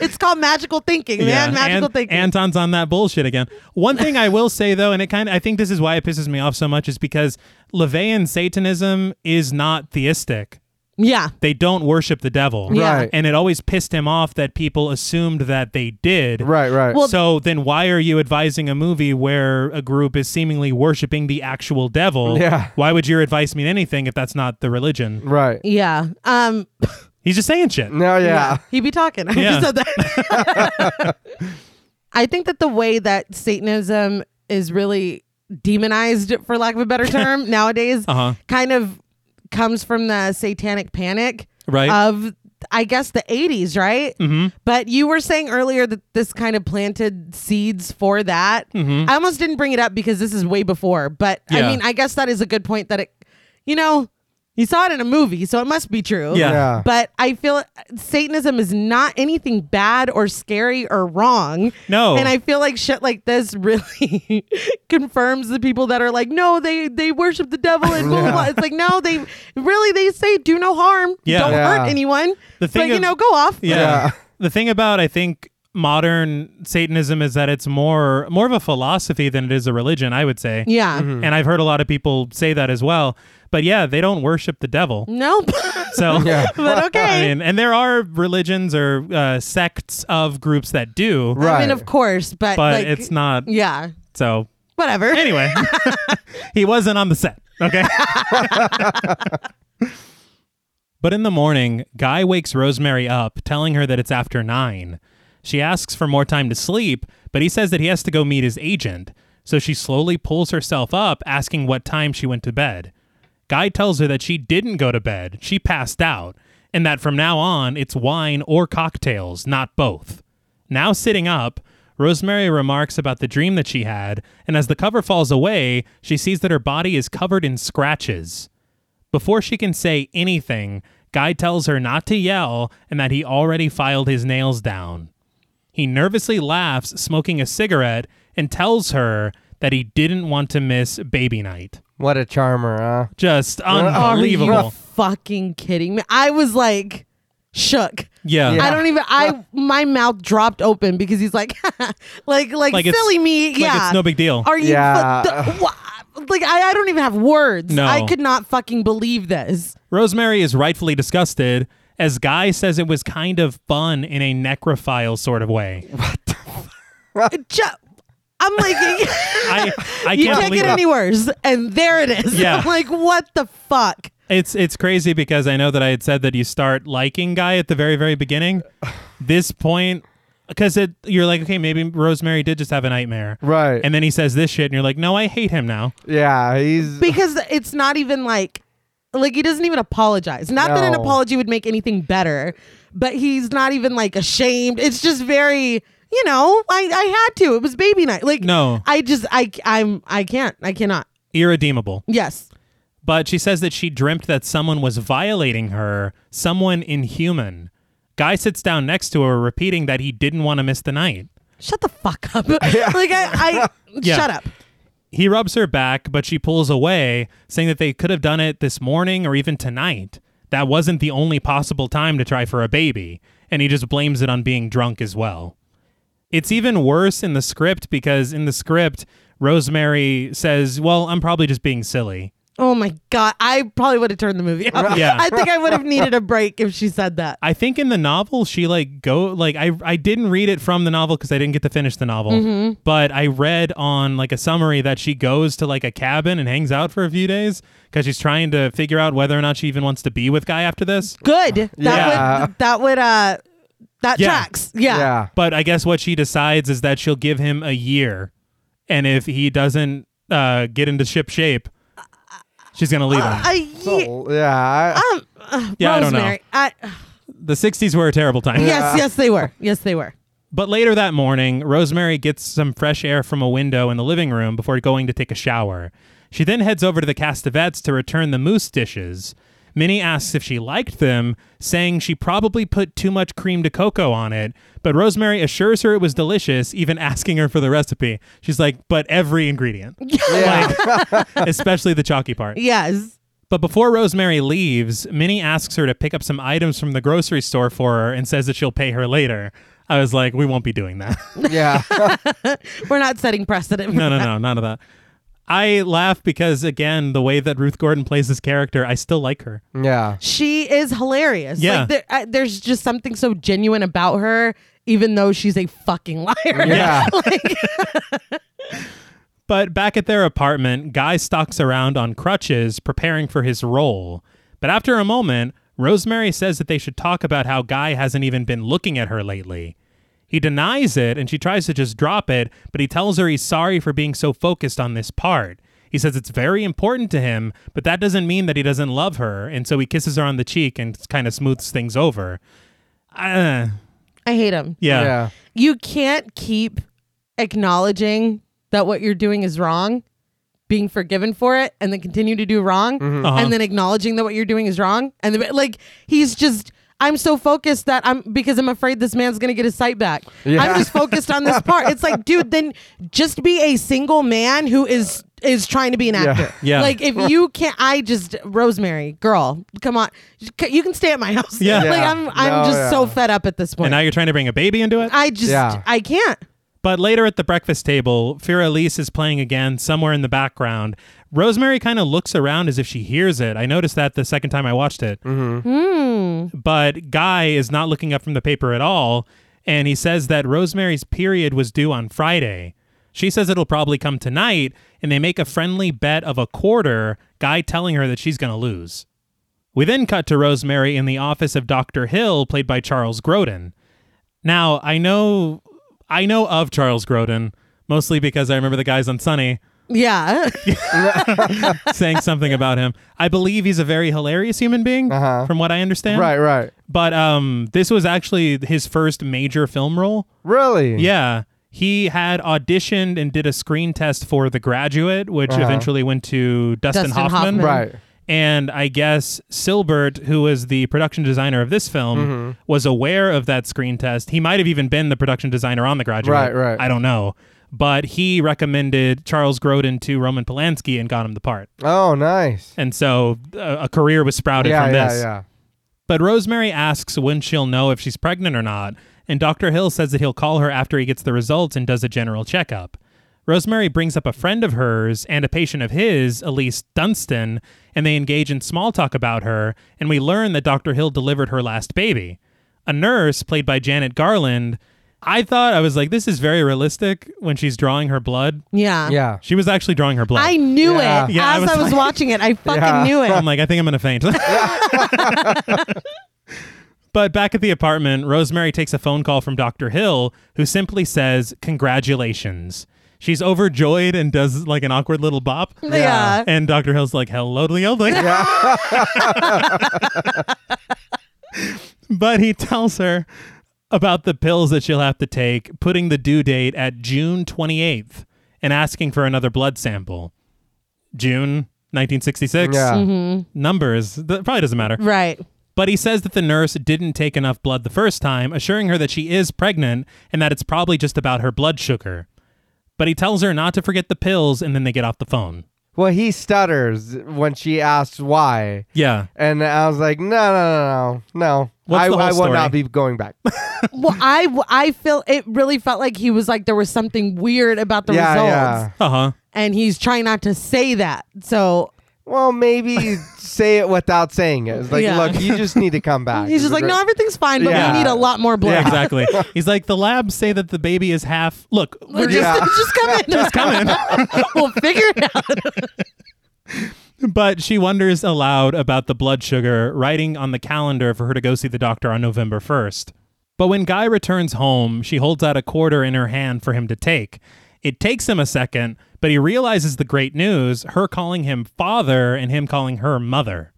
B: It's called magical thinking,
A: Yeah.
B: man. Magical
A: An-
B: thinking.
A: Anton's on that bullshit again. One thing I will say though, and it kind of I think this is why it pisses me off so much, is because Levian Satanism is not theistic.
B: yeah.
A: They don't worship the devil.
B: Yeah.
C: Right.
A: And it always pissed him off that people assumed that they did.
C: Oh, Right. Right.
B: Well-
A: so then why are you advising a movie where a group is seemingly worshiping the actual devil?
C: Yeah.
A: Why would your advice mean anything if that's not the religion?
C: right.
B: Yeah. Um <laughs>
A: He's just saying
C: <laughs>
A: shit.
C: No. Yeah.
B: he be talking. <laughs> I
A: Yeah.
B: just said that.
A: <laughs>
B: I think that the way that Satanism is really demonized for lack of
A: <laughs>
B: a better term nowadays
A: Uh-huh.
B: kind of comes from the satanic panic.
A: Right.
B: of I guess the 80s, right? Mm-hmm. But you were saying earlier that this kind of planted seeds for that. I almost didn't bring it up because this is way before, but
A: Mm-hmm. Yeah.
B: I mean, I guess that is a good point that it, you know, You saw it in a movie, so it must be true.
A: Yeah.
C: Yeah.
B: But I feel Satanism is not anything bad or scary or wrong.
A: No.
B: And I feel like shit like this really <laughs> confirms the people that are like, no, they they worship the devil and blah, blah, blah. It's like, no, they really they say do no harm.
A: Yeah.
B: Don't
C: Yeah.
B: hurt anyone.
A: The thing
B: but you
A: of-
B: know, go off.
A: Yeah.
C: Yeah.
A: The thing about I think modern Satanism is that it's more more of a philosophy than it is a religion, I would say.
B: Yeah.
C: Mm-hmm.
A: And I've heard a lot of people say that as well. But yeah, they don't worship the
B: <laughs>
A: devil.
B: Nope.
A: So
B: but okay.
A: I mean, and there are religions or uh, sects of groups that do,
C: Right.
B: I mean, of course, but,
A: but
B: like,
A: it's not.
B: yeah,
A: So
B: whatever.
A: anyway, <laughs> he wasn't on the set. Okay. but in the morning, Guy wakes Rosemary up, telling her that it's after nine. She asks for more time to sleep, but he says that he has to go meet his agent. So she slowly pulls herself up, asking what time she went to bed. Guy tells her that she didn't go to bed, she passed out, and that from now on it's wine or cocktails, not both. Now sitting up, Rosemary remarks about the dream that she had, and as the cover falls away, she sees that her body is covered in scratches. Before she can say anything, Guy tells her not to yell and that he already filed his nails down. He nervously laughs, smoking a cigarette, and tells her that he didn't want to miss baby night.
C: What a charmer, huh?
A: Just
B: Are you
A: unbelievable.
B: fucking kidding me? I was like shook.
A: Yeah.
C: Yeah.
B: I don't even. I my mouth dropped open because he's like, <laughs> like, like,
A: Like it's-
B: silly me.
A: like
B: yeah,
A: it's no big deal.
B: Are you?
C: Yeah.
B: fuck- th- wha- like I, I don't even have words.
A: No.
B: I could not fucking believe this.
A: Rosemary is rightfully disgusted, as Guy says it was kind of fun in a necrophile sort of way.
B: It ju- I'm like, <laughs>
A: I, I
B: you
A: can't
B: can't
A: believe
B: get
A: it.
B: any worse, and there it is.
A: Yeah.
B: <laughs> I'm like, what the fuck?
A: It's it's crazy because I know that I had said that you start liking Guy at the very very beginning. this point, because it you're like, okay, maybe Rosemary did just have a nightmare,
C: Right.
A: And then he says this shit, and you're like, no, I hate him now.
C: Yeah, he's
B: because it's not even like like he doesn't even apologize not that an
C: No.
B: apology would make anything better but he's not even like ashamed it's just very you know i i had to it was baby night like
A: No.
B: i just i i'm i can't i cannot
A: Irredeemable.
B: yes
A: but she says that she dreamt that someone was violating her, someone inhuman. Guy sits down next to her, repeating that he didn't want to miss the night.
B: shut the fuck
C: <laughs>
B: up like i i
A: Yeah.
B: shut up
A: He rubs her back, but she pulls away, saying that they could have done it this morning or even tonight. That wasn't the only possible time to try for a baby, and he just blames it on being drunk as well. It's even worse in the script because in the script, Rosemary says, Well, I'm probably just being silly.
B: oh my god i probably would have turned the movie off
A: Yeah.
B: i think i would have needed a break if she said that
A: I think in the novel she like go like I I didn't read it from the novel because I didn't get to finish the novel, but I read on like a summary that she goes to like a cabin and hangs out for a few days because she's trying to figure out whether or not she even wants to be with Guy after this.
B: good that
C: Yeah.
B: would that would uh that
A: Yeah.
B: tracks yeah,
C: yeah.
A: But I guess what she decides is that she'll give him a year, and if he doesn't uh, get into ship shape, she's gonna leave him.
B: A
C: So,
B: ye-
C: yeah.
B: <laughs>
C: I-
B: Um, uh,
A: Yeah, I don't know.
B: Rosemary. I don't know.
A: The '60s were a terrible time.
B: yes, yes, they were. Yes, they were.
A: But later that morning, Rosemary gets some fresh air from a window in the living room before going to take a shower. She then heads over to the Castavets to return the moose dishes. Minnie asks if she liked them, saying she probably put too much cream de cocoa on it, but Rosemary assures her it was delicious, even asking her for the recipe. She's like, but every ingredient, <laughs> especially the chalky part.
B: Yes.
A: But before Rosemary leaves, Minnie asks her to pick up some items from the grocery store for her and says that she'll pay her later. I was like, we won't be doing that. <laughs>
B: um, <laughs>
C: yeah. <laughs>
B: We're not setting precedent.
A: no, no, no, none of that. I laugh because again, the way that Ruth Gordon plays this character, I still like her.
C: yeah.
B: She is hilarious.
A: Yeah.
B: Like, there, uh, there's just something so genuine about her, even though she's a fucking liar. <laughs>
C: Yeah.
B: like,
A: But back at their apartment, Guy stalks around on crutches, preparing for his role. But after a moment, Rosemary says that they should talk about how Guy hasn't even been looking at her lately. He denies it and she tries to just drop it, but he tells her he's sorry for being so focused on this part. He says it's very important to him, but that doesn't mean that he doesn't love her, and so he kisses her on the cheek and kind of smooths things over. Uh,
B: I hate him.
A: Yeah.
C: Yeah.
B: You can't keep acknowledging that what you're doing is wrong being forgiven for it and then continue to do wrong
A: Uh-huh.
B: and then acknowledging that what you're doing is wrong and then, like he's just I'm so focused that I'm because I'm afraid this man's gonna get his sight back. I'm just focused on this part. It's like, dude, then just be a single man who is is trying to be an actor.
A: <laughs> Yeah.
B: Like if you can't, I just Rosemary, girl, come on, you can stay at my house.
A: Yeah.
B: <laughs> like
C: Yeah.
B: I'm I'm
C: No,
B: just
C: yeah.
B: so fed up at this point.
A: And now you're trying to bring a baby into it?
B: I just
C: Yeah.
B: I can't.
A: But later at the breakfast table, Fira Elise is playing again somewhere in the background. Rosemary kind of looks around as if she hears it. I noticed that the second time I watched it. But Guy is not looking up from the paper at all. And he says that Rosemary's period was due on Friday. She says it'll probably come tonight. And they make a friendly bet of a quarter, Guy telling her that she's going to lose. We then cut to Rosemary in the office of Dr. Hill, played by Charles Grodin. Now, I know I know of Charles Grodin mostly because I remember the guys on
C: <laughs>
A: Sunny
B: Yeah.
A: saying something about him. I believe he's a very hilarious human being
C: Uh-huh.
A: from what I understand.
C: Right, right.
A: But um this was actually his first major film role.
C: Really?
A: Yeah. He had auditioned and did a screen test for The Graduate, which eventually went to Dustin,
B: Dustin
A: Hoffman.
B: Hoffman.
C: Uh-huh. Right.
A: And I guess Silbert, who was the production designer of this film,
C: Mm-hmm.
A: was aware of that screen test. He might have even been the production designer on The Graduate.
C: Right, right.
A: I don't know. But he recommended Charles Grodin to Roman Polanski and got him the part.
C: Oh, nice.
A: And so uh, a career was sprouted
C: Yeah,
A: from
C: yeah,
A: this.
C: yeah.
A: But Rosemary asks when she'll know if she's pregnant or not, and Dr. Hill says that he'll call her after he gets the results and does a general checkup. Rosemary brings up a friend of hers and a patient of his, Elise Dunstan, and they engage in small talk about her, and we learn that Dr. Hill delivered her last baby. A nurse, played by Janet Garland, I thought, I was like, this is very realistic when she's drawing her blood.
B: Yeah.
C: Yeah.
A: She was actually drawing her blood.
B: I knew
C: Yeah.
B: it
A: Yeah, I
B: as
A: was
B: I was
A: like-
B: watching it. I fucking
C: Yeah.
A: <laughs>
B: knew it.
A: I'm like, I think I'm gonna faint. but back at the apartment, Rosemary takes a phone call from Dr. Hill, who simply says, Congratulations. She's overjoyed and does like an awkward little bop.
B: Yeah.
A: <laughs> And Dr. Hill's like, Hello to the <laughs> elderly. but he tells her about the pills that she'll have to take, putting the due date at June 28th and asking for another blood sample. June 1966.
C: Yeah.
A: Numbers. That probably doesn't matter.
B: Right.
A: But he says that the nurse didn't take enough blood the first time, assuring her that she is pregnant and that it's probably just about her blood sugar. But he tells her not to forget the pills and then they get off the phone.
C: Well, he stutters when she asks why.
A: Yeah.
C: And I was like, no, no, no, no, no.
A: What's
C: I,
A: the whole
C: I will
A: story?
C: not be
B: <laughs>
C: going back.
B: Well, I I feel it really felt like he was like there was something weird about the
C: yeah, yeah.
B: results,
A: Uh huh.
B: and he's trying not to say that. So
C: Well, maybe say it without saying it. It's like,
B: Yeah.
C: look, you just need
B: <laughs>
C: to come back.
B: he's just like, no, everything's fine, but
C: Yeah.
B: we need a lot more blood.
A: Exactly. He's like, the labs say that the baby is half. Look,
B: <laughs> We're
A: we're
B: just,
C: Yeah.
B: <laughs> just come in. Just come in. <laughs> we'll figure it out.
A: But she wonders aloud about the blood sugar, writing on the calendar for her to go see the doctor on November 1st. But when Guy returns home, she holds out a quarter in her hand for him to take. It takes him a second, but he realizes the great news her calling him father and him calling her mother.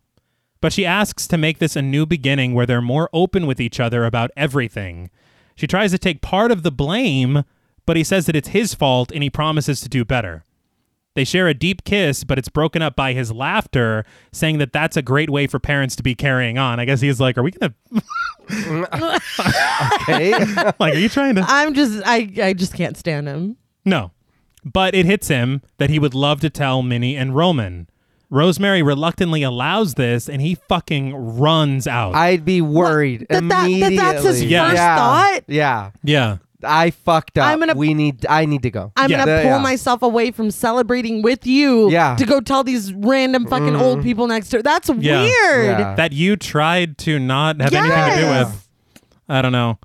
A: But she asks to make this a new beginning where they're more open with each other about everything. She tries to take part of the blame, but he says that it's his fault and he promises to do better. They share a deep kiss, but it's broken up by his laughter, saying that that's a great way for parents to be carrying on. I guess he's like, "Are we gonna? <laughs>
B: <laughs>
C: okay. <laughs>
A: Like, are you trying to? <laughs>
B: I'm just I I just can't stand him.
A: No." But it hits him that he would love to tell Minnie and Roman. Rosemary reluctantly allows this, and he fucking runs out.
C: I'd be worried
B: That- that- that-
C: immediately.
B: that's his
A: Yeah.
B: first
C: yeah.
B: thought?
C: Yeah.
A: yeah,
C: I fucked up.
B: I'm gonna-
C: we need. I need to go.
B: I'm
A: Yeah.
B: gonna
C: Yeah,
B: pull
C: yeah.
B: myself away from celebrating with you
C: Yeah.
B: to go tell these random fucking old people next door. That's
A: Yeah.
B: weird.
C: Yeah.
A: that you tried to not have anything to do
B: Yes.
A: with. I don't know.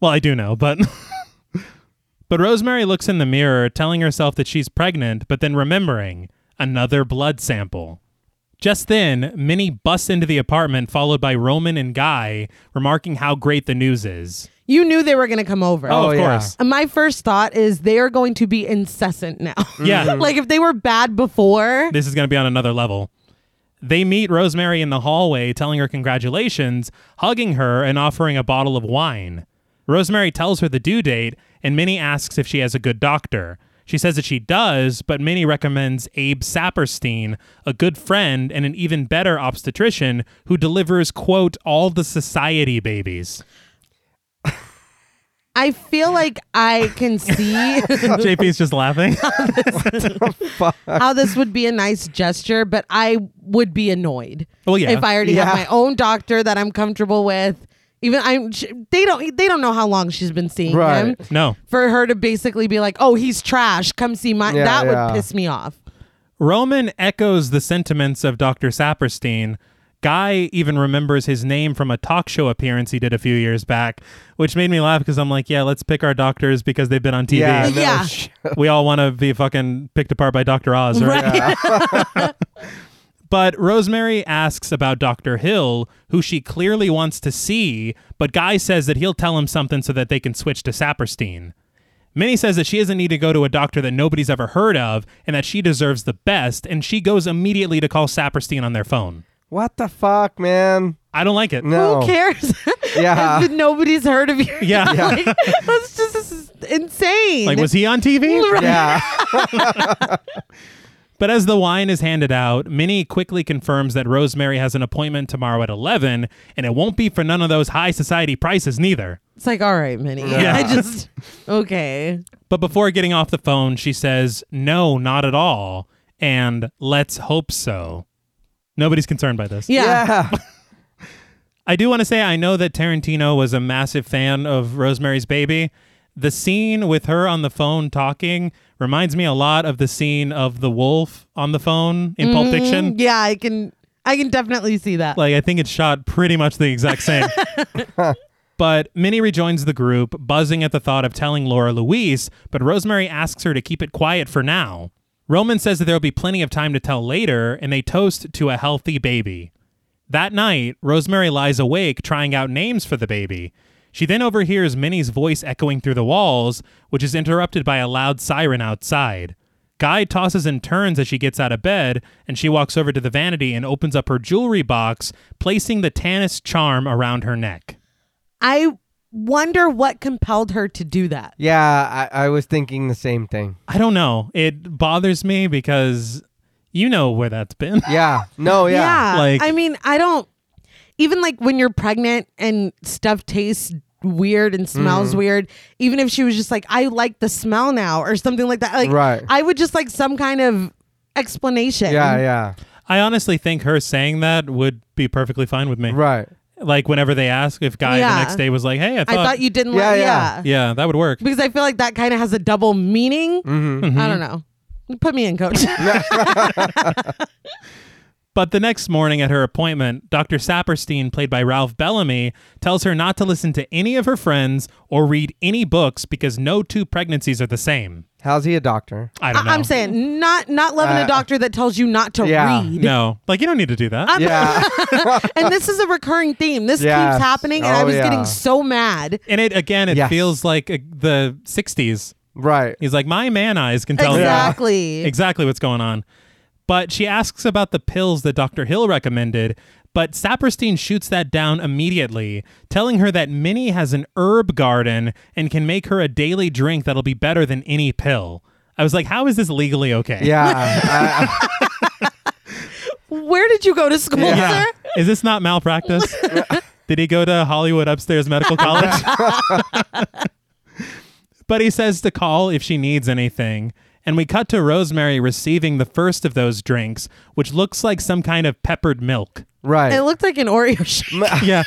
A: Well, I do know, but. <laughs> But Rosemary looks in the mirror, telling herself that she's pregnant, but then remembering another blood sample. Just then, Minnie busts into the apartment, followed by Roman and Guy, remarking how great the news is.
B: You knew they were gonna come over.
A: Oh, of
C: yeah.
A: course.
B: My first thought is they are going to be incessant now.
A: Yeah.
B: <laughs> like if they were bad before,
A: This is going to be on another level. They meet Rosemary in the hallway, telling her congratulations, hugging her, and offering a bottle of wine. Rosemary tells her the due date, and Minnie asks if she has a good doctor. She says that she does, but Minnie recommends Abe Saperstein, a good friend and an even better obstetrician who delivers, quote, all the society <laughs> babies.
B: I feel like I can see
A: JP's just laughing.
B: how this would be a nice gesture, but I would be annoyed.
A: Well, yeah.
B: If I already
C: Yeah.
B: have my own doctor that I'm comfortable with, even I'm sh- they don't they don't know how long she's been seeing
C: Right.
B: him.
A: no.
B: For her to basically be like, "Oh, he's trash. Come see my,"
C: Yeah,
B: that
C: yeah.
B: would piss me off.
A: Roman echoes the sentiments of Dr. Saperstein. Guy even remembers his name from a talk show appearance he did a few years back, which made me laugh because I'm like, yeah, let's pick our doctors because they've been on TV.
C: Yeah, no
B: Yeah.
C: sh-
A: we all want to be fucking picked apart by Dr. Oz, right?
B: Right?
A: But Rosemary asks about Dr. Hill, who she clearly wants to see, but Guy says that he'll tell him something so that they can switch to Saperstein. Minnie says that she doesn't need to go to a doctor that nobody's ever heard of and that she deserves the best, and she goes immediately to call Saperstein on their phone.
C: What the fuck, man?
A: I don't like it.
C: No.
B: Who cares? <laughs>
C: Yeah.
B: If Nobody's heard of you.
A: Yeah.
B: Like, <laughs> that's just this is
A: <laughs>
B: insane.
A: Like, was he on TV?
C: Yeah.
A: But as the wine is handed out, Minnie quickly confirms that Rosemary has an appointment tomorrow at 11, and it won't be for none of those high society prices, neither.
B: it's like, all right, Minnie.
A: Yeah.
B: I just okay.
A: But before getting off the phone, she says, No, not at all. And let's hope so. Nobody's concerned by this.
B: Yeah.
C: <laughs> Yeah.
A: I do want to say I know that Tarantino was a massive fan of Rosemary's Baby. The scene with her on the phone talking reminds me a lot of the scene of the wolf on the phone in Pulp Fiction.
B: Mm, Yeah, I can. I can definitely see that.
A: Like I think it's shot pretty much the exact same. but Minnie rejoins the group, buzzing at the thought of telling Laura Louise, but Rosemary asks her to keep it quiet for now. Roman says that there'll be plenty of time to tell later, and they toast to a healthy baby. That night, Rosemary lies awake trying out names for the baby. She then overhears Minnie's voice echoing through the walls, which is interrupted by a loud siren outside. Guy tosses and turns as she gets out of bed, and she walks over to the vanity and opens up her jewelry box, placing the Tanis charm around her neck.
B: I wonder what compelled her to do that.
C: yeah. I, I was thinking the same thing.
A: I don't know. It bothers me because you know where that's been.
C: Yeah. No. Yeah.
A: like-
B: I mean, I don't. Even like when you're pregnant and stuff tastes weird and smells
C: Mm-hmm.
B: weird. Even if she was just like, I like the smell now or something like that. Like,
C: Right.
B: I would just like some kind of explanation.
C: Yeah. Yeah.
A: I honestly think her saying that would be perfectly fine with me.
C: Right.
A: Like whenever they ask if Guy
B: Yeah.
A: the next day was like, "Hey, I
B: I
A: thought,
B: thought you didn't.
C: Yeah,
B: like,
C: yeah.
B: yeah.
A: Yeah, that would work.
B: Because I feel like that kind of has a double meaning.
C: Mm-hmm.
B: I don't know. Put me in,
C: <laughs>
B: coach.
A: But the next morning at her appointment, Dr. Saperstein, played by Ralph Bellamy, tells her not to listen to any of her friends or read any books because no two pregnancies are the same.
C: How's he a doctor?
B: <laughs>
A: I don't know.
B: I- am saying not not loving
C: Uh,
B: a doctor that tells you not to
C: yeah.
B: read.
A: No, like you don't need to do that.
C: Yeah.
B: and this is a recurring theme. This
C: Yes.
B: keeps happening, and I
C: Oh,
B: was
C: yeah.
B: getting so mad.
A: and it again, it
C: Yes.
A: feels like uh, the '60s.
C: right.
A: He's like, my man eyes can tell you
B: Exactly.
A: exactly what's going on. But she asks about the pills that Dr. Hill recommended, but Saperstein shoots that down immediately, telling her that Minnie has an herb garden and can make her a daily drink that'll be better than any pill. I was like, how is this legally okay?
C: Yeah. I-
B: Where did you go to school,
A: Yeah.
B: sir?
A: Is this not
C: <laughs>
A: malpractice? Did he go to Hollywood Upstairs Medical College? but he says to call if she needs anything. And we cut to Rosemary receiving the first of those drinks, which looks like some kind of peppered milk.
C: right.
B: It looked like an Oreo
C: <laughs>
B: shake.
A: Yeah.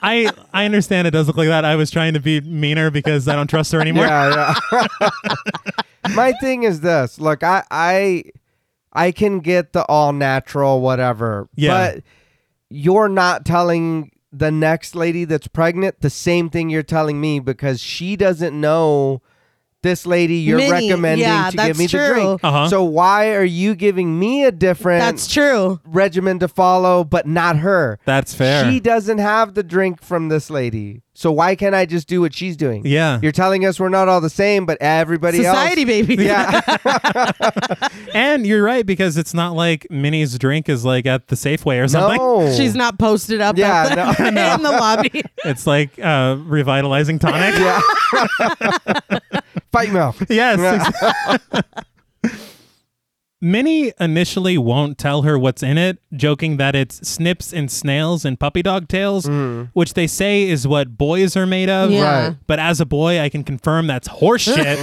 A: I I understand it does look like that. I was trying to be meaner because I don't trust her anymore.
C: yeah,
A: <laughs>
C: yeah. My thing is this. Look, I I I can get the all natural whatever.
A: Yeah.
C: But you're not telling the next lady that's pregnant the same thing you're telling me because she doesn't know this lady you're
B: Minnie,
C: recommending
B: yeah,
C: to give
B: that's
C: me the
B: true.
C: drink.
A: Uh-huh.
C: So why are you giving me a different
B: That's true.
C: regimen to follow but not her?
A: That's fair.
C: She doesn't have the drink from this lady. So why can't I just do what she's doing?
A: Yeah.
C: You're telling us we're not all the same, but everybody
B: Society,
C: else.
B: baby.
A: <laughs>
C: <laughs> Yeah.
A: and you're right because it's not like Minnie's drink is like at the Safeway or something.
C: no.
B: <laughs> She's not posted up
C: Yeah,
B: out there <laughs> in the lobby.
C: <laughs>
A: It's like uh, revitalizing tonic.
C: Yeah. Fight milk.
A: Yes.
B: <laughs>
A: ex- Minnie initially won't tell her what's in it, joking that it's snips and snails and puppy dog tails, which they say is what boys are made of.
B: Yeah.
C: Right.
A: But as a boy, I can confirm that's horseshit.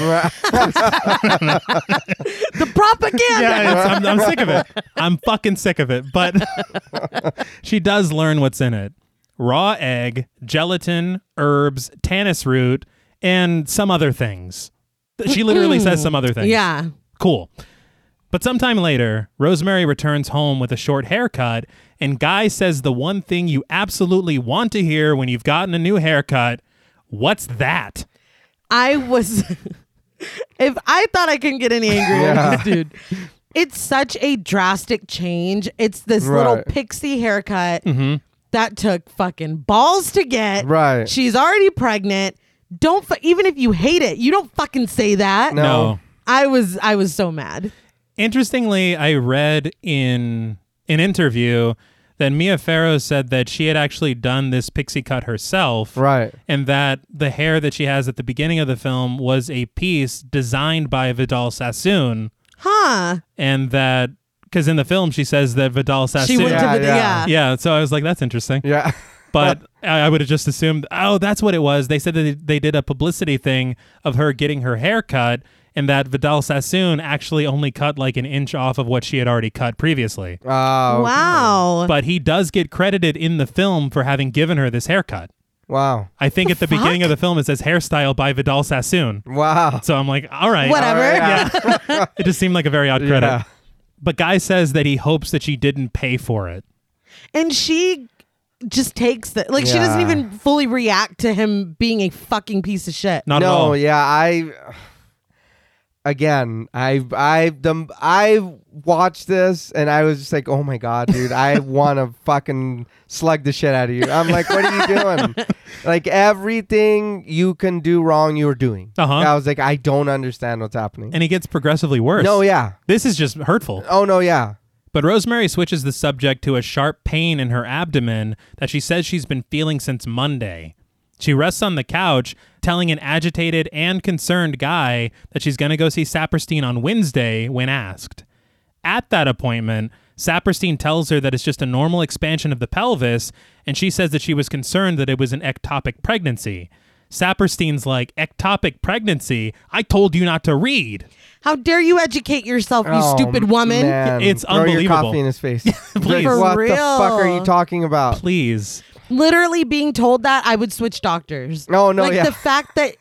B: The propaganda.
A: yeah, it's- I'm, I'm sick of it. I'm fucking sick of it. But <laughs> she does learn what's in it raw egg, gelatin, herbs, tannis root, and some other things. She literally says some other things.
B: Yeah.
A: Cool. But sometime later, Rosemary returns home with a short haircut, and Guy says the one thing you absolutely want to hear when you've gotten a new haircut What's that?
B: I was. <laughs> if I thought I couldn't get any angrier with this dude, it's such a drastic change. It's this little
C: Right. Mm-hmm.
B: pixie haircut that took fucking balls to get.
C: Right.
B: She's already pregnant. Don't fu- even if you hate it, you don't fucking say that.
C: No.
A: No.
B: I was I was so mad.
A: Interestingly, I read in an interview that Mia Farrow said that she had actually done this pixie cut herself.
C: Right.
A: And that the hair that she has at the beginning of the film was a piece designed by Vidal Sassoon.
B: Huh?
A: and that because in the film she says that Vidal
B: She
A: Sassoon.
B: went
C: Yeah,
B: to the
C: yeah.
B: yeah.
A: <laughs> yeah, so I was like, that's interesting.
C: Yeah. <laughs>
A: But I, I would have just assumed, oh, that's what it was. They said that they, they did a publicity thing of her getting her hair cut, and that Vidal Sassoon actually only cut like an inch off of what she had already cut previously.
C: Wow.
B: Wow.
A: But he does get credited in the film for having given her this haircut.
C: Wow.
A: I think at the
B: fuck?
A: beginning of the film it says hairstyle by Vidal Sassoon.
C: Wow.
A: So I'm like, all right,
B: Whatever.
C: Yeah.
A: it just seemed like a very odd credit.
C: Yeah.
A: But Guy says that he hopes that she didn't pay for it.
B: <laughs> and she just takes the like she doesn't
C: Yeah.
B: even fully react to him being a fucking piece of shit.
A: Not at
C: no,
A: all.
C: yeah, I again, I I the I watched this and I was just like, "Oh my god,
A: <laughs>
C: dude, I want to fucking slug the shit out of you." I'm like, "What are you
A: <laughs>
C: doing?" like everything you can do wrong, you were doing.
A: Uh-huh.
C: I was like, "I don't understand what's happening."
A: And it gets progressively worse.
C: no, yeah.
A: This is just hurtful.
C: Oh no, yeah.
A: But Rosemary switches the subject to a sharp pain in her abdomen that she says she's been feeling since Monday. She rests on the couch, telling an agitated and concerned guy that she's going to go see Saperstein on Wednesday when asked. At that appointment, Saperstein tells her that it's just a normal expansion of the pelvis, and she says that she was concerned that it was an ectopic pregnancy. Saperstein's like, Ectopic pregnancy? I told you not to read.
B: How dare you educate yourself, you
C: Oh,
B: stupid woman?
C: man.
A: It's
C: Throw
A: unbelievable.
C: Your coffee in his
A: <laughs>
C: face.
A: Please.
C: Like, what
B: For
C: the fuck are you
B: real.
C: talking about?
A: Please.
B: Literally being told that, I would switch doctors.
C: No, no,
B: like
C: yeah.
B: the fact that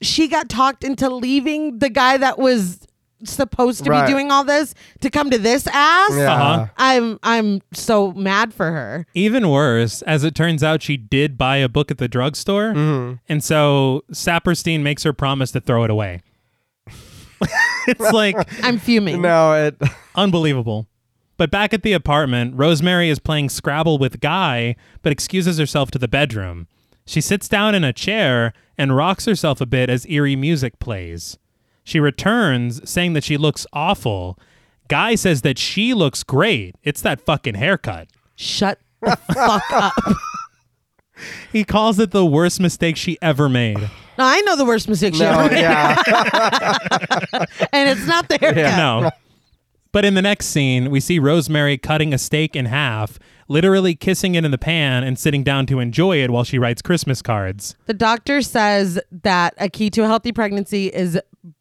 B: she got talked into leaving the guy that was supposed to
C: Right.
B: be doing all this to come to this ass.
C: Yeah.
A: Uh-huh.
B: I'm I'm so mad for her.
A: Even worse, as it turns out, she did buy a book at the drugstore, and so Saperstein makes her promise to throw it away. <laughs> it's like
B: I'm fuming.
C: No,
A: <laughs>
C: it
A: unbelievable. But back at the apartment, Rosemary is playing Scrabble with Guy, but excuses herself to the bedroom. She sits down in a chair and rocks herself a bit as eerie music plays. She returns, saying that she looks awful. Guy says that she looks great. It's that fucking haircut.
B: Shut the fuck up.
A: He calls it the worst mistake she ever
C: <sighs>
A: made.
B: No, I know the worst mistake she
C: no,
B: ever made,
A: <laughs>
C: yeah.
B: and it's not the haircut.
A: No. But in the next scene, we see Rosemary cutting a steak in half, literally kissing it in the pan and sitting down to enjoy it while she writes Christmas cards.
B: The doctor says that a key to a healthy pregnancy is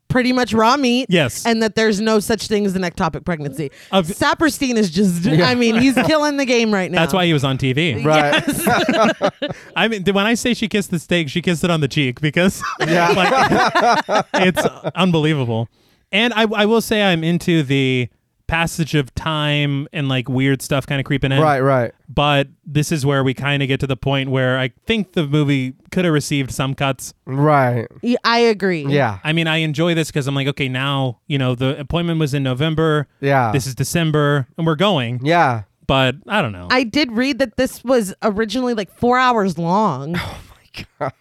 B: pretty much raw meat.
A: Yes.
B: And that there's no such thing as an ectopic pregnancy.
A: Of-
B: Saperstein is just, I mean, he's killing the game right now.
A: That's why he was on TV.
C: Right.
A: I mean, when I say she kissed the steak, she kissed it on the cheek because <laughs> like, it's unbelievable. And I, I will say I'm into the passage of time and like weird stuff kind of creeping in.
C: Right, right.
A: But this is where we kind of get to the point where I think the movie could have received some cuts.
C: Right.
B: Yeah, I agree.
C: Yeah.
A: I mean, I enjoy this because I'm like, okay, now you know the appointment was in November.
C: Yeah.
A: This is December, and we're going.
C: Yeah.
A: But I don't know.
B: I did read that this was originally like four hours long.
C: <sighs>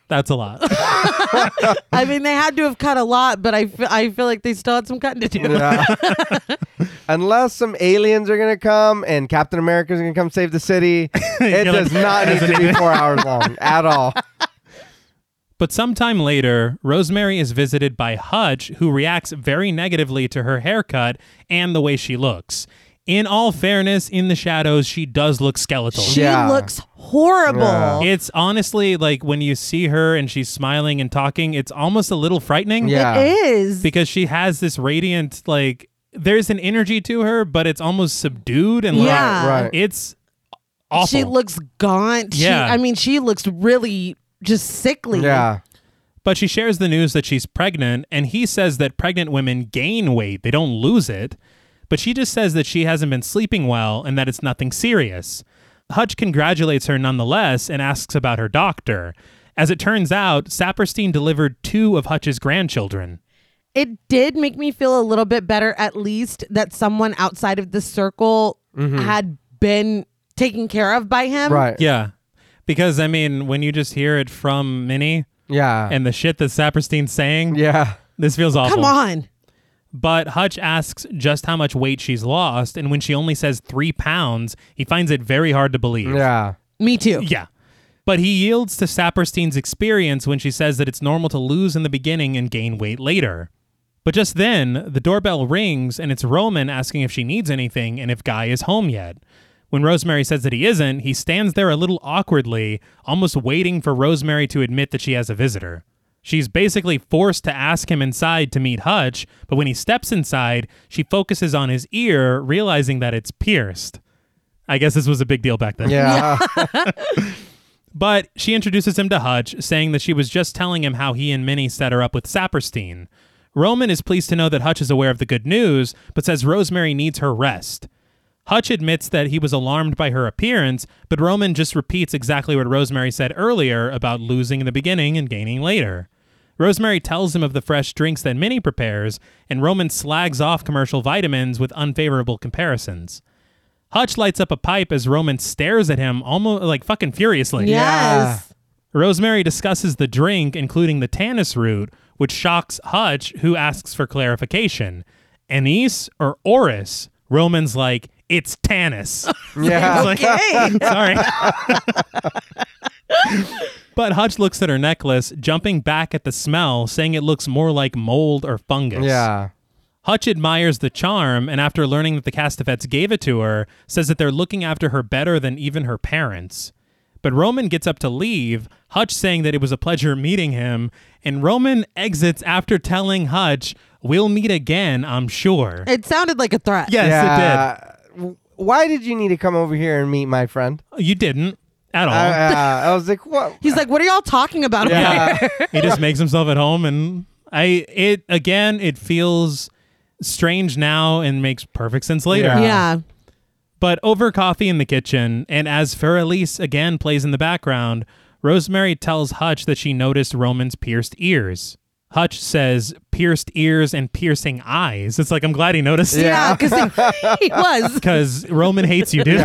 A: That's a lot. <laughs>
B: I mean, they had to have cut a lot, but I fe- I feel like they still had some cutting to do.
C: Yeah. Unless some aliens are gonna come and Captain America's gonna come save the city, it
A: You're
C: does
A: like,
C: not need to be four hours long at all.
A: But sometime later, Rosemary is visited by Hutch, who reacts very negatively to her haircut and the way she looks. In all fairness, in the shadows, she does look skeletal.
B: She
C: Yeah.
B: looks horrible.
C: Yeah.
A: It's honestly like when you see her and she's smiling and talking, it's almost a little frightening
C: Yeah.
B: It is.
A: because she has this radiant, like, there's an energy to her, but it's almost subdued and like,
B: Yeah.
C: Right.
A: it's awful.
B: She looks gaunt.
A: Yeah.
B: She, I mean, she looks really just sickly.
C: Yeah.
A: But she shares the news that she's pregnant, and he says that pregnant women gain weight, they don't lose it. But she just says that she hasn't been sleeping well and that it's nothing serious. Hutch congratulates her nonetheless and asks about her doctor. As it turns out, Saperstein delivered two of Hutch's grandchildren.
B: It did make me feel a little bit better, at least that someone outside of the circle had been taken care of by him.
C: Right.
A: Yeah. Because, I mean, when you just hear it from Minnie
C: Yeah.
A: <laughs> and the shit that Saperstein's saying,
C: yeah.
A: this feels awful.
B: Come on.
A: But Hutch asks just how much weight she's lost, and when she only says three pounds, he finds it very hard to believe.
C: Yeah.
B: Me too.
A: Yeah. But he yields to Saperstein's experience when she says that it's normal to lose in the beginning and gain weight later. But just then, the doorbell rings and it's Roman asking if she needs anything and if Guy is home yet. When Rosemary says that he isn't, he stands there a little awkwardly, almost waiting for Rosemary to admit that she has a visitor. She's basically forced to ask him inside to meet Hutch, but when he steps inside, she focuses on his ear, realizing that it's pierced. I guess this was a big deal back then.
C: Yeah.
A: But she introduces him to Hutch, saying that she was just telling him how he and Minnie set her up with Saperstein. Roman is pleased to know that Hutch is aware of the good news, but says Rosemary needs her rest. Hutch admits that he was alarmed by her appearance, but Roman just repeats exactly what Rosemary said earlier about losing in the beginning and gaining later. Rosemary tells him of the fresh drinks that Minnie prepares, and Roman slags off commercial vitamins with unfavorable comparisons. Hutch lights up a pipe as Roman stares at him almost like fucking furiously.
B: Yes.
A: Rosemary discusses the drink, including the tannis root, which shocks Hutch, who asks for clarification. Anise or Oris? Roman's like, it's tannis.
C: Yeah.
A: <laughs> It's like, <laughs>
B: Okay.
A: Sorry. but Hutch looks at her necklace, jumping back at the smell, saying it looks more like mold or <laughs> fungus.
C: Yeah.
A: Hutch admires the charm, and after learning that the Castavets gave it to her, says that they're looking after her better than even her parents. But Roman gets up to leave, Hutch saying that it was a pleasure meeting him, and Roman exits after telling Hutch, We'll meet again, I'm sure.
B: it sounded like a threat.
A: Eh, Yes, it
C: yeah. W- Why did you need to come over here and meet my friend?
A: did. You didn't at all.
C: I, uh, I was like, what?
B: He's like, what are y'all talking about? over here?"
A: Yeah. <laughs> he just makes himself at home and I it again it feels strange now and makes perfect sense later.
C: Yeah.
B: yeah.
A: But over coffee in the kitchen, and as Feralise again plays in the background, Rosemary tells Hutch that she noticed Roman's pierced ears. Hutch says pierced ears and piercing eyes. It's like I'm glad he noticed.
B: Yeah. Because he, he was.
A: Because Roman hates you, dude.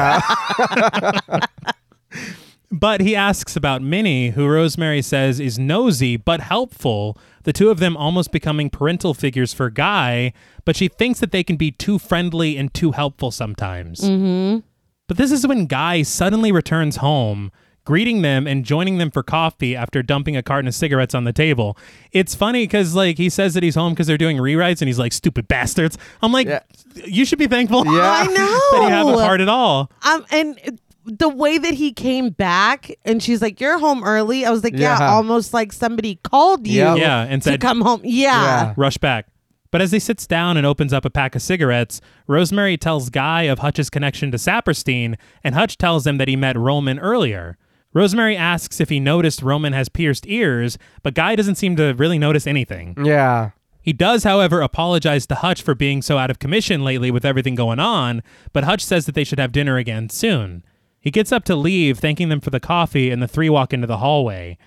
A: but he asks about Minnie, who Rosemary says is nosy but helpful, the two of them almost becoming parental figures for Guy, but she thinks that they can be too friendly and too helpful sometimes. Mm-hmm. But this is when Guy suddenly returns home. Greeting them and joining them for coffee after dumping a carton of cigarettes on the table. It's funny because like he says that he's home because they're doing rewrites and he's like stupid bastards. I'm like,
C: Yeah.
A: you should be thankful.
C: Yeah.
B: <laughs> I know.
A: <laughs> That he have a heart at all.
B: Um, and it- the way that he came back, and she's like, "You're home early." I was like, "Yeah,
C: Yeah.
B: almost like somebody called you."
C: Yeah.
A: Yeah, and
B: to
A: said-
B: come home. Yeah.
C: Yeah.
A: Rush back. But as he sits down and opens up a pack of cigarettes, Rosemary tells Guy of Hutch's connection to Saperstein, and Hutch tells him that he met Roman earlier. Rosemary asks if he noticed Roman has pierced ears, but Guy doesn't seem to really notice anything.
C: Yeah.
A: He does, however, apologize to Hutch for being so out of commission lately with everything going on, but Hutch says that they should have dinner again soon. He gets up to leave, thanking them for the coffee, and the three walk into the hallway.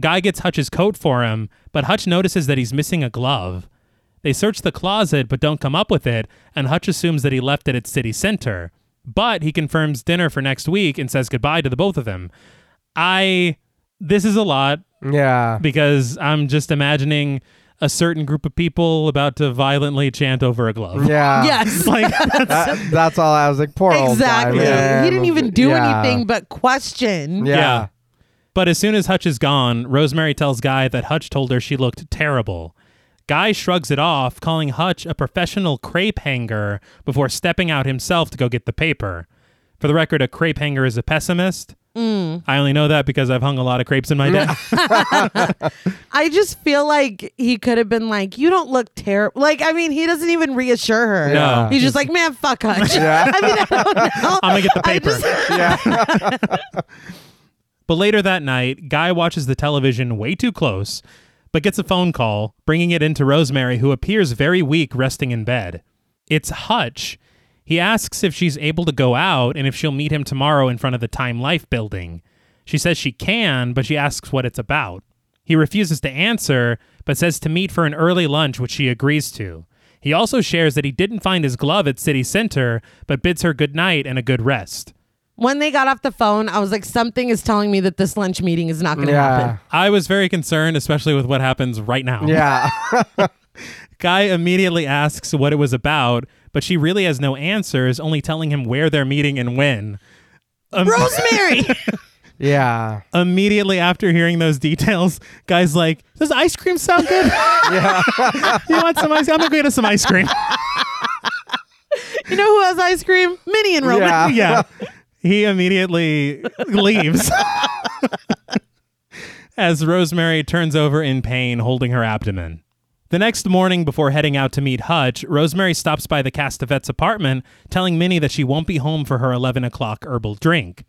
A: Guy gets Hutch's coat for him, but Hutch notices that he's missing a glove. They search the closet but don't come up with it, and Hutch assumes that he left it at City Center. But he confirms dinner for next week and says goodbye to the both of them. I. This is a lot <laughs>
C: Yeah.
A: because I'm just imagining a certain group of people about to violently chant over a glove.
C: Yeah.
B: Yes. <laughs>
A: Like,
C: That- that's all I was like, poor old guy.
B: exactly.
C: man.
B: He didn't even do
C: Yeah.
B: anything but question.
C: Yeah.
A: yeah. But as soon as Hutch is gone, Rosemary tells Guy that Hutch told her she looked terrible. Guy shrugs it off, calling Hutch a professional crepe hanger before stepping out himself to go get the paper. For the record, a crepe hanger is a pessimist. I only know that because I've hung a lot of crepes in my day.
B: I just feel like he could have been like, "You don't look terrible." Like, I mean, he doesn't even reassure her.
A: No.
B: he's just like, "Man, fuck
C: <laughs>
B: Hutch." I mean, I don't know.
A: I'm gonna get the paper.
C: Yeah.
A: But later that night, Guy watches the television way too close, but gets a phone call, bringing it into Rosemary, who appears very weak resting in bed. It's Hutch. He asks if she's able to go out and if she'll meet him tomorrow in front of the Time Life building. She says she can, but she asks what it's about. He refuses to answer, but says to meet for an early lunch, which she agrees to. He also shares that he didn't find his glove at City Center, but bids her good night and a good rest.
B: when they got off the phone, I was like, "Something is telling me that this lunch meeting is not going to
C: Yeah.
B: happen."
A: I was very concerned, especially with what happens right now.
C: Yeah.
A: Guy immediately asks what it was about, but she really has no answers, only telling him where they're meeting and when. Um,
B: Rosemary.
C: Yeah.
A: immediately after hearing those details, Guy's like, Does ice cream sound good? <laughs> you want some ice? I'm going to get us some ice cream.
B: you know who has ice cream? Minnie and Roman.
C: Yeah.
A: yeah. He immediately leaves. As Rosemary turns over in pain, holding her abdomen. The next morning, before heading out to meet Hutch, Rosemary stops by the Castavet's apartment, telling Minnie that she won't be home for her 11 o'clock herbal drink.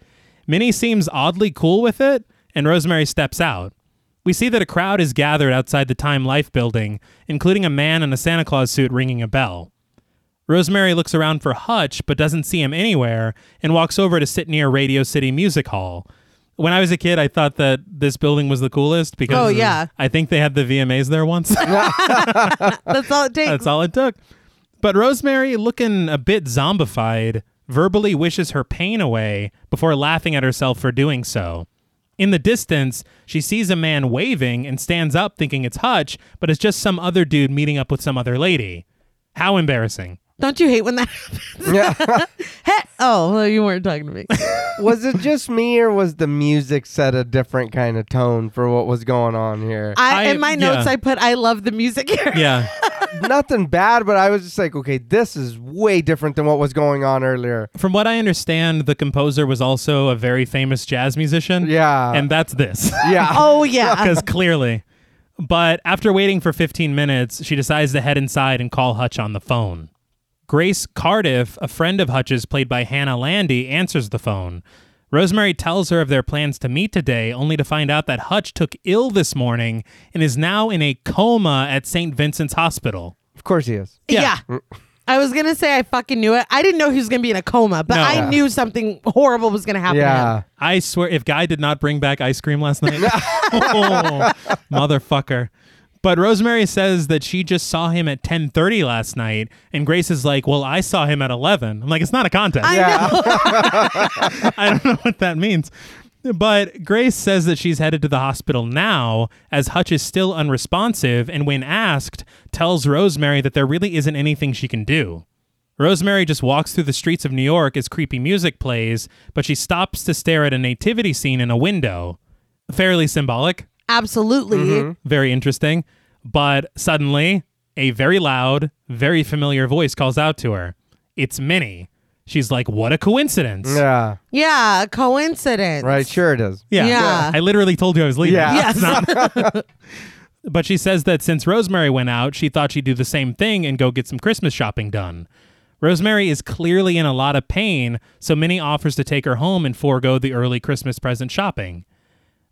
A: Minnie seems oddly cool with it, and Rosemary steps out. We see that a crowd is gathered outside the Time Life building, including a man in a Santa Claus suit ringing a bell. Rosemary looks around for Hutch but doesn't see him anywhere and walks over to sit near Radio City Music Hall. When I was a kid, I thought that this building was the coolest because
B: Oh, yeah.
A: I think they had the VMAs there once. <laughs>
B: That's all it takes.
A: That's all it took. But Rosemary, looking a bit zombified, verbally wishes her pain away before laughing at herself for doing so. In the distance, she sees a man waving and stands up thinking it's Hutch, but it's just some other dude meeting up with some other lady. How embarrassing.
B: Don't you hate when that happens? <laughs>
C: <laughs> Yeah.
B: Heh. oh, well, you weren't talking to me.
C: was it just me or was the music set a different kind of tone for what was going on here?
B: <laughs> I,
A: I-
B: in my notes,
A: yeah.
B: I put, "I love the music here."
A: Yeah.
C: Nothing bad, but I was just like, okay, this is way different than what was going on earlier.
A: From what I understand, the composer was also a very famous jazz musician.
C: Yeah.
A: And that's this.
C: Yeah.
B: <laughs>
A: <laughs>
B: Oh yeah.
A: Because clearly. But after waiting for 15 minutes, she decides to head inside and call Hutch on the phone. Grace Cardiff, a friend of Hutch's played by Hannah Landy, answers the phone. Rosemary tells her of their plans to meet today, only to find out that Hutch took ill this morning and is now in a coma at St. Vincent's Hospital.
C: <laughs> Of course he is.
A: Yeah.
B: Yeah. I was gonna say I fucking knew it. I didn't know he was gonna be in a coma, but
A: No.
B: I knew something horrible was gonna happen. To
C: Yeah.
B: him.
A: I swear, if Guy did not bring back ice cream last night, <laughs> Oh, motherfucker. But Rosemary says that she just saw him at 10:30 last night, and Grace is like, "Well, I saw him at 11." I'm like, "It's not a contest. I,
B: I
C: Yeah.
B: know.
A: don't know what that means." But Grace says that she's headed to the hospital now, as Hutch is still unresponsive, and when asked, tells Rosemary that there really isn't anything she can do. Rosemary just walks through the streets of New York as creepy music plays, but she stops to stare at a nativity scene in a window. Fairly symbolic
B: Absolutely.
A: very interesting. But suddenly, a very loud, very familiar voice calls out to her. It's Minnie. She's like, "What a coincidence!"
C: Yeah.
B: Yeah. a Coincidence. <laughs>
C: Right. Sure it is.
A: Yeah.
B: Yeah.
A: I literally told you I was leaving.
C: Yeah.
B: Yes.
C: <laughs>
A: But she says that since Rosemary went out, she thought she'd do the same thing and go get some Christmas shopping done. Rosemary is clearly in a lot of pain, so Minnie offers to take her home and forego the early Christmas present shopping.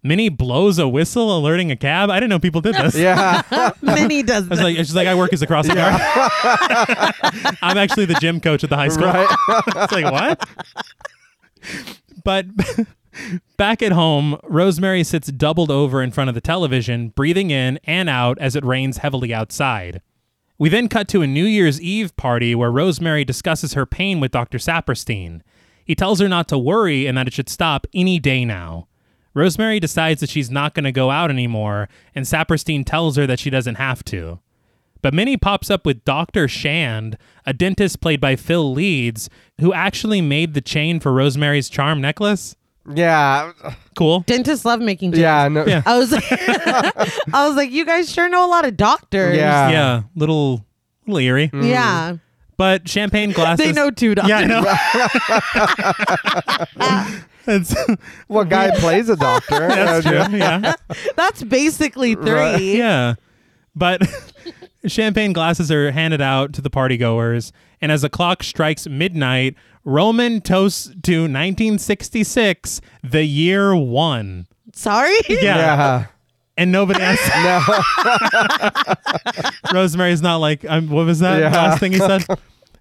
A: Minnie blows a whistle, alerting a cab. I didn't know people did this.
C: Yeah.
B: Minnie does
A: I was
B: that.
A: like, she's like, I work as a crossing guard. <laughs> I'm actually the gym coach at the high school.
C: right.
A: It's like what? but <laughs> back at home, Rosemary sits doubled over in front of the television, breathing in and out as it rains heavily outside. We then cut to a New Year's Eve party where Rosemary discusses her pain with Dr. Saperstein. He tells her not to worry and that it should stop any day now. Rosemary decides that she's not going to go out anymore, and Saperstein tells her that she doesn't have to. But Minnie pops up with Dr. Shand, a dentist played by Phil Leeds, who actually made the chain for Rosemary's charm necklace.
C: <laughs> Yeah.
A: Cool.
B: Dentists love making jokes.
C: Yeah. No.
A: Yeah.
B: I was like, <laughs> I was like, you guys sure know a lot of doctors.
C: Yeah.
A: yeah, little, little eerie.
B: Yeah.
A: But champagne glasses.
B: Mm. They know two doctors.
A: Yeah, I know. That's,
C: Well, guy plays a doctor.
A: that's true. Yeah.
B: <laughs> That's basically three.
C: Right.
A: <laughs> Yeah. But <laughs> champagne glasses are handed out to the partygoers. And as the clock strikes midnight, Roman toasts to 1966, the year one.
B: Sorry?
A: Yeah.
C: Yeah.
A: And nobody asks.
C: <laughs> No.
A: Rosemary's not like, um, what was that
C: Yeah.
A: last thing he said?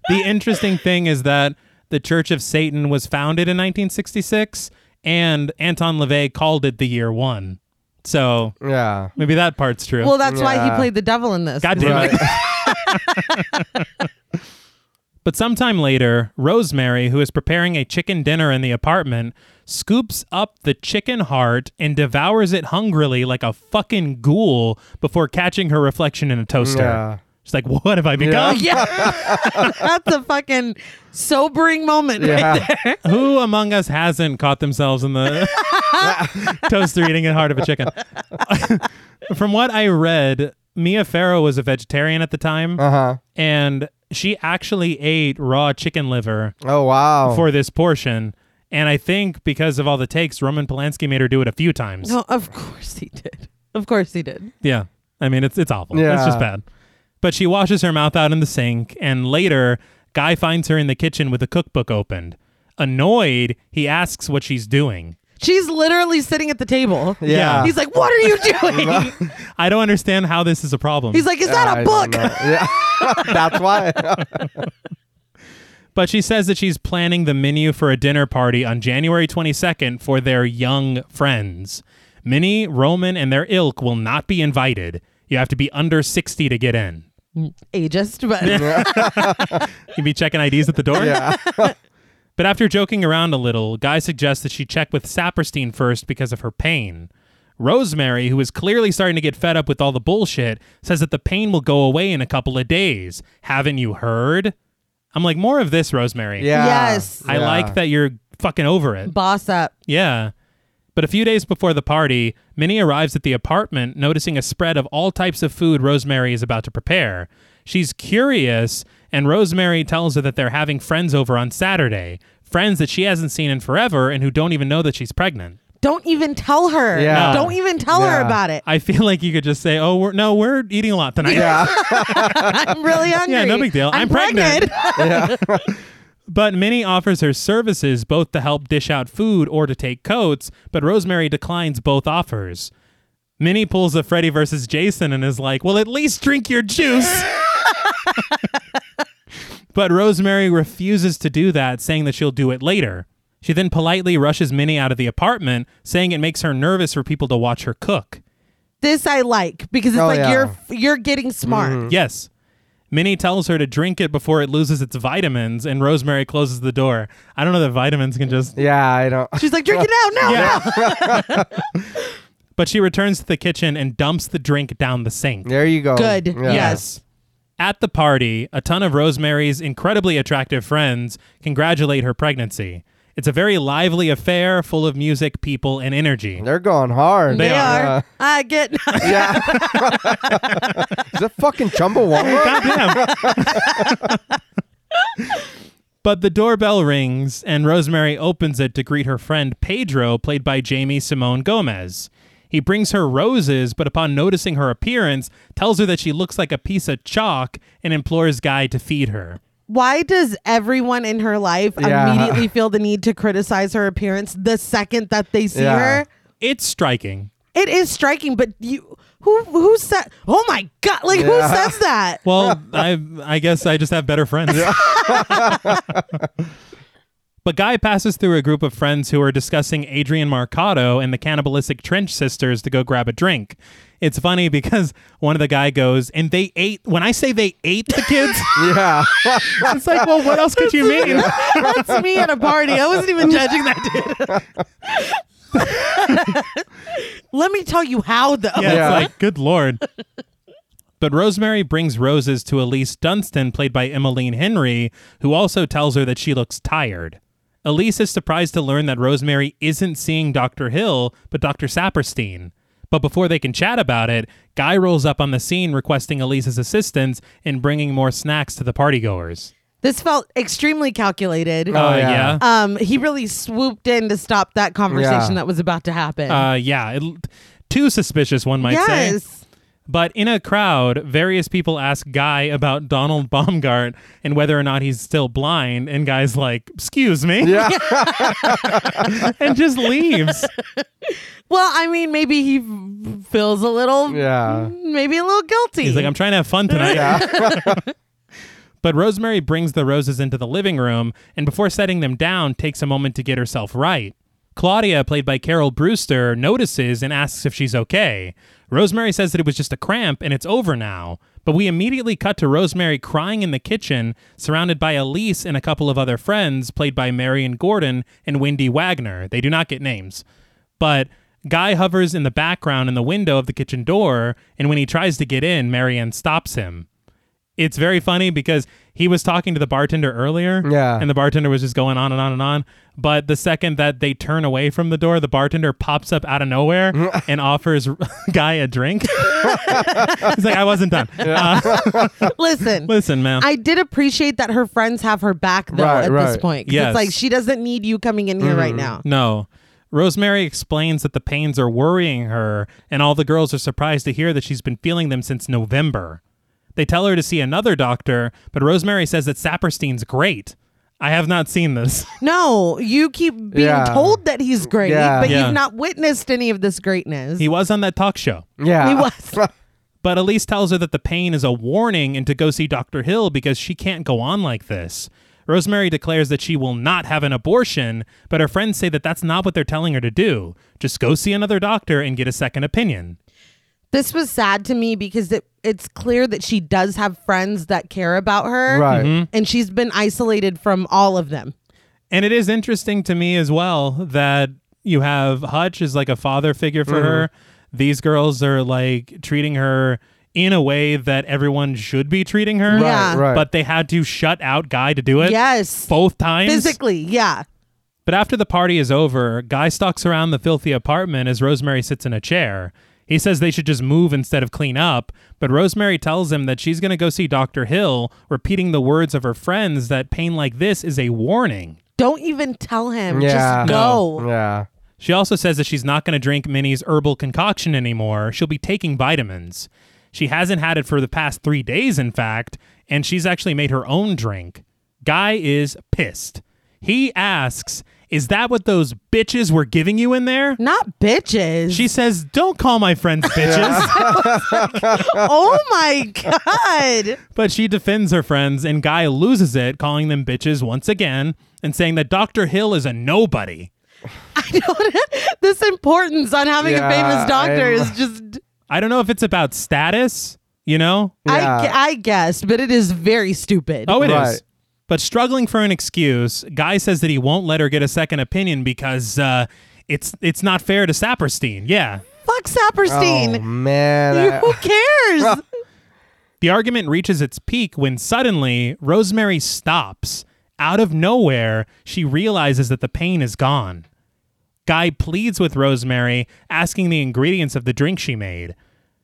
A: the interesting thing is that the Church of Satan was founded in 1966, and Anton LaVey called it the year one. So
C: Yeah.
A: maybe that part's true.
B: Well, that's why he
C: Yeah.
B: played the devil in this.
A: God
B: <laughs>
A: damn it. <laughs> But sometime later, Rosemary, who is preparing a chicken dinner in the apartment, scoops up the chicken heart and devours it hungrily like a fucking ghoul before catching her reflection in a toaster.
C: Yeah.
A: She's like, What have I become?
B: <laughs> Yeah. That's a fucking sobering moment right
C: Yeah.
B: there. <laughs>
A: Who among us hasn't caught themselves in the toaster eating a heart of a chicken? <laughs> From what I read, Mia Farrow was a vegetarian at the time,
C: Uh huh.
A: and she actually ate raw chicken liver
C: Oh wow.
A: for this portion. And I think because of all the takes, Roman Polanski made her do it a few times.
B: No, of course he did. Of course he did.
A: Yeah. I mean, it's it's awful. It's
C: Yeah.
A: just bad. But she washes her mouth out in the sink, and later, Guy finds her in the kitchen with a cookbook opened. Annoyed, he asks what she's doing.
B: She's literally sitting at the table.
C: yeah.
B: He's like, What are you doing?
C: <laughs>
A: I don't understand how this is a problem.
B: He's like, Is that
C: I
B: a book?
C: don't know. <laughs> Yeah. That's
B: <laughs>
C: why.
A: but she says that she's planning the menu for a dinner party on January 22nd for their young friends. Minnie, Roman, and their ilk will not be invited. You have to be under 60 to get in.
B: Ageist, but
A: You'd be checking IDs at the door?
C: Yeah.
A: <laughs> But after joking around a little, Guy suggests that she check with Saperstein first because of her pain. Rosemary, who is clearly starting to get fed up with all the bullshit, says that the pain will go away in a couple of days. Haven't you heard? I'm like, more of this, Rosemary.
C: Yeah.
B: Yes.
A: I like that you're fucking over it.
B: boss up.
A: Yeah. But a few days before the party, Minnie arrives at the apartment noticing a spread of all types of food Rosemary is about to prepare. She's curious, and Rosemary tells her that they're having friends over on Saturday, friends that she hasn't seen in forever and who don't even know that she's pregnant.
B: Don't even tell her.
C: Yeah.
B: Don't even tell her
C: Yeah.
B: about it.
A: I feel like you could just say, "Oh, we're no, we're eating a lot tonight."
C: Yeah.
B: I'm
C: <laughs>
B: really hungry.
A: Yeah, no big deal. I'm pregnant. But Minnie offers her services both to help dish out food or to take coats, but Rosemary declines both offers. Minnie pulls a Freddy versus Jason and is like, Well, at least drink your juice. but Rosemary refuses to do that, saying that she'll do it later. She then politely rushes Minnie out of the apartment, saying it makes her nervous for people to watch her cook.
B: This I like because it's
C: Oh,
B: like
C: yeah. Mm-hmm.
B: you're you're getting smart.
A: Yes. Minnie tells her to drink it before it loses its vitamins, and Rosemary closes the door. I don't know that vitamins can just
C: Yeah. I don't.
B: She's like, drink it out now. now."
A: but she returns to the kitchen and dumps the drink down the sink.
C: There you go.
B: Good.
C: Yeah.
B: Yes.
A: At the party, a ton of Rosemary's incredibly attractive friends congratulate her pregnancy. It's a very lively affair full of music, people, and energy.
C: They're going hard.
B: They
C: yeah.
B: are. I get.
C: <laughs>
B: <laughs>
C: Yeah. <laughs> Is that fucking Chumbawamba?
A: <laughs>
C: <laughs>
A: Goddamn. but the doorbell rings, and Rosemary opens it to greet her friend Pedro, played by Jamie Simone Gomez. He brings her roses, but upon noticing her appearance, tells her that she looks like a piece of chalk and implores Guy to feed her.
B: Why does everyone in her life
C: Yeah.
B: immediately feel the need to criticize her appearance the second that they see
C: Yeah.
B: her?
A: It's striking.
B: It is striking, but you who who said? Oh my god! Like who says that?
A: Well, I I guess I just have better friends. <laughs> but Guy passes through a group of friends who are discussing Adrian Marcado and the cannibalistic Trench sisters to go grab a drink. It's funny because one of the guy goes, and they ate. When I say they ate the kids,
C: Yeah.
A: it's like, well, what else could you mean?
B: That's me at a party. I wasn't even judging that dude. <laughs> Let me tell you how though.
A: Yeah,
C: Yeah.
A: it's like, good lord. But Rosemary brings roses to Elise Dunstan, played by Emmeline Henry, who also tells her that she looks tired. Elise is surprised to learn that Rosemary isn't seeing Dr. Hill, but Dr. Saperstein. But before they can chat about it, Guy rolls up on the scene requesting Elise's assistance in bringing more snacks to the partygoers.
B: This felt extremely calculated.
A: uh, yeah.
C: yeah.
B: um, he really swooped in to stop that conversation
C: Yeah.
B: that was about to happen.
A: Uh, yeah. It, too suspicious, one might say.
B: yes.
A: But in a crowd, various people ask Guy about Donald Baumgart and whether or not he's still blind. And Guy's like, Excuse me.
C: Yeah.
A: <laughs> and just leaves.
B: Well, I mean, maybe he f- feels a little,
C: Yeah.
B: maybe a little guilty.
A: He's like, I'm trying to have fun tonight.
C: Yeah.
A: But Rosemary brings the roses into the living room and before setting them down takes a moment to get herself right. Claudia, played by Carol Brewster, notices and asks if she's okay. Rosemary says that it was just a cramp and it's over now. But we immediately cut to Rosemary crying in the kitchen, surrounded by Elise and a couple of other friends, played by Marion Gordon and Wendy Wagner. They do not get names. But Guy hovers in the background in the window of the kitchen door, and when he tries to get in, Marianne stops him it's very funny because he was talking to the bartender earlier.
C: Yeah.
A: And the bartender was just going on and on and on. But the second that they turn away from the door, the bartender pops up out of nowhere and offers <laughs> Guy a drink. <laughs> He's like, I wasn't done. Uh, <laughs>
B: listen,
A: listen, man.
B: I did appreciate that her friends have her back though
C: Right,
B: at this
C: right.
B: point. 'Cause
A: Yes. Mm-hmm.
B: It's like she doesn't need you coming in here right now.
A: no. Rosemary explains that the pains are worrying her, and all the girls are surprised to hear that she's been feeling them since November. They tell her to see another doctor, but Rosemary says that Saperstein's great. I have not seen this. <laughs>
B: No, you keep being
C: Yeah.
B: told that he's great,
C: Yeah.
B: but
A: Yeah.
B: you've not witnessed any of this greatness.
A: He was on that talk show.
C: yeah.
B: He
C: <laughs>
B: was.
A: But Elise tells her that the pain is a warning and to go see Dr. Hill because she can't go on like this. Rosemary declares that she will not have an abortion, but her friends say that that's not what they're telling her to do. Just go see another doctor and get a second opinion.
B: this was sad to me because it, it's clear that she does have friends that care about her.
C: Right.
A: Mm-hmm.
B: And she's been isolated from all of them.
A: And it is interesting to me as well that you have Hutch is like a father figure for her.
C: Mm-hmm.
A: These girls are like treating her in a way that everyone should be treating her.
B: Yeah.
C: Right.
A: But they had to shut out Guy to do it.
B: yes.
A: Both times.
B: Physically, yeah.
A: But after the party is over, Guy stalks around the filthy apartment as Rosemary sits in a chair. He says they should just move instead of clean up, but Rosemary tells him that she's going to go see Dr. Hill, repeating the words of her friends that pain like this is a warning.
B: Don't even tell him.
C: Yeah.
B: Just go.
C: Yeah.
A: She also says that she's not going to drink Minnie's herbal concoction anymore. She'll be taking vitamins. She hasn't had it for the past three days, in fact, and she's actually made her own drink. Guy is pissed. He asks, Is that what those bitches were giving you in there?
B: Not bitches.
A: She says, Don't call my friends bitches.
B: <laughs>
A: <laughs>
B: oh my god.
A: but she defends her friends, and Guy loses it, calling them bitches once again and saying that Dr. Hill is a nobody.
B: <laughs> this importance on having
C: Yeah,
B: a famous doctor
C: I'm-
B: is just
A: I don't know if it's about status, you know?
B: I, gu-
C: Yeah.
B: I guessed, but it is very stupid.
A: Oh, it is.
C: Right.
A: But struggling for an excuse, Guy says that he won't let her get a second opinion because uh, it's it's not fair to Saperstein. Yeah.
B: Fuck Saperstein.
C: Oh man.
B: You-
C: I-
B: Who
C: <laughs>
B: cares?
A: The argument reaches its peak when suddenly Rosemary stops. Out of nowhere, she realizes that the pain is gone. Guy pleads with Rosemary, asking the ingredients of the drink she made.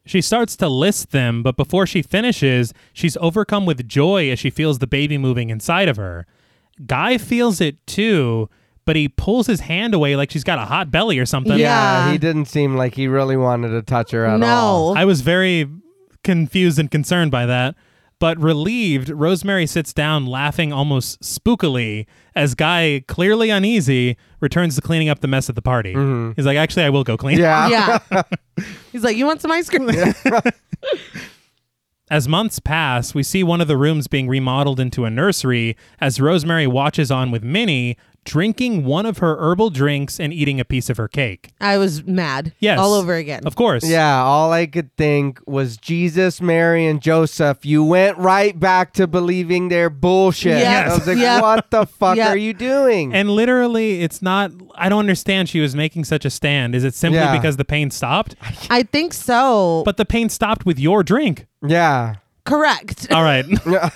A: She starts to list them, but before she finishes, she's overcome with joy as she feels the baby moving inside of her. Guy feels it too, but he pulls his hand away like she's got a hot belly or something.
C: yeah.
B: Yeah.
C: He didn't seem like he really wanted to touch her at all.
B: no.
A: I was very confused and concerned by that. But relieved, Rosemary sits down laughing almost spookily as Guy, clearly uneasy, returns to cleaning up the mess at the party. He's like, actually, I will go clean.
C: Mm-hmm. Yeah. <laughs>
B: yeah. He's like, you want some ice cream?
A: As months pass, we see one of the rooms being remodeled into a nursery as Rosemary watches on with Minnie, drinking one of her herbal drinks and eating a piece of her cake.
B: I was mad.
A: Yes.
B: All over again.
A: Of course.
C: Yeah, all I could think was Jesus, Mary, and Joseph. You went right back to believing their bullshit.
B: Yes.
C: I was like,
B: Yep.
C: what the fuck
B: Yep.
C: are you doing?
A: And literally, it's not, I don't understand she was making such a stand. Is it simply
C: Yeah.
A: because the pain stopped?
B: I think so.
A: But the pain stopped with your drink.
C: yeah.
B: Correct.
A: All right. <laughs>
C: Yeah.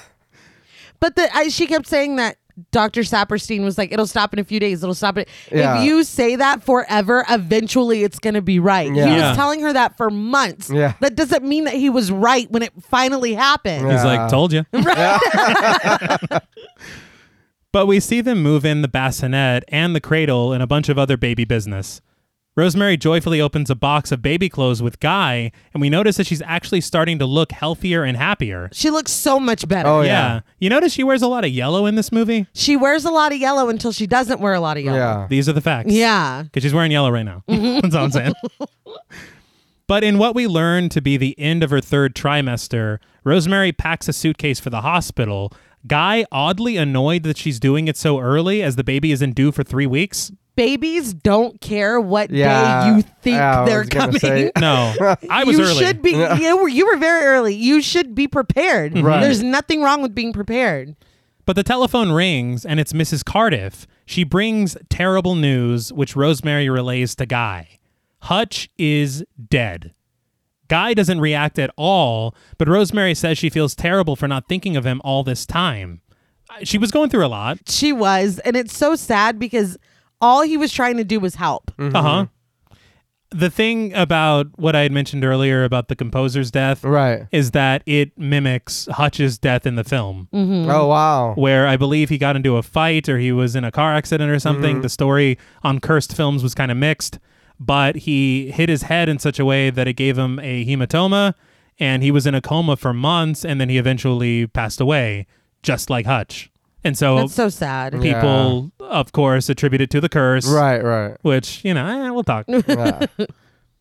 B: But the, I, she kept saying that Dr. Saperstein was like, it'll stop in a few days. It'll stop it.
C: Yeah.
B: If you say that forever, eventually it's going to be right. He
C: Yeah.
B: was
A: Yeah.
B: telling her that for months.
C: Yeah.
B: That doesn't mean that he was right when it finally happened.
A: He's
C: Yeah.
A: like, told you. <laughs> but we see them move in the bassinet and the cradle and a bunch of other baby business. Rosemary joyfully opens a box of baby clothes with Guy, and we notice that she's actually starting to look healthier and happier.
B: She looks so much better.
C: Oh, yeah.
A: You notice she wears a lot of yellow in this movie?
B: She wears a lot of yellow until she doesn't wear a lot of yellow.
C: Yeah.
A: These are the facts.
B: Yeah.
A: Because she's wearing yellow right now.
B: Mm-hmm.
A: That's all I'm
B: <laughs>
A: saying. But in what we learn to be the end of her third trimester, Rosemary packs a suitcase for the hospital. Guy oddly annoyed that she's doing it so early as the baby isn't due for three weeks.
B: Babies don't care what
C: Yeah.
B: day you think
C: Yeah, I was
B: they're coming.
C: gonna <laughs> say.
B: <laughs>
A: No, I was
B: you
A: early.
B: should be. You were, you were very early. You should be prepared.
C: Right.
B: There's nothing wrong with being prepared.
A: But the telephone rings and it's Mrs. Cardiff. She brings terrible news, which Rosemary relays to Guy. Hutch is dead. Guy doesn't react at all, but Rosemary says she feels terrible for not thinking of him all this time. Uh, She was going through a lot.
B: She was, and it's so sad because all he was trying to do was help.
A: Uh huh. The thing about what I had mentioned earlier about the composer's death
C: Right.
A: is that it mimics Hutch's death in the film.
C: Oh wow.
A: where I believe he got into a fight or he was in a car accident or something.
C: Mm-hmm.
A: The story on cursed films was kind of mixed, but he hit his head in such a way that it gave him a hematoma and he was in a coma for months and then he eventually passed away, just like Hutch. And so,
B: That's so sad.
C: Yeah.
A: people, of course, attribute it to the curse,
C: Right. Right.
A: which, you know, eh, we'll talk.
C: Yeah.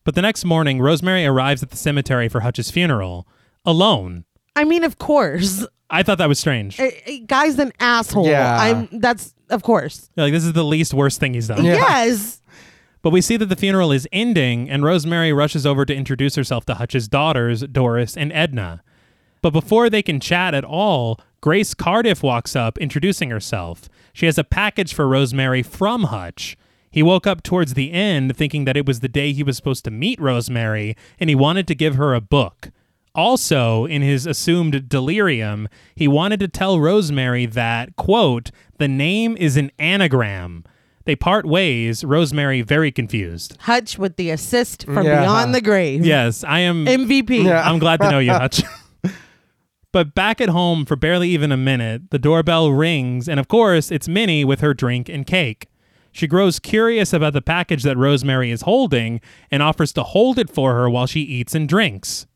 A: but the next morning, Rosemary arrives at the cemetery for Hutch's funeral alone.
B: I mean, of course,
A: I thought that was strange.
B: A- a guy's an asshole.
C: Yeah.
B: I'm. That's of course.
A: Like, this is the least worst thing he's done.
C: Yeah.
B: Yes.
A: But we see that the funeral is ending, and Rosemary rushes over to introduce herself to Hutch's daughters, Doris and Edna. But before they can chat at all, Grace Cardiff walks up, introducing herself. She has a package for Rosemary from Hutch. He woke up towards the end thinking that it was the day he was supposed to meet Rosemary, and he wanted to give her a book. Also, in his assumed delirium, he wanted to tell Rosemary that, quote, the name is an anagram. They part ways, Rosemary very confused.
B: Hutch with the assist from
C: Yeah.
B: beyond the grave.
A: Yes, I am
B: MVP.
C: Yeah.
A: I'm glad to know you,
C: <laughs>
A: Hutch. but back at home for barely even a minute, the doorbell rings, and of course, it's Minnie with her drink and cake. She grows curious about the package that Rosemary is holding and offers to hold it for her while she eats and drinks.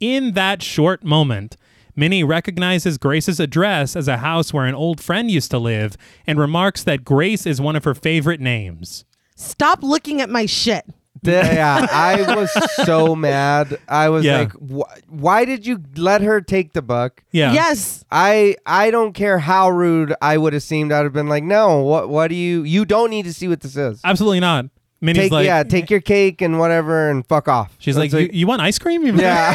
A: In that short moment, Minnie recognizes Grace's address as a house where an old friend used to live and remarks that Grace is one of her favorite names.
B: Stop looking at my shit.
C: Th- yeah, I was so mad. I was
A: Yeah.
C: like, wh- "Why did you let her take the book?"
A: Yeah.
B: Yes.
C: I I don't care how rude I would have seemed. I'd have been like, "No, what what do you? You don't need to see what this is.
A: Absolutely not. Minnie's
C: Take
A: like,
C: yeah, take your cake and whatever, and fuck off."
A: She's
C: It's
A: like, you, you want ice cream? <laughs>
B: <laughs>
C: "Yeah,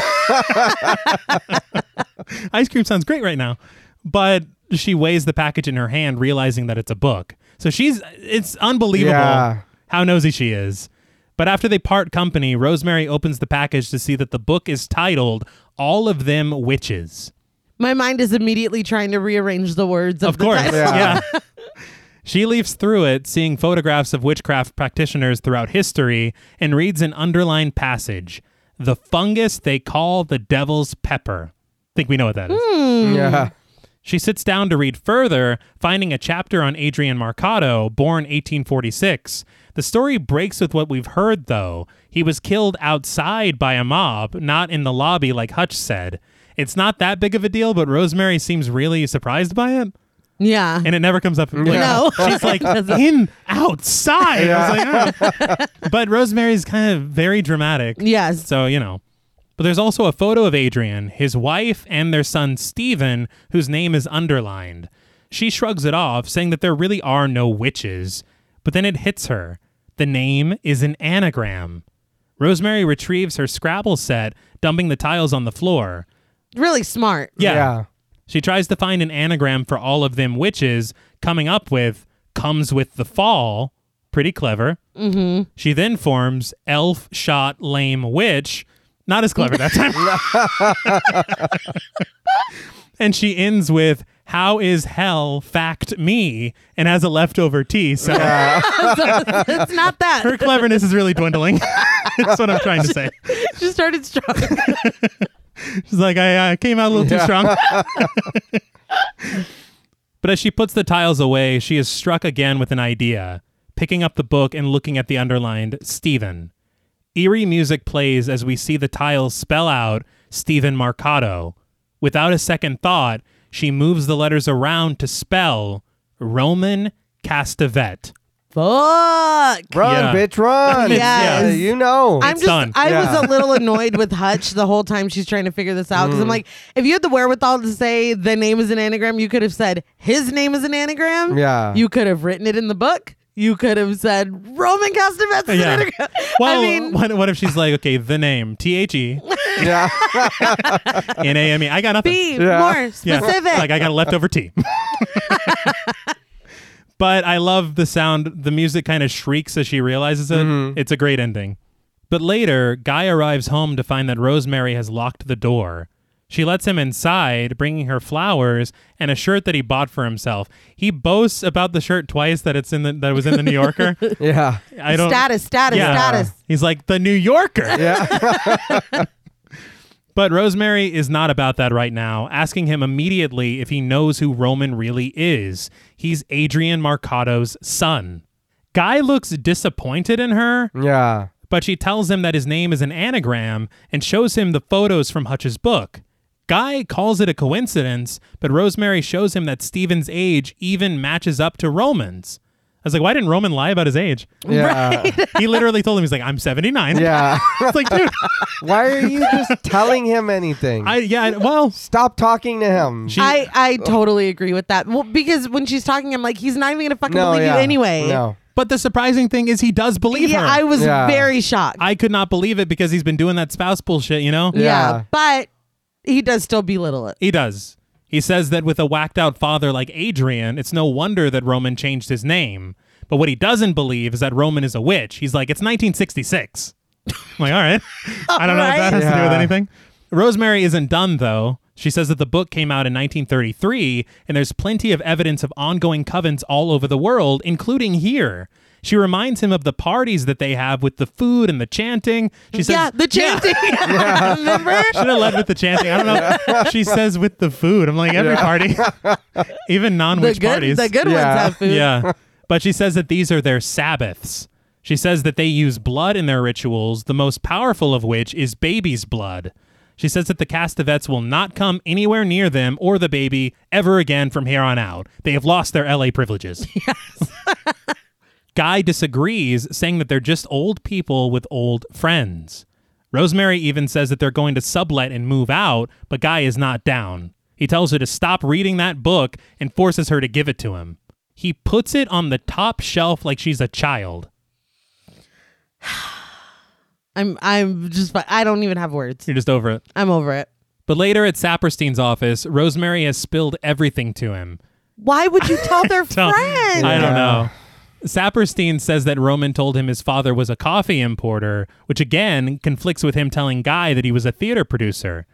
A: ice cream sounds great right now. But she weighs the package in her hand, realizing that it's a book. So she's, it's unbelievable
C: Yeah.
A: how nosy she is. But after they part company, Rosemary opens the package to see that the book is titled All of Them Witches.
B: My mind is immediately trying to rearrange the words of,
A: Of course. <laughs>
B: The title. <laughs>
A: Yeah. She leaves through it, seeing photographs of witchcraft practitioners throughout history, and reads an underlined passage The fungus they call the devil's pepper. think we know what that is.
B: Mm.
C: yeah,
A: She sits down to read further, finding a chapter on Adrian Marcado, born 1846. The story breaks with what we've heard, though. He was killed outside by a mob, not in the lobby, like Hutch said. It's not that big of a deal, but Rosemary seems really surprised by it,
B: Yeah.
A: and it never comes up. Like,
B: No.
A: <laughs> she's
B: <laughs>
A: like in outside. I was like, "Oh." but Rosemary's kind of very dramatic.
B: Yes.
A: So, you know. But there's also a photo of Adrian, his wife, and their son Stephen, whose name is underlined. She shrugs it off, saying that there really are no witches. But then it hits her. The name is an anagram. Rosemary retrieves her Scrabble set, dumping the tiles on the floor.
B: Really smart. <laughs>
A: Yeah.
C: Yeah.
A: She tries to find an anagram for all of them witches, coming up with comes with the fall. Pretty clever. Mm-hmm. She then forms elf shot lame witch. Not as clever that time. and she ends with "How is hell fact me?" and has a leftover tea. So
B: it's not that.
A: her cleverness is really dwindling. That's what I'm trying to say.
B: she started strong.
A: She's like, I uh, came out a little too strong. <laughs> but as she puts the tiles away, she is struck again with an idea, picking up the book and looking at the underlined Stephen. Eerie music plays as we see the tiles spell out Stephen Marcato. Without a second thought, she moves the letters around to spell Roman Castavet.
B: Fuck.
C: Run,
A: Yeah.
C: bitch,
A: <laughs>
C: run.
B: Yes.
A: Yeah.
C: You know.
B: I'm just.
A: done.
B: I
C: Yeah.
B: was a little annoyed with Hutch the whole time she's trying to figure this out because
C: Mm.
B: I'm like, if you had the wherewithal to say the name is an anagram, you could have said his name is an anagram.
C: Yeah.
B: You could have written it in the book. You could have said Roman Castavet's an
A: Yeah.
B: anagram.
A: Well,
B: I mean,
A: what, what if she's like, okay, the name T H E
C: yeah.
A: N A M E. I got nothing.
B: be
C: Yeah.
B: more
A: Yeah.
B: specific.
A: Like I got a leftover
B: <laughs>
A: tea. but I love the sound. The music kind of shrieks as she realizes it.
B: Mm-hmm.
A: It's a great ending. But later, Guy arrives home to find that Rosemary has locked the door. She lets him inside, bringing her flowers and a shirt that he bought for himself. He boasts about the shirt twice that it's in the that it was in the New
B: <laughs>
A: Yorker.
C: <laughs> Yeah.
A: I don't
B: status, status,
A: Yeah.
B: status.
A: He's like the New Yorker.
C: Yeah.
A: But Rosemary is not about that right now, asking him immediately if he knows who Roman really is. He's Adrian Marcato's son. Guy looks disappointed in her,
C: Yeah.
A: but she tells him that his name is an anagram and shows him the photos from Hutch's book. Guy calls it a coincidence, but Rosemary shows him that Stephen's age even matches up to Roman's. I was like, why didn't Roman lie about his age?
C: Yeah.
A: He literally told him, he's like, I'm 79.
C: Yeah. <laughs>
A: It's like, dude,
C: Why are you just telling him anything?
A: I, yeah, I- well,
C: Stop talking to him.
A: she,
B: I, I totally agree with that. Well, because when she's talking, I'm like, he's not even gonna fucking believe
C: yeah.
B: you anyway.
C: No.
A: But the surprising thing is he does believe
B: Yeah,
A: her.
B: I was
C: Yeah.
B: very shocked.
A: I could not believe it because he's been doing that spouse bullshit, you know?
B: yeah.
C: Yeah.
B: but he does still belittle it.
A: He does. He says that with a whacked out father like Adrian, it's no wonder that Roman changed his name. But what he doesn't believe is that Roman is a witch. He's like, it's 1966. I'm like, all
B: <laughs>
A: right. I don't know if that has to do with
C: Yeah.
A: anything. Rosemary isn't done, though. She says that the book came out in 1933, and there's plenty of evidence of ongoing covens all over the world, including here. She reminds him of the parties that they have with the food and the chanting. She says,
B: yeah, the chanting. <laughs>
A: <laughs>
B: Remember?
A: should have led with the chanting. I don't know. She says with the food. I'm like every party, <laughs> even
B: The
A: non-witch
B: good,
A: parties.
B: the good
C: Yeah.
B: ones have food.
A: yeah, but she says that these are their sabbaths. She says that they use blood in their rituals, the most powerful of which is baby's blood. She says that the Castavets will not come anywhere near them or the baby ever again from here on out. They have lost their LA privileges. Guy disagrees, saying that they're just old people with old friends. Rosemary even says that they're going to sublet and move out, but Guy is not down. He tells her to stop reading that book and forces her to give it to him. He puts it on the top shelf like she's a child.
B: I'm I'm just fi- I don't even have words.
A: You're just over it.
B: I'm over it.
A: But later at Saperstein's office, Rosemary has spilled everything to him.
B: Why would you tell
A: <laughs>
B: their
A: Tell-
B: friend?
A: I don't
C: Yeah.
A: know. Saperstein says that Roman told him his father was a coffee importer, which again conflicts with him telling Guy that he was a theater producer.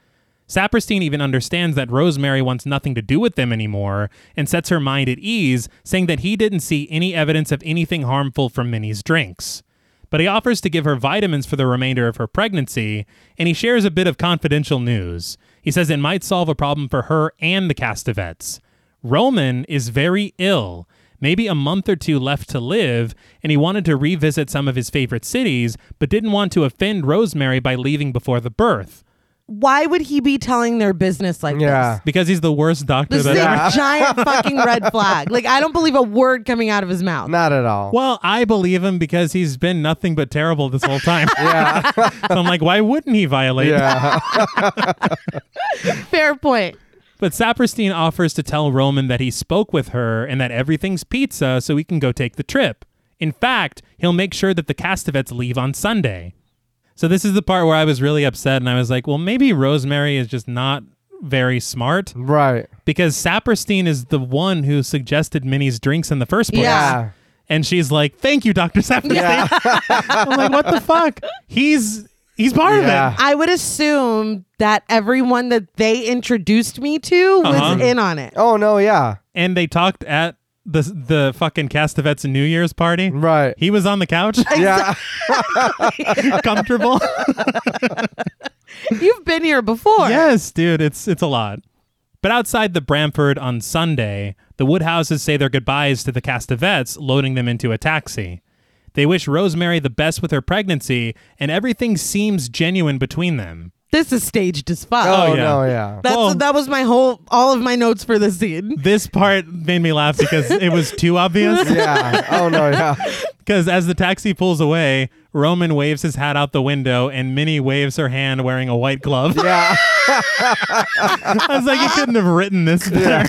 A: Saperstein even understands that Rosemary wants nothing to do with them anymore and sets her mind at ease, saying that he didn't see any evidence of anything harmful from Minnie's drinks. But he offers to give her vitamins for the remainder of her pregnancy, and he shares a bit of confidential news. He says it might solve a problem for her and the Castavets. Roman is very ill, maybe a month or two left to live, and he wanted to revisit some of his favorite cities, but didn't want to offend Rosemary by leaving before the birth
B: Why would he be telling their business like
C: Yeah.
B: this?
A: because he's the worst doctor
B: This
A: that
B: is
A: ever.
B: a giant fucking red flag. Like I don't believe a word coming out of
A: <laughs>
B: his mouth.
C: Not at all.
A: Well, I believe him because he's been nothing but terrible this whole
B: <laughs>
A: time.
C: Yeah.
A: <laughs> so I'm like, why wouldn't he violate?
C: yeah.
B: Fair point.
A: But Saperstein offers to tell Roman that he spoke with her and that everything's pizza, so he can go take the trip. In fact, he'll make sure that the Castavets leave on Sunday. So this is the part where I was really upset, and I was like, well, maybe Rosemary is just not very smart
C: Right.
A: because Saperstein is the one who suggested Minnie's drinks in the first place.
B: Yeah.
C: Yeah.
A: <laughs> And she's like, "Thank you, Doctor Saperstein." I'm like, "What the fuck?" He's He's part of
C: Yeah.
A: it.
B: I would assume that everyone that they introduced me to was
A: Uh-huh.
B: in on it.
C: Oh no, yeah,
A: And they talked at the the fucking Castavets New Year's party.
C: right.
A: He was on the
C: <laughs>
A: couch, <laughs>
C: Yeah,
A: comfortable.
B: You've been here before.
A: yes, dude, it's it's a lot. But outside the Bramford on Sunday, the Woodhouses say their goodbyes to the Castavets, loading them into a taxi. They wish Rosemary the best with her pregnancy, and everything seems genuine between them.
B: This is staged as fuck.
C: oh
A: yeah.
C: no, yeah.
B: That's,
A: Well-
B: that was my whole, all of my notes for this scene.
A: This part made me laugh because it was too obvious.
C: yeah. Oh no, yeah.
A: Because as the taxi pulls away, Roman waves his hat out the window and Minnie waves her hand wearing a white glove. <laughs>
C: Yeah.
A: I was like, you couldn't have written this better.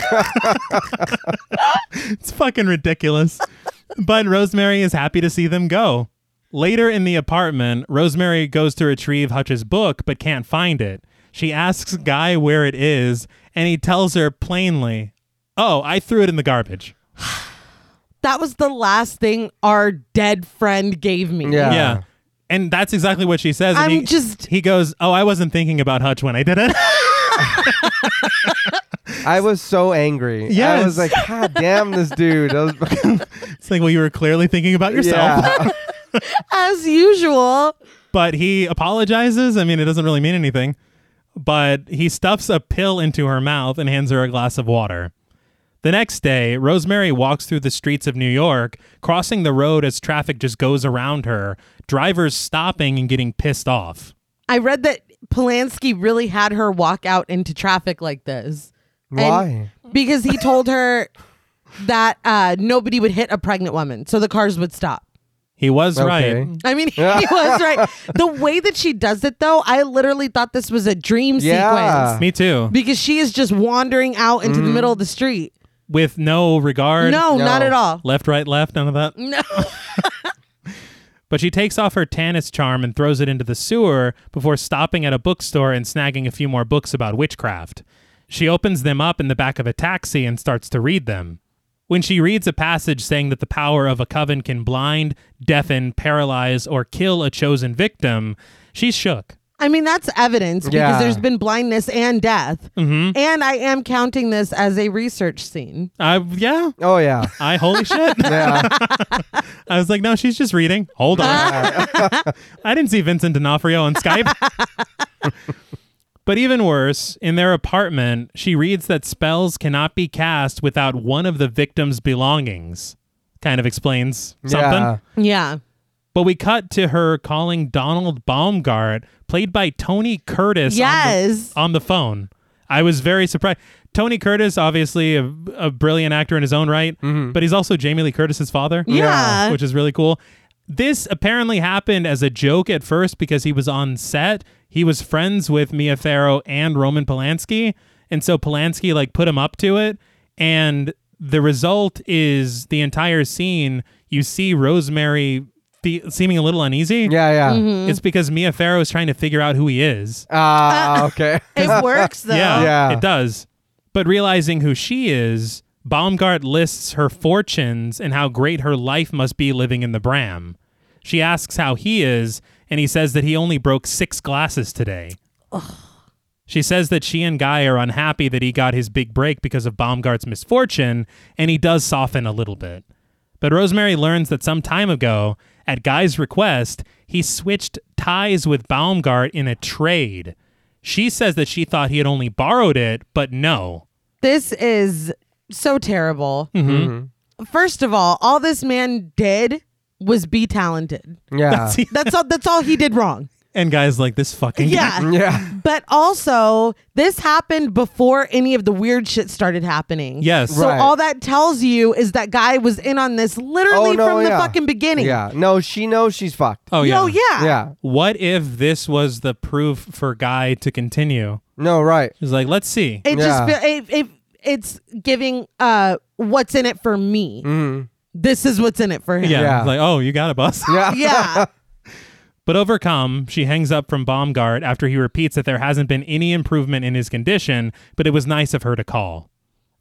A: <laughs> it's fucking ridiculous. But Rosemary is happy to see them go. Later in the apartment, Rosemary goes to retrieve Hutch's book but can't find it. She asks Guy where it is, and he tells her plainly, Oh, I threw it in the garbage.
B: That was the last thing our dead friend gave me.
C: Yeah.
A: Yeah. And that's exactly what she says. And
B: I'm
A: he,
B: just-
A: He goes, Oh, I wasn't thinking about Hutch when I did it. <laughs>
C: I was so angry. I
A: Yes.
C: was like, God damn this dude.
A: <laughs>
C: I was,
A: it's like, Well, you were clearly thinking about yourself.
C: yeah.
B: As usual.
A: <laughs> But he apologizes. I mean, it doesn't really mean anything. But he stuffs a pill into her mouth and hands her a glass of water. The next day, Rosemary walks through the streets of New York, crossing the road as traffic just goes around her, drivers stopping and getting pissed off.
B: I read that Polanski really had her walk out into traffic like this. And-
C: Why?
B: because he told her that uh, nobody would hit a pregnant woman, so the cars would stop.
A: He was
C: Okay.
A: right.
B: I mean, <laughs>
C: <laughs>
B: he was right. The way that she does it, though, I literally thought this was a dream
C: Yeah. Mm-hmm.
B: sequence
A: Me too.
B: because she is just wandering out into the middle of the street.
A: With no regard.
B: No,
C: No.
B: not at all.
A: Left, right, left, none of that.
B: No.
A: <laughs> But she takes off her Tannis charm and throws it into the sewer before stopping at a bookstore and snagging a few more books about witchcraft. She opens them up in the back of a taxi and starts to read them. When she reads a passage saying that the power of a coven can blind, deafen, paralyze, or kill a chosen victim, she's shook.
B: I mean, that's evidence
C: Yeah.
B: because there's been blindness and death.
A: Mm-hmm.
B: And I am counting this as a research scene.
A: I, yeah,
C: Oh yeah.
A: I, holy shit. <laughs>
C: Yeah.
A: I was like, no, she's just reading. Hold on. I didn't see Vincent D'Onofrio on Skype. but even worse, in their apartment, she reads that spells cannot be cast without one of the victim's belongings. Kind of explains something.
C: Yeah.
B: Yeah.
A: But we cut to her calling Donald Baumgart, played by Tony Curtis, on the-
B: Yes.
A: on the, phone. I was very surprised. Tony Curtis, obviously a, a brilliant actor in his own right, but he's also Jamie Lee Curtis's father
B: Yeah.
A: which is really cool. This apparently happened as a joke at first because he was on set. He was friends with Mia Farrow and Roman Polanski, and so Polanski like put him up to it. And the result is the entire scene. You see Rosemary fe- seeming a little uneasy.
C: Yeah. Yeah.
A: It's because Mia Farrow is trying to figure out who he is. <laughs>
C: Ah. okay.
B: It works, though.
A: Yeah,
C: Yeah.
A: it does. But realizing who she is, Baumgart lists her fortunes and how great her life must be living in the Bram. She asks how he is, and he says that he only broke six glasses today. She says that she and Guy are unhappy that he got his big break because of Baumgart's misfortune, and he does soften a little bit. But Rosemary learns that some time ago, at Guy's request, he switched ties with Baumgart in a trade. She says that she thought he had only borrowed it, but no.
B: This is so terrible.
A: Mm-hmm.
C: Mm-hmm.
B: First of all, all this man did was be talented.
C: Yeah.
B: That's all. That's all he did
A: <laughs>
B: wrong.
A: and Guy's like, this fucking guy.
B: Yeah.
C: Yeah.
B: But also, this happened before any of the weird shit started happening.
A: Yes.
B: So
C: Right.
B: all that tells you is that guy was in on this literally
C: Oh, no,
B: from the
C: yeah.
B: fucking beginning.
C: Yeah. No, she knows she's fucked.
A: Oh, yeah.
B: No, yeah.
C: Yeah.
A: What if this was the proof for Guy to continue? <laughs>
C: No, right.
A: He's like, let's see.
B: It
C: Yeah.
B: just fe- it, it it's giving uh what's in it for me.
C: Mm-hmm.
B: This is what's in it for him.
A: yeah.
C: Yeah.
A: He's like, oh, you got a bus.
C: Yeah.
B: <laughs> Yeah.
A: But overcome, she hangs up from Baumgart after he repeats that there hasn't been any improvement in his condition, but it was nice of her to call.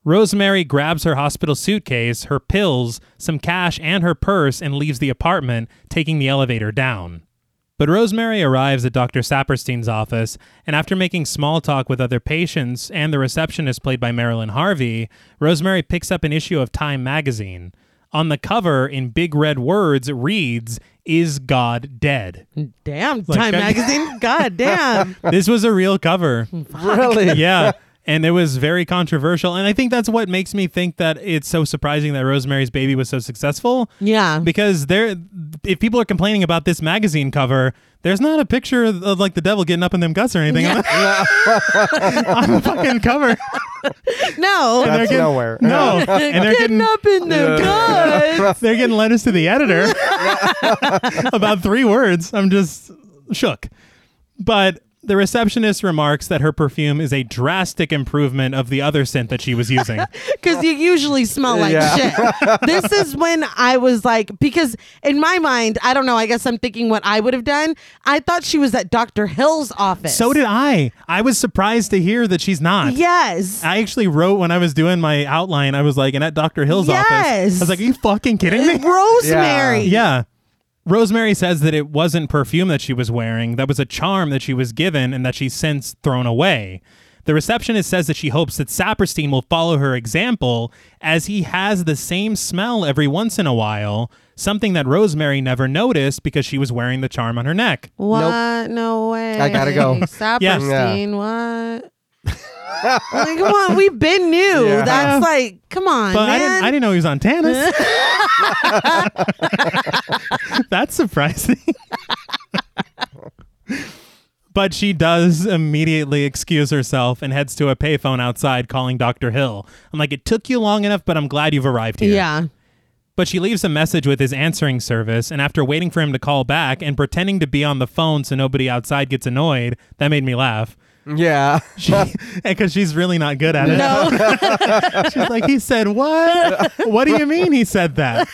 A: Rosemary grabs her hospital suitcase, her pills, some cash, and her purse and leaves the apartment, taking the elevator down. But Rosemary arrives at Dr. Saperstein's office, and after making small talk with other patients and the receptionist played by Marilyn Harvey, Rosemary picks up an issue of Time magazine. On the cover, in big red words, it reads, Is God Dead?
B: Damn, Time
A: I- <laughs>
B: Magazine. God damn.
C: <laughs>
A: this was a real cover.
C: Really?
A: yeah. And it was very controversial. And I think that's what makes me think that it's so surprising that Rosemary's Baby was so successful.
B: Yeah.
A: Because there, if people are complaining about this magazine cover, there's not a picture of of, like the devil getting up in them guts or anything on, the, on the <laughs> fucking cover. <laughs>
B: No.
C: That's
A: getting-
C: nowhere. <laughs>
A: No, and they're
B: Getting
A: getting
B: up in the guts.
A: they're getting letters to the editor <laughs> about three words. I'm just shook. But the receptionist remarks that her perfume is a drastic improvement of the other scent that she was using.
B: Because you usually smell like
C: Yeah.
B: shit. this is when I was like, because in my mind, I don't know, I guess I'm thinking what I would have done. I thought she was at Dr. Hill's office.
A: <laughs> So did I. I was surprised to hear that she's not. <laughs>
B: Yes.
A: I actually wrote when I was doing my outline, I was like, and at Dr. Hill's office. I
B: Yes.
A: was like, are you fucking kidding <laughs> me?
B: Rosemary.
A: Yeah. Rosemary says that it wasn't perfume that she was wearing, that was a charm that she was given and that she's since thrown away. The receptionist says that she hopes that Saperstein will follow her example as he has the same smell every once in a while, something that Rosemary never noticed because she was wearing the charm on her neck.
B: What? No way.
C: I
B: <laughs>
C: gotta go.
B: Saperstein,
C: <laughs>
B: what? like, come on, we been new.
C: Yeah.
B: That's like, come on,
A: But I
B: man.
A: didn't, I didn't know he was on
B: <laughs>
A: Tanis. <laughs> That's surprising. but she does immediately excuse herself and heads to a payphone outside calling Dr. Hill. I'm like, it took you long enough, but I'm glad you've arrived here.
B: yeah.
A: But she leaves a message with his answering service, and after waiting for him to call back and pretending to be on the phone so nobody outside gets annoyed, that made me laugh.
C: Yeah.
A: She, <laughs> because she's really not good at it.
B: No. <laughs>
A: She's like, he said what? What do you mean he said that?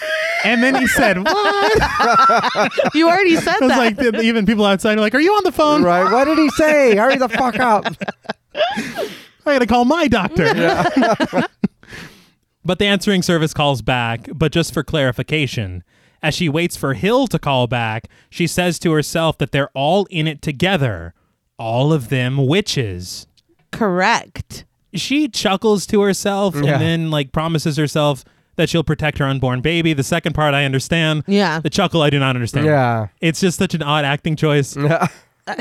A: And then he said what? I
B: you
A: <laughs>
B: already said
A: was
B: that.
A: like, th- even people outside are like, are you on the phone?
C: Right. What did he say? Hurry the fuck
A: <laughs>
C: up.
A: I gotta call my doctor. but the answering service calls back, but just for clarification. As she waits for Hill to call back, she says to herself that they're all in it together. All of them witches.
B: Correct.
A: she chuckles to herself
C: Yeah.
A: and then like promises herself that she'll protect her unborn baby. The second part I understand.
B: Yeah.
A: The chuckle I do not understand.
C: Yeah. Mm.
A: It's just such an odd acting choice. <laughs>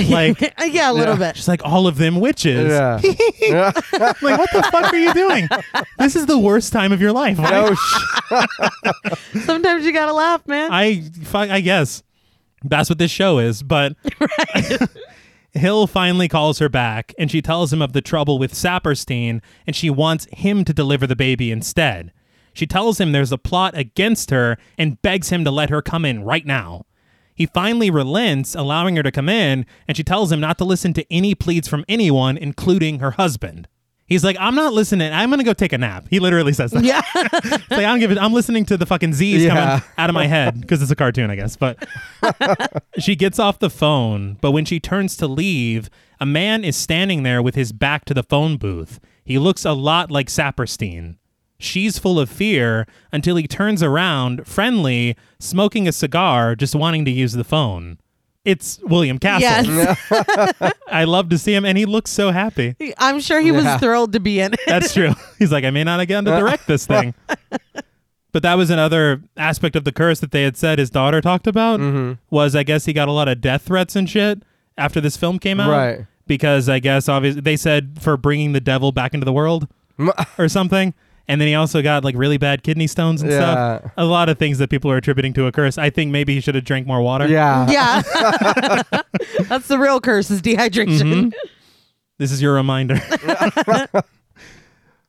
A: Like
B: <laughs> yeah, a little bit.
A: she's like all of them witches.
C: Yeah.
A: <laughs> Like what the fuck are you doing? This is the worst time of your life.
C: No sh-
B: Sometimes you gotta laugh, man.
A: <laughs> I fi- I guess that's what this show is, but Hill finally calls her back and she tells him of the trouble with Saperstein and she wants him to deliver the baby instead. She tells him there's a plot against her and begs him to let her come in right now. He finally relents, allowing her to come in, and she tells him not to listen to any pleads from anyone, including her husband. He's like, I'm not listening. I'm going to go take a nap. He literally says that.
B: yeah.
A: <laughs> It's like I don't give it. I'm listening to the fucking Z's
C: Yeah.
A: coming out of my head because it's a cartoon, I guess. But she gets off the phone, but when she turns to leave, a man is standing there with his back to the phone booth. He looks a lot like Saperstein. She's full of fear until he turns around, friendly, smoking a cigar, just wanting to use the phone. It's William Castle.
B: yes.
A: I love to see him, and he looks so happy.
B: <laughs> I'm sure he was thrilled to be in it.
A: That's true. <laughs> He's like, I may not again to direct this
C: Uh, <laughs>
A: thing. But that was another aspect of the curse that they had said his daughter talked about
C: Mm-hmm.
A: was I guess he got a lot of death threats and shit after this film came out.
C: Right.
A: Because I guess obviously they said for bringing the devil back into the
C: <laughs>
A: world or something. And then he also got like really bad kidney stones and
C: Yeah.
A: stuff. A lot of things that people are attributing to a curse. I think maybe he should have drank more water.
C: yeah. <laughs>
B: yeah. That's the real curse is dehydration.
A: Mm-hmm. This is your reminder.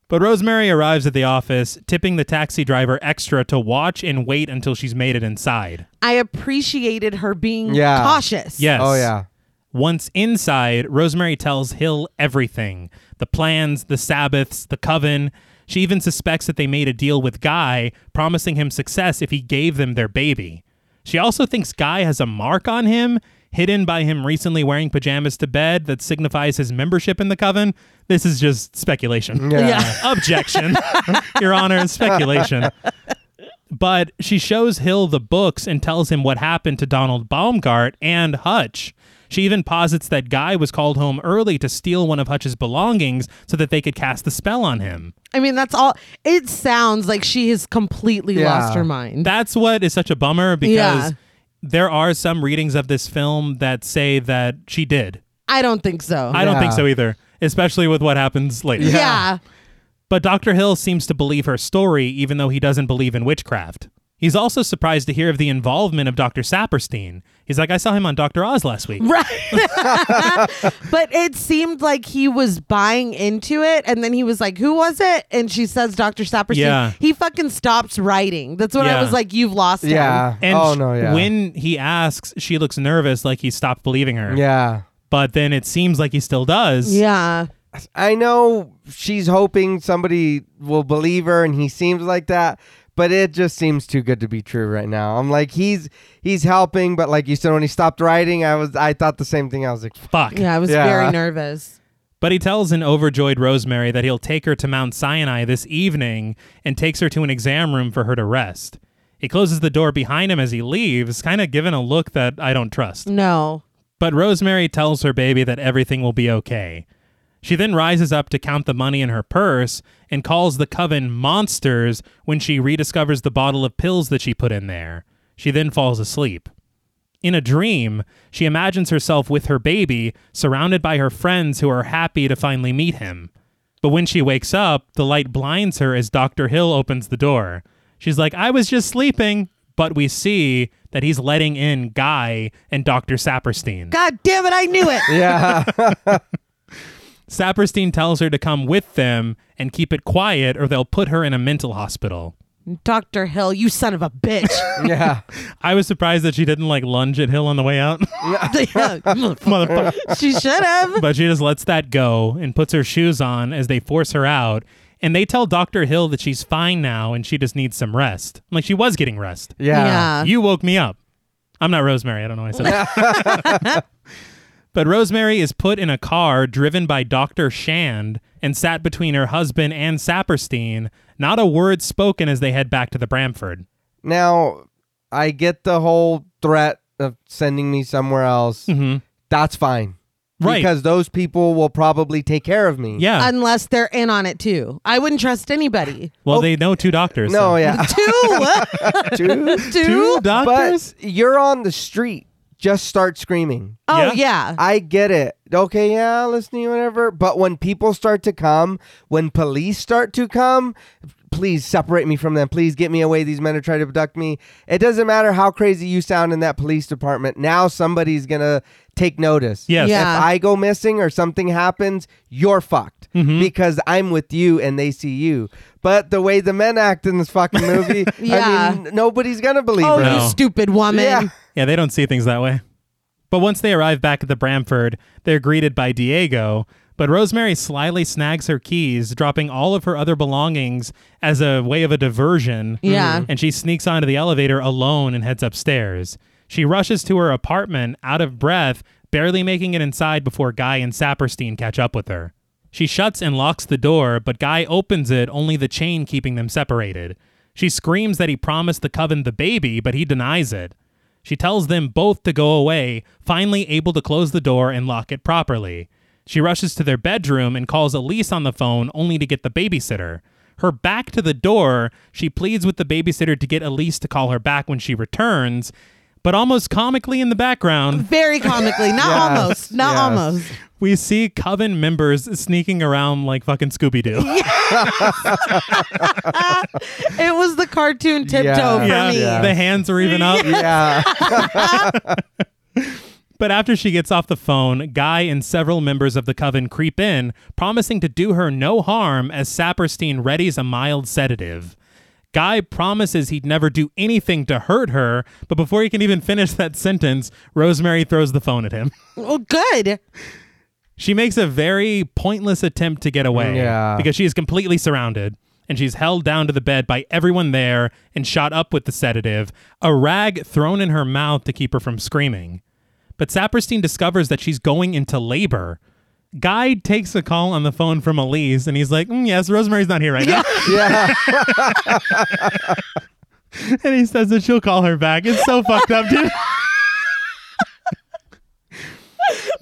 A: but Rosemary arrives at the office, tipping the taxi driver extra to watch and wait until she's made it inside.
B: I appreciated her being
C: Yeah.
B: cautious.
A: Yes.
C: Oh yeah.
A: Once inside, Rosemary tells Hill everything the plans, the Sabbaths, the coven. She even suspects that they made a deal with Guy, promising him success if he gave them their baby. She also thinks Guy has a mark on him, hidden by him recently wearing pajamas to bed, that signifies his membership in the coven. This is just speculation. <laughs>
C: Yeah.
B: Yeah.
A: Objection. Your Honor, it's speculation. But she shows Hill the books and tells him what happened to Donald Baumgart and Hutch. She even posits that Guy was called home early to steal one of Hutch's belongings so that they could cast the spell on him.
B: I mean, that's all. It sounds like she has completely
C: Yeah.
B: lost her mind.
A: That's what is such a bummer because
B: Yeah.
A: there are some readings of this film that say that she did.
B: I don't think so.
A: I don't think
C: Yeah.
A: so either, especially with what happens later.
B: yeah. <laughs>
A: But Dr. Hill seems to believe her story, even though he doesn't believe in witchcraft. He's also surprised to hear of the involvement of Dr. Saperstein. He's like, I saw him on Dr. Oz last week.
B: Right. <laughs> but it seemed like he was buying into it. And then he was like, Who was it? And she says, Dr. Saperstein.
A: Yeah.
B: He fucking stops writing. That's when
A: Yeah.
B: I was like, You've lost him.
C: Yeah.
A: And
C: oh
A: sh-
C: no. Yeah.
A: when he asks, she looks nervous, like he stopped believing her.
C: Yeah.
A: But then it seems like he still does.
B: Yeah.
C: I know she's hoping somebody will believe her, and he seems like that. But it just seems too good to be true right now. I'm like he's he's helping, but like you said, when he stopped writing, I was I thought the same thing. I was like,
A: Fuck.
B: Yeah. I was
C: Yeah.
B: very nervous.
A: But he tells an overjoyed Rosemary that he'll take her to Mount Sinai this evening and takes her to an exam room for her to rest. He closes the door behind him as he leaves, kind of giving a look that I don't trust.
B: No.
A: But Rosemary tells her baby that everything will be okay. She then rises up to count the money in her purse and calls the coven monsters when she rediscovers the bottle of pills that she put in there. She then falls asleep. In a dream, she imagines herself with her baby, surrounded by her friends who are happy to finally meet him. But when she wakes up, the light blinds her as Dr. Hill opens the door. She's like, I was just sleeping, but we see that he's letting in Guy and Dr. Saperstein.
B: God damn it. I knew
C: <laughs>
B: it.
C: <laughs> yeah,
A: Saperstein tells her to come with them and keep it quiet, or they'll put her in a mental hospital.
B: Dr. Hill, you son of a
C: <laughs>
B: bitch.
C: yeah.
A: I was surprised that she didn't like lunge at Hill on the way out, <laughs>
B: <laughs>
A: motherfucker.
B: she should have.
A: but she just lets that go and puts her shoes on as they force her out. And they tell Dr. Hill that she's fine now and she just needs some rest. I'm like, she was getting rest.
C: Yeah.
B: Yeah.
A: You woke me up. I'm not Rosemary. I don't know why I said that. but Rosemary is put in a car driven by Dr. Shand and sat between her husband and Saperstein, not a word spoken as they head back to the Bramford.
C: Now I get the whole threat of sending me somewhere else.
A: Mm-hmm.
C: That's fine.
A: Right.
C: Because those people will probably take care of me.
A: yeah.
B: Unless they're in on it too. I wouldn't trust anybody.
A: well, they know two doctors.
C: <laughs> No,
A: so- <laughs>
C: yeah.
B: Two. <laughs>
C: Dude.
A: Two
B: two.
A: doctors?
C: <laughs> But you're on the street. Just start screaming.
B: Oh,
A: Yeah.
B: yeah.
C: I get it. Okay, yeah, listen to you, whatever. But when people start to come, when police start to come, please separate me from them. Please get me away. These men are trying to abduct me. It doesn't matter how crazy you sound in that police department. Now somebody's going to take notice.
A: Yes.
B: Yeah.
C: If I go missing or something happens, you're fucked
A: Mm-hmm.
C: because I'm with you and they see you. But the way the men act in this
B: <laughs>
C: fucking movie, I
B: Yeah.
C: mean, n- nobody's going to believe
B: Oh,
C: her.
A: No.
B: you stupid woman.
C: Yeah.
A: Yeah, they don't see things that way. But once they arrive back at the Bramford, they're greeted by Diego. But Rosemary slyly snags her keys, dropping all of her other belongings as a way of a diversion.
B: Yeah.
A: And she sneaks onto the elevator alone and heads upstairs. She rushes to her apartment, out of breath, barely making it inside before Guy and Saperstein catch up with her. She shuts and locks the door, but Guy opens it, only the chain keeping them separated. She screams that he promised the coven the baby, but he denies it. She tells them both to go away, finally able to close the door and lock it properly. She rushes to their bedroom and calls Elise on the phone only to get the babysitter. Her back to the door, she pleads with the babysitter to get Elise to call her back when she returns, but almost comically in the
B: <laughs>
A: background,
B: Very comically. Not
C: Yes.
B: almost. Not
C: Yes.
B: almost.
A: we see Coven members sneaking around like fucking Scooby Doo.
B: It was the cartoon tiptoe
C: Yeah.
B: for
A: yeah, <laughs>
B: me.
A: the hands are even up.
B: <laughs>
C: Yeah.
A: But after she gets off the phone, Guy and several members of the coven creep in, promising to do her no harm as Saperstein readies a mild sedative. Guy promises he'd never do anything to hurt her, but before he can even finish that sentence, Rosemary throws the phone at him.
B: Well, good. <laughs>
A: She makes a very pointless attempt to get away
C: Yeah.
A: because she is completely surrounded and she's held down to the bed by everyone there and shot up with the sedative, a rag thrown in her mouth to keep her from screaming. But Saperstein discovers that she's going into labor. Guy takes a call on the phone from Elise and he's like, "Mm, Yes, Rosemary's not here right now.
C: yeah.
A: <laughs> and he says that she'll call her back. It's so fucked up,
C: <laughs>
A: dude.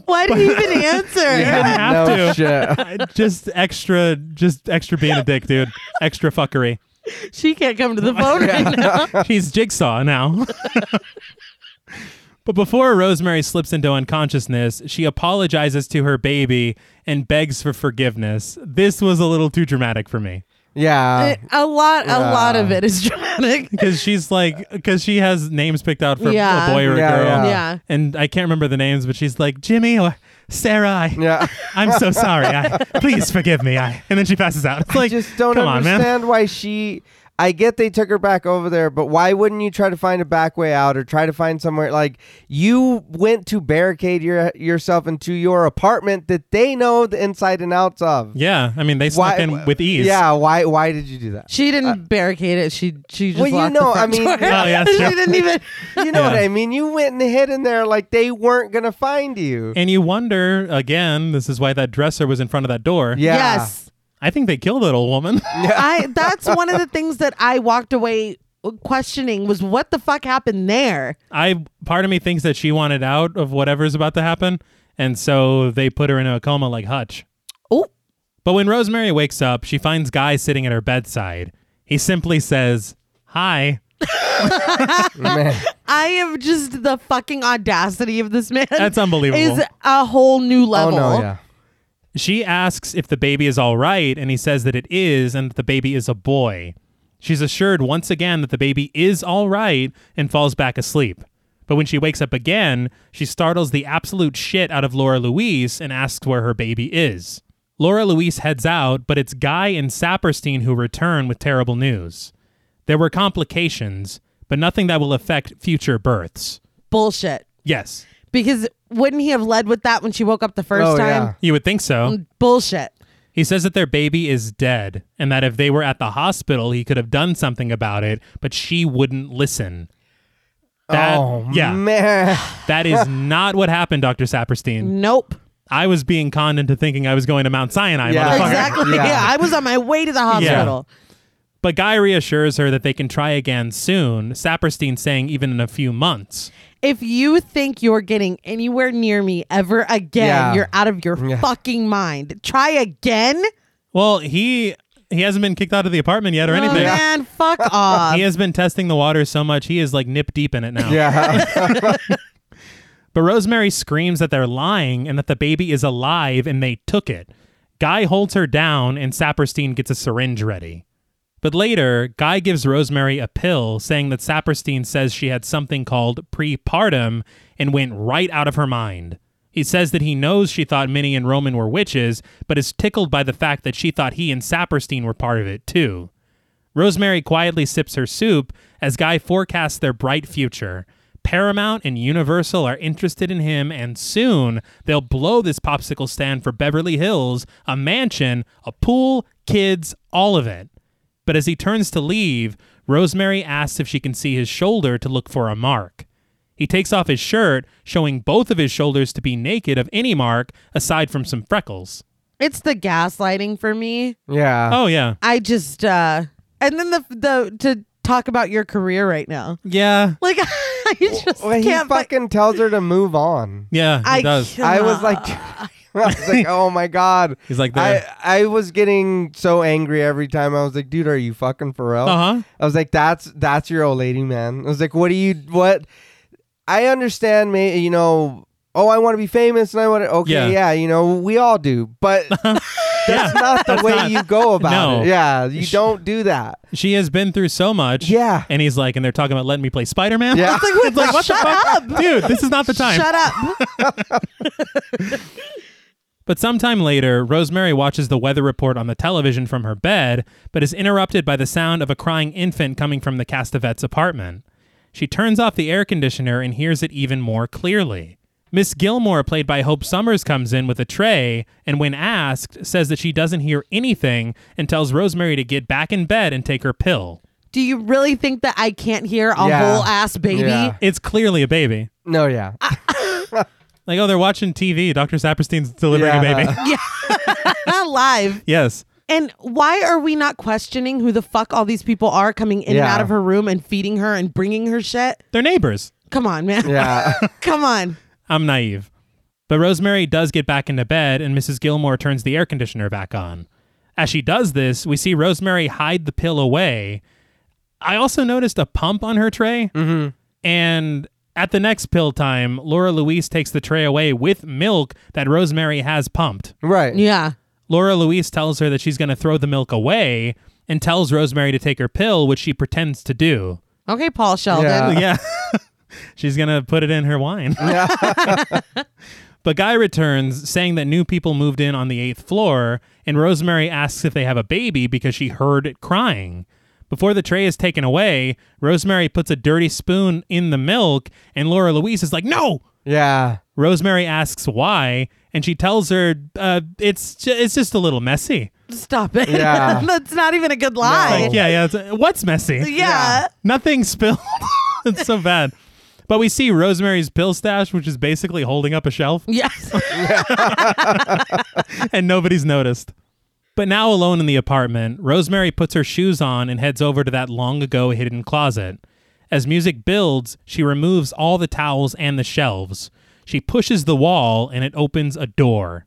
B: Why did he even answer?
A: didn't have
C: no
A: to.
C: shit.
A: I- just extra, just extra being a dick, dude. Extra fuckery.
B: She can't come to the phone right
C: <laughs>
A: <laughs>
B: now.
A: She's Jigsaw now. <laughs> but before Rosemary slips into unconsciousness, she apologizes to her baby and begs for forgiveness. This was a little too dramatic for me.
C: Yeah.
B: a lot, a lot of it is dramatic.
A: Because she's like, because she has names picked out for
B: Yeah.
A: a boy or a
C: Yeah,
A: girl.
C: yeah.
B: Yeah.
A: And I can't remember the names, but she's like, Jimmy or Sarah. I, <laughs>
C: Yeah.
A: I'm so sorry. I, please forgive me. I, and then she passes out. It's like,
C: Just don't
A: come on, man.
C: understand why she. I get they took her back over there, but why wouldn't you try to find a back way out or try to find somewhere like you went to barricade your yourself into your apartment that they know the inside and outs of?
A: Yeah. I mean, they snuck in with ease.
C: Yeah, why why did you do
A: <laughs>
C: that?
B: She didn't barricade it. She she just
C: Uh, Well, you
B: locked the
C: know, I
B: front
C: mean-
B: door.
A: Oh, yeah,
B: <laughs> she
A: sure.
B: didn't even.
C: You know
A: Yeah.
C: what I mean? You went and hid in there like they weren't gonna find you.
A: And you wonder again, this is why that dresser was in front of that door.
C: Yeah.
B: Yes,
A: I think they killed that old woman.
B: I. That's one of the things that I walked away questioning was what the fuck happened there.
A: I part of me thinks that she wanted out of whatever's about to happen, and so they put her in a coma like Hutch.
B: Oh,
A: But when Rosemary wakes up, she finds Guy sitting at her bedside. He simply says, "Hi."
C: Man.
B: I am just the fucking audacity of this man.
A: That's unbelievable.
B: Is a whole new
C: Oh
B: level.
C: no, yeah.
A: She asks if the baby is all right, and he says that it is, and that the baby is a boy. She's assured once again that the baby is all right and falls back asleep. But when she wakes up again, she startles the absolute shit out of Laura Louise and asks where her baby is. Laura Louise heads out, but it's Guy and Saperstein who return with terrible news. There were complications, but nothing that will affect future births.
B: Bullshit.
A: Yes,
B: Because wouldn't he have led with that when she woke up the first
C: Oh, yeah.
B: time?
A: you would think so.
B: Bullshit.
A: He says that their baby is dead and that if they were at the hospital, he could have done something about it, but she wouldn't listen. That,
C: oh
A: yeah,
C: man. <laughs>
A: that is not what happened, Dr. Saperstein.
B: Nope.
A: I was being conned into thinking I was going to Mount Sinai,
C: Yeah.
A: motherfucker.
B: Exactly.
C: Yeah.
B: Yeah. <laughs> I was on my way to the hospital.
A: But Guy reassures her that they can try again soon, Saperstein saying even in a few months.
B: If you think you're getting anywhere near me ever again,
C: Yeah.
B: you're out of your
C: Yeah.
B: fucking mind. Try again?
A: Well, he he hasn't been kicked out of the apartment yet or
B: Oh,
A: anything.
B: man,
C: <laughs>
B: fuck off.
A: He has been testing the water so much he is like nip deep in it now. <laughs>
C: Yeah.
A: But Rosemary screams that they're lying and that the baby is alive and they took it. Guy holds her down and Saperstein gets a syringe ready. But later, Guy gives Rosemary a pill saying that Saperstein says she had something called prepartum and went right out of her mind. He says that he knows she thought Minnie and Roman were witches, but is tickled by the fact that she thought he and Saperstein were part of it too. Rosemary quietly sips her soup as Guy forecasts their bright future. Paramount and Universal are interested in him, and soon they'll blow this popsicle stand for Beverly Hills, a mansion, a pool, kids, all of it. But as he turns to leave, Rosemary asks if she can see his shoulder to look for a mark. He takes off his shirt, showing both of his shoulders to be naked of any mark aside from some freckles.
B: it's the gaslighting for me.
C: yeah.
A: Oh, yeah.
B: I just uh and then the the to talk about your career right now.
A: Yeah.
B: Like <laughs> I just
C: Well, he
B: can't fuck-
C: fucking tells her to move on.
A: Yeah, he
B: I
A: does.
B: cannot.
C: I was like, <laughs> I was like, oh my god.
A: He's <laughs> like,
C: I,
A: there.
C: I was getting so angry every time. I was like, dude, are you fucking for real?
A: Uh huh.
C: I was like, that's that's your old lady, man. I was like, what do you what? I understand, me. You know, oh, I want to be famous, and I want to. Okay,
A: Yeah.
C: yeah. you know, we all do,
A: <laughs>
C: but
A: Yeah.
C: that's not the way
A: not-
C: you go
A: <laughs>
C: about
A: No.
C: it. Yeah, you don't do that.
A: She has been through so much.
C: Yeah.
A: <laughs> And he's like, and they're talking about letting me play Spider Man.
C: Yeah. <laughs>
A: it's like, what the fuck? <laughs> Dude, this is not the time.
B: Shut up.
A: But sometime later, Rosemary watches the weather report on the television from her bed, but is interrupted by the sound of a crying infant coming from the Castavet's apartment. She turns off the air conditioner and hears it even more clearly. Miss Gilmore, played by Hope Summers, comes in with a tray and, when asked, says that she doesn't hear anything and tells Rosemary to get back in bed and take her pill.
B: Do you really think that I can't hear a
C: Yeah.
B: whole ass baby? <laughs>
C: Yeah.
A: It's clearly a baby.
C: No, yeah,
A: Like, oh, they're watching TV. Dr. Saperstein's delivering a
C: Yeah.
A: baby.
B: Not <laughs> live.
A: <laughs> yes.
B: And why are we not questioning who the fuck all these people are coming in and
C: Yeah.
B: out of her room and feeding her and bringing her shit?
A: They're neighbors.
B: Come on, man.
A: <laughs>
C: Yeah.
B: <laughs> Come on.
A: I'm naive. But Rosemary does get back into bed, and Mrs. Gilmore turns the air conditioner back on. As she does this, we see Rosemary hide the pill away. I also noticed a pump on her tray. Mm-hmm. And at the next pill time, Laura Louise takes the tray away with milk that Rosemary has pumped.
C: right.
B: Yeah.
A: Laura Louise tells her that she's going to throw the milk away and tells Rosemary to take her pill, which she pretends to do.
B: Okay, Paul Sheldon.
C: Yeah.
A: Yeah. <laughs> She's going to put it in her wine. <laughs> but Guy returns saying that new people moved in on the eighth floor, and Rosemary asks if they have a baby because she heard it crying. Before the tray is taken away, Rosemary puts a dirty spoon in the milk, and Laura Louise is like, No!
C: Yeah.
A: Rosemary asks why, and she tells her, uh, it's, ju- it's just a little messy.
B: Stop it.
C: Yeah.
B: <laughs> That's not even a good lie.
A: Like, yeah, yeah. it's- uh, What's messy?
B: Yeah.
A: Nothing spilled. <laughs> it's so bad. But we see Rosemary's pill stash, which is basically holding up a shelf,
B: Yes. <laughs>
A: and nobody's noticed. But now, alone in the apartment, Rosemary puts her shoes on and heads over to that long ago hidden closet. As music builds, she removes all the towels and the shelves. She pushes the wall, and it opens a door.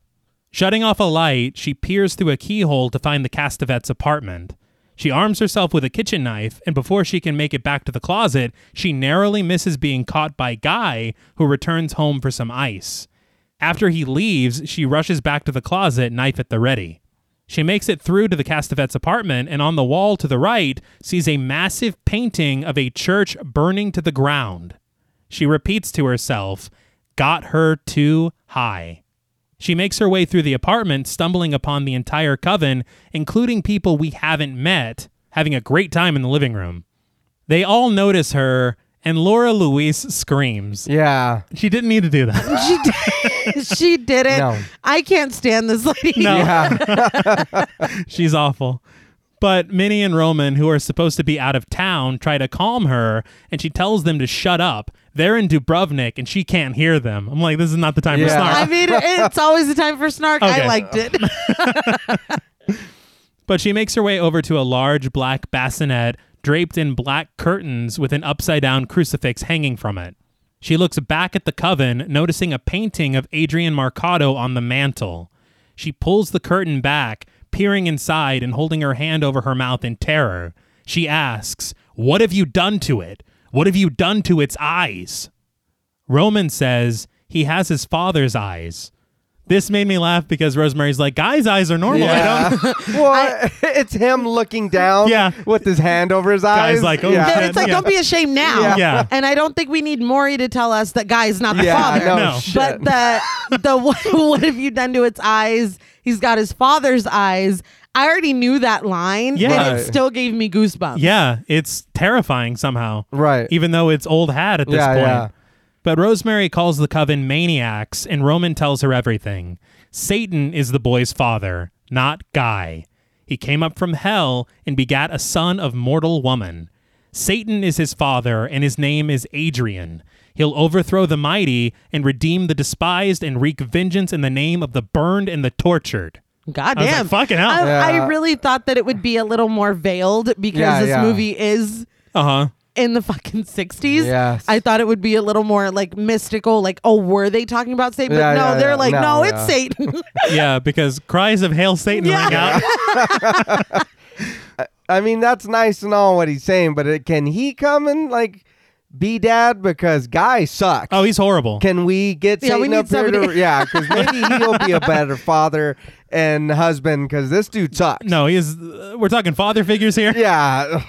A: Shutting off a light, she peers through a keyhole to find the Castavet's apartment. She arms herself with a kitchen knife, and before she can make it back to the closet, she narrowly misses being caught by Guy, who returns home for some ice. After he leaves, she rushes back to the closet, knife at the ready. She makes it through to the Castavet's apartment, and on the wall to the right, sees a massive painting of a church burning to the ground. She repeats to herself, Got her too high. She makes her way through the apartment, stumbling upon the entire coven, including people we haven't met, having a great time in the living room. They all notice her, and Laura Louise screams.
C: Yeah.
A: She didn't need to do that.
C: <laughs>
B: she did. she did it.
C: No.
B: I can't stand this lady.
A: No.
C: Yeah.
A: <laughs> She's awful. But Minnie and Roman, who are supposed to be out of town, try to calm her, and she tells them to shut up. They're in Dubrovnik, and she can't hear them. I'm like, this is not the time for
C: Yeah.
A: snark.
B: <laughs> I mean, it's always the time for snark. I
A: Okay. <laughs>
B: liked it.
A: But she makes her way over to a large black bassinet draped in black curtains with an upside down crucifix hanging from it. She looks back at the coven, noticing a painting of Adrian Marcado on the mantle. She pulls the curtain back, peering inside and holding her hand over her mouth in terror. She asks, What have you done to it? What have you done to its eyes? Roman says he has his father's eyes. This made me laugh because Rosemary's like, Guy's eyes are normal. I don't. <laughs>
C: Yeah. <laughs> well, it's him looking down
A: Yeah.
C: with his hand over his eyes.
A: like, oh,
C: yeah.
A: shit.
B: Then it's like,
A: Yeah.
B: don't be ashamed now.
C: Yeah.
A: Yeah.
B: And I don't think we need Maury to tell us that guy's not the
C: <laughs> Yeah,
B: father.
C: no,
A: No.
C: shit.
B: But the <laughs> the what, what have you done to its eyes? He's got his father's eyes. I already knew that line,
A: Yeah.
B: and it still gave me goosebumps.
A: Yeah, it's terrifying somehow.
C: Right.
A: Even though it's old hat at this
C: Yeah,
A: point.
C: yeah.
A: But Rosemary calls the coven maniacs, and Roman tells her everything. Satan is the boy's father, not Guy. He came up from hell and begat a son of mortal woman. Satan is his father, and his name is Adrian. He'll overthrow the mighty and redeem the despised and wreak vengeance in the name of the burned and the tortured.
B: God
A: I was like,
B: damn.
A: "Fucking hell."
B: I,
C: Yeah.
B: I really thought that it would be a little more veiled because
C: Yeah,
B: this
C: yeah.
B: movie is
A: Uh huh.
B: in the fucking 60s.
C: Yes.
B: I thought it would be a little more like mystical, like, oh, were they talking about Satan? But
C: Yeah,
B: no,
C: yeah,
B: they're
C: yeah.
B: like, no,
C: No,
B: it's
C: yeah.
B: Satan. <laughs>
A: Yeah, because cries of Hail Satan ring out.
C: I mean, that's nice and all what he's saying, but it, can he come and like be dad because guy sucks?
A: Oh, he's horrible.
C: Can we get
B: Yeah,
C: Satan
B: we need
C: up here? To,
B: somebody. <laughs>
C: yeah, because maybe he'll be a better father and husband because this dude sucks.
A: No, he is. uh, We're talking father figures here.
C: Yeah.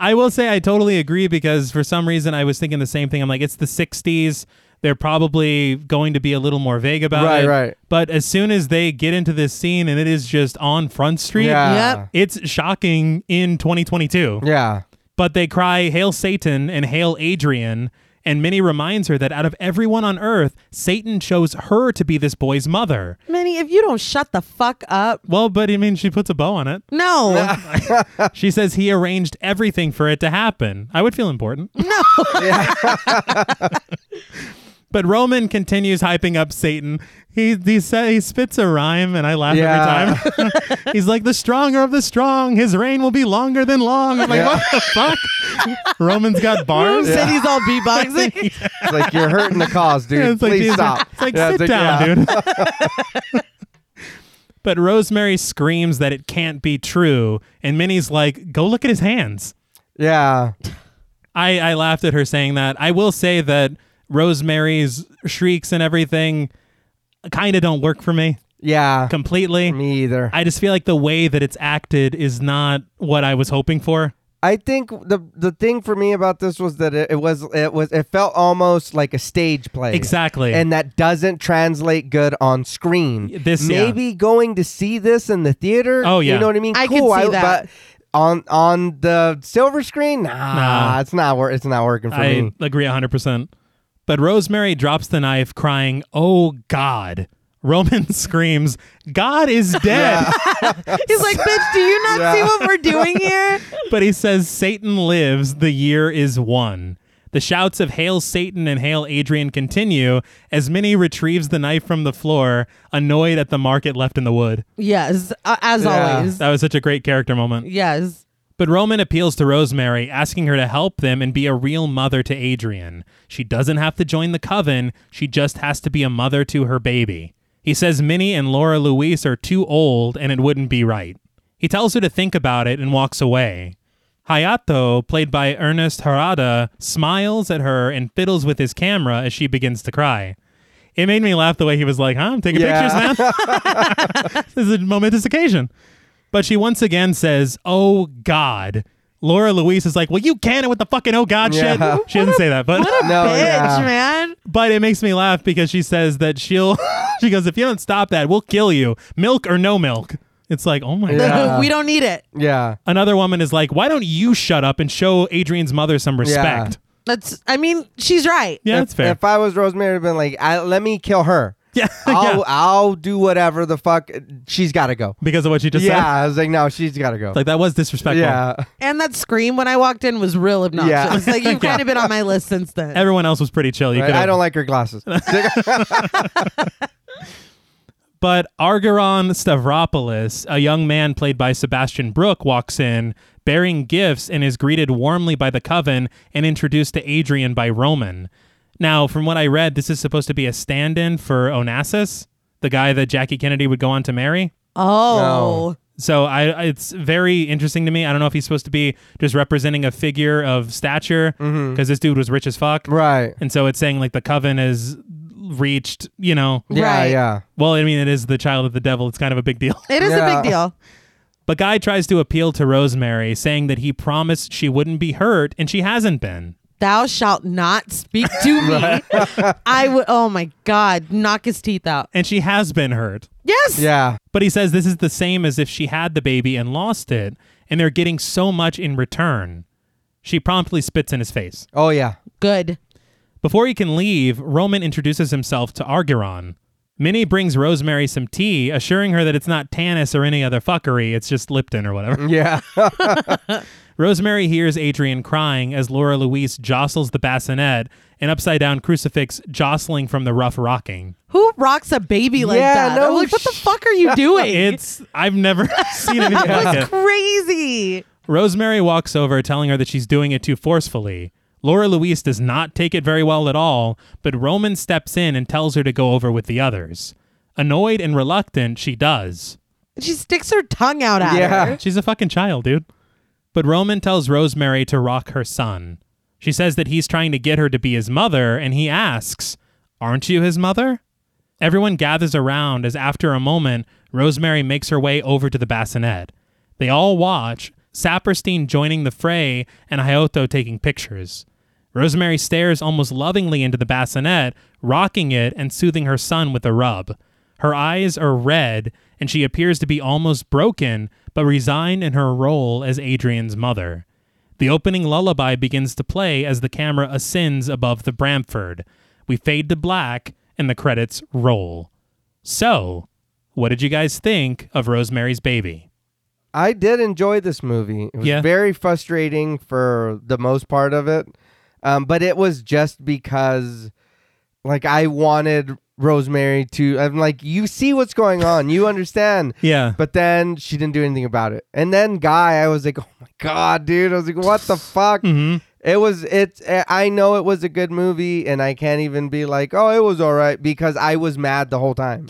A: I will say I totally agree because for some reason I was thinking the same thing. I'm like, it's the 60s. They're probably going to be a little more vague about
C: Right,
A: it.
C: right.
A: But as soon as they get into this scene and it is just on Front Street,
C: Yeah.
B: Yep.
A: it's shocking in 2022.
C: Yeah.
A: But they cry, Hail Satan and Hail Adrian. And Minnie reminds her that out of everyone on earth, Satan chose her to be this boy's mother.
B: Minnie, if you don't shut the fuck up,
A: Well, but I mean, she puts a bow on it.
C: <laughs>
B: no.
A: She says he arranged
C: <laughs>
A: everything for it to happen. I would feel important. No. <laughs> But Roman continues hyping up Satan. He he sa- he spits a rhyme, and I laugh
C: Yeah.
A: every time. <laughs> He's like, "The stronger of the strong, his reign will be longer than long." I'm like,
C: Yeah.
A: "What the fuck?" Roman's
C: <laughs>
A: got bars.
B: Said he's all beatboxing.
C: It's like you're hurting the cause, dude.
A: <laughs> Yeah, it's like,
C: Please
A: these-
C: stop.
A: It's like
C: Yeah,
A: sit
C: it's
A: down,
C: yeah.
A: dude.
C: <laughs>
A: but Rosemary screams that it can't be true, and Minnie's like, "Go look at his hands."
C: Yeah.
A: I, I laughed at her saying that. I will say that Rosemary's shrieks and everything kind of don't work for me
C: Yeah.
A: completely.
C: Me either.
A: I just feel like the way that it's acted is not what I was hoping for.
C: I think the the thing for me about this was that it, it was it was it felt almost like a stage play.
A: Exactly.
C: And that doesn't translate good on screen.
A: This, yeah.
C: maybe going to see this in the theater.
A: Oh, yeah.
C: you know what I mean.
B: I could
C: cool.
B: see that.
C: But on on the silver screen, nah,
A: Nah.
C: it's not wor- it's not working for
A: I <laughs>
C: me.
A: agree 100%. But Rosemary drops the knife, crying, Oh God. Roman <laughs> screams, God is
C: <laughs>
A: dead.
B: he's like, bitch, do you not see
C: Yeah.
B: what we're doing
C: <laughs>
B: here?
A: But he says, Satan lives, the year is one. The shouts of Hail Satan and Hail Adrian continue as Minnie retrieves the knife from the floor, annoyed at the mark it left in the wood.
B: Yes, uh, as
C: Yeah.
B: always.
A: That was such a great character moment.
B: Yes.
A: But Roman appeals to Rosemary, asking her to help them and be a real mother to Adrian. She doesn't have to join the coven, she just has to be a mother to her baby. He says Minnie and Laura Louise are too old and it wouldn't be right. He tells her to think about it and walks away. Hayato, played by Ernest Harada, smiles at her and fiddles with his camera as she begins to cry. It made me laugh the way he was like, huh, I'm taking
C: Yeah.
A: pictures now <laughs> this is a momentous occasion. But she once again says, Oh God. Laura Louise is like, Well, you can it with the fucking oh God
C: Yeah.
A: shit. She doesn't say that, but <laughs>
C: <laughs> no,
B: Bitch,
C: Oh, yeah.
B: man.
A: but it makes me laugh because she says that she'll <laughs> she goes, If you don't stop that, we'll kill you. Milk or no milk. It's like, oh my god.
C: Yeah.
B: we don't need it.
C: yeah,
A: Another woman is like, Why don't you shut up and show Adrian's mother some respect?
B: That's, I mean, she's right.
A: Yeah,
C: if,
A: that's fair.
C: If I was Rosemary, I'd been like, I, let me kill her.
A: <laughs> yeah. <laughs>
C: I'll
A: yeah.
C: I'll do whatever the fuck. She's got to go.
A: Because of what you just
C: yeah,
A: said.
C: I was like, no, she's got to go.
A: Like that was disrespectful.
C: yeah,
B: And that scream when I walked in was real obnoxious.
C: <laughs> Yeah.
B: Like, you've kind of been on my list since then.
A: Everyone else was pretty chill. You
C: Right?
A: could
C: I don't like
A: <laughs>
C: her glasses.
A: But Argeron Stavropoulos, a young man played by Sebastian Brooke, walks in bearing gifts and is greeted warmly by the coven and introduced to Adrian by Roman. Now, from what I read, this is supposed to be a stand in for Onassis, the guy that Jackie Kennedy would go on to marry.
B: oh.
A: So I, I- it's very interesting to me. I don't know if he's supposed to be just representing a figure of stature because this dude was rich as fuck.
C: right.
A: And so it's saying like the coven has reached, you know.
C: Yeah,
B: Right.
C: yeah.
A: Well, I mean, it is the child of the devil. It's kind of a big deal. <laughs>
B: It is a
C: Yeah.
B: big deal.
A: But Guy tries to appeal to Rosemary, saying that he promised she wouldn't be hurt, and she hasn't been.
B: Thou shalt not speak
C: <laughs>
B: to me. I would, oh my God, knock his teeth out.
A: And she has been hurt.
B: Yes.
C: Yeah.
A: But he says this is the same as if she had the baby and lost it, and they're getting so much in return. She promptly spits in his face.
C: Oh yeah.
B: Good.
A: Before he can leave, Roman introduces himself to Argiron. Minnie brings Rosemary some tea, assuring her that it's not Tannis or any other fuckery, it's just Lipton or whatever.
C: Yeah.
A: Rosemary hears Adrian crying as Laura Louise jostles the bassinet, an upside down crucifix jostling from the rough rocking.
B: Who rocks a baby like
C: Yeah,
B: that?
C: no
B: I'm like, what the
C: sh-
B: fuck are
C: <laughs>
B: you doing?
A: It's I've never <laughs> seen anything like
B: That's
A: it.
B: crazy.
A: Rosemary walks over, telling her that she's doing it too forcefully. Laura Louise does not take it very well at all, but Roman steps in and tells her to go over with the others. Annoyed and reluctant, she does.
B: She sticks her tongue out at
C: Yeah.
B: her.
A: She's a fucking child, dude. But Roman tells Rosemary to rock her son. She says that he's trying to get her to be his mother, and he asks, Aren't you his mother? Everyone gathers around as, after a moment, Rosemary makes her way over to the bassinet. They all watch, Saperstein joining the fray and Hayato taking pictures. Rosemary stares almost lovingly into the bassinet, rocking it and soothing her son with a rub. Her eyes are red, and she appears to be almost broken, but resigned in her role as Adrian's mother. The opening lullaby begins to play as the camera ascends above the Bramford. We fade to black, and the credits roll. So, what did you guys think of Rosemary's Baby?
C: I did enjoy this movie. It was
A: Yeah.
C: very frustrating for the most part of it. Um, but it was just because like I wanted Rosemary to. I'm like, you see what's going on, you understand.
A: Yeah.
C: But then she didn't do anything about it. And then Guy, I was like, oh my god, dude. I was like, what the fuck.
A: hmm
C: It was it. I know it was a good movie, and I can't even be like, oh, it was all right because I was mad the whole time,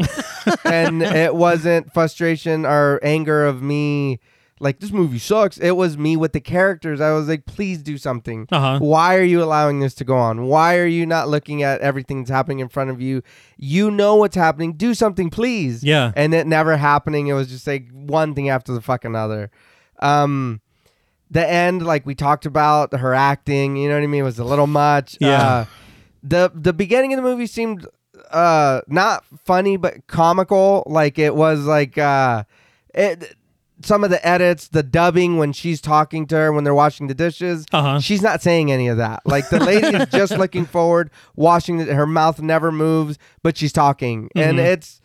C: and it wasn't frustration or anger of me. Like this movie sucks. It was me with the characters. I was like, please do something.
A: Uh huh.
C: Why are you allowing this to go on? Why are you not looking at everything that's happening in front of you? You know what's happening. Do something, please.
A: Yeah.
C: And it never happening. It was just like one thing after the fucking other. Um, the end, like we talked about her acting, you know what I mean? It was a little much.
A: Yeah.
C: Uh, the the beginning of the movie seemed uh not funny but comical. Like it was like uh it some of the edits, the dubbing when she's talking to her when they're washing the dishes,
A: Uh-huh.
C: she's not saying any of that. Like the lady <laughs> is just looking forward, washing the, her mouth never moves, but she's talking, and it's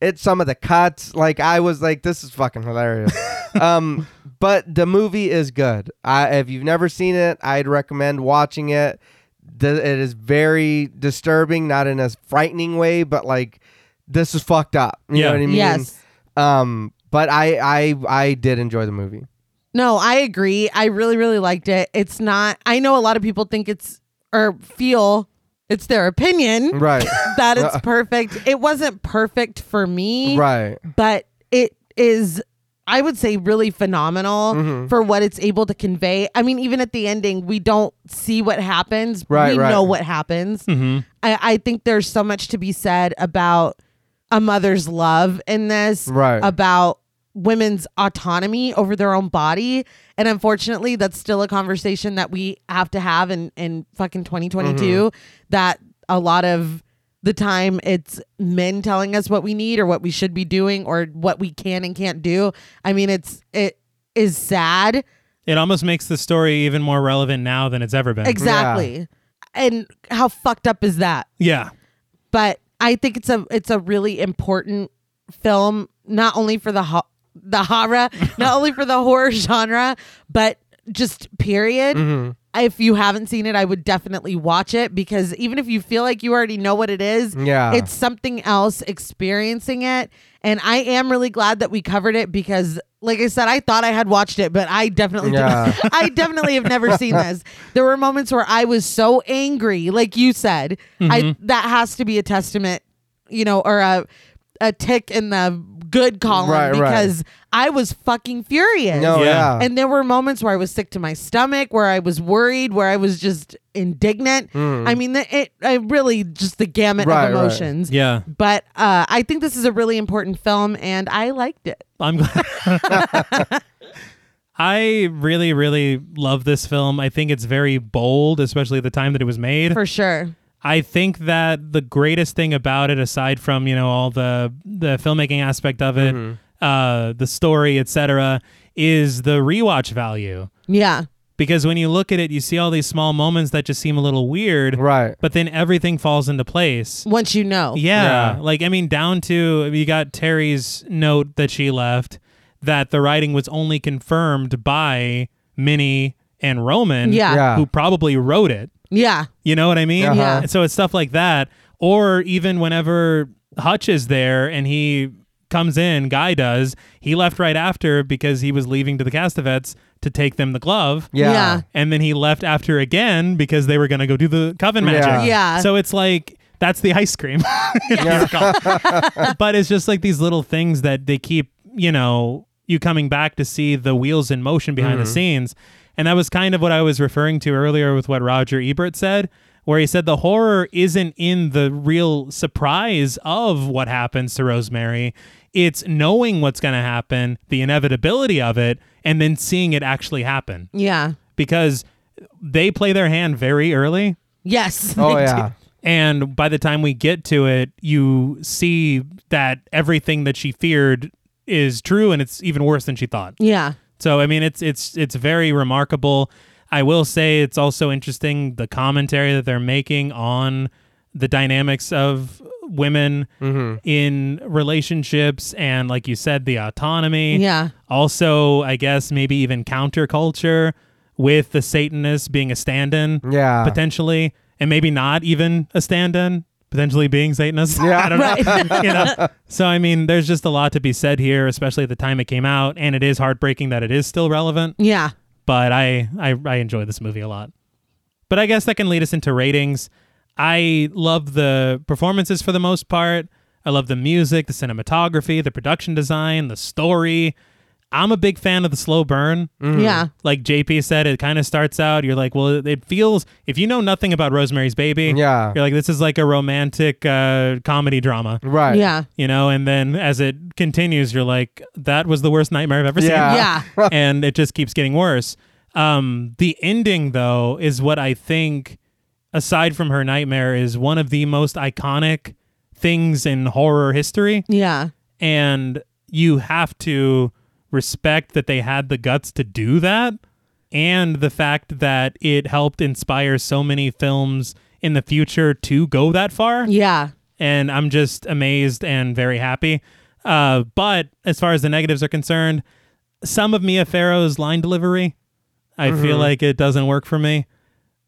C: it's some of the cuts. Like I was like, this is fucking <laughs> hilarious. um, but the movie is good. I, if you've never seen it, I'd recommend watching it. The, it is very disturbing, not in a frightening way, but like this is fucked up. You
A: Yeah.
C: know what I mean?
B: yes.
C: Um, but I I I did enjoy the movie.
B: No, I agree. I really, really liked it. It's not, I know a lot of people think it's, or feel it's their opinion
C: Right. Uh.
B: that it's perfect. It wasn't perfect for me,
C: <laughs> right.
B: but it is, I would say, really phenomenal
C: Mm-hmm.
B: for what it's able to convey. I mean, even at the ending, we don't see what happens.
C: Right,
B: we
C: right.
B: know what happens.
A: hmm
B: I, I think there's so much to be said about a mother's love in this,
C: Right.
B: about women's autonomy over their own body. And unfortunately, that's still a conversation that we have to have in, in fucking 2022 that a lot of the time it's men telling us what we need or what we should be doing or what we can and can't do. I mean, it's it is sad.
A: It almost makes the story even more relevant now than it's ever been.
B: Exactly. And how fucked up is that?
A: yeah.
B: but I think it's a it's a really important film, not only for the ho- the horror, not only for the horror genre, but just period. If you haven't seen it, I would definitely watch it because even if you feel like you already know what it is,
C: Yeah.
B: it's something else experiencing it. And I am really glad that we covered it because, like I said, I thought I had watched it, but I definitely did
C: Yeah.
B: not. I definitely have never seen this. There were moments where I was so angry, like you said. I
C: Mm-hmm.
B: that has to be a testament, you know, or a a tick in the good column
C: Right, right.
B: because I was fucking furious.
C: No.
A: Yeah.
C: Yeah.
B: And there were moments where I was sick to my stomach, where I was worried, where I was just indignant. I mean, the, it, I really just the gamut
C: Hmm. Right,
B: of
C: right.
B: emotions.
A: Yeah.
B: But uh, I think this is a really important film, and I liked it.
A: I'm glad. <laughs> I really, really love this film. I think it's very bold, especially at the time that it was made.
B: For sure.
A: I think that the greatest thing about it, aside from you know all the the filmmaking aspect of it, uh, the story, etc., is the rewatch value.
B: Yeah.
A: Because when you look at it, you see all these small moments that just seem a little weird,
C: right.
A: but then everything falls into place.
B: Once you know.
A: Oh, Yeah,
C: Yeah.
A: like I mean, down to you got Terry's note that she left that the writing was only confirmed by Minnie and Roman,
B: Yeah.
C: Yeah.
A: who probably wrote it.
B: Yeah.
A: You know what I mean?
C: Uh-huh.
B: Yeah.
A: And So it's stuff like that. Or even whenever Hutch is there and he comes in, Guy does, he left right after because he was leaving to the Castavets to take them the glove.
C: Yeah.
B: Yeah.
A: And then he left after again because they were going to go do the coven magic.
C: Yeah.
B: Yeah.
A: So it's like, that's the ice cream. <laughs> if you recall. but it's just like these little things that they keep, you know, you coming back to see the wheels in motion behind the scenes. And that was kind of what I was referring to earlier with what Roger Ebert said, where he said the horror isn't in the real surprise of what happens to Rosemary. It's knowing what's going to happen, the inevitability of it, and then seeing it actually happen
B: Yeah.
A: because they play their hand very early
B: Yes.
C: Oh
B: They
C: yeah.
A: and by the time we get to it you see that everything that she feared is true and it's even worse than she thought
B: do. <laughs> Yeah.
A: so i mean it's it's it's very remarkable i will say it's also interesting the commentary that they're making on the dynamics of women in relationships and like you said the autonomy
B: Yeah. <laughs>
A: also i guess maybe even counterculture with the satanist being a stand-in
C: Yeah.
A: potentially and maybe not even a stand-in potentially being <laughs> Satanists.
C: Yeah.
A: I don't
B: Right.
A: know. <laughs> you know. So I mean, there's just a lot to be said here, especially at the time it came out, and it is heartbreaking that it is still relevant.
B: yeah.
A: But I I, I enjoy this movie a lot. But I guess that can lead us into ratings. I love the performances for the most part. I love the music, the cinematography, the production design, the story. I'm a big fan of the slow burn
C: Hmm.
B: Yeah.
A: like JP said, it kind of starts out. You're like, well, it feels if you know nothing about Rosemary's Baby,
C: Yeah.
A: you're like, this is like a romantic uh, comedy drama,
C: Right.
B: Yeah.
A: you know. And then as it continues, you're like, that was the worst nightmare I've ever
C: Yeah.
B: Yeah.
A: seen, and it just keeps getting worse. Um, the ending though is what I think, aside from her nightmare, is one of the most iconic things in horror history
B: Yeah.
A: and you have to respect that they had the guts to do that and the fact that it helped inspire so many films in the future to go that far
C: <laughs>
B: Yeah.
A: and i'm just amazed and very happy uh, but as far as the negatives are concerned some of mia farrow's line delivery i feel like it doesn't work for me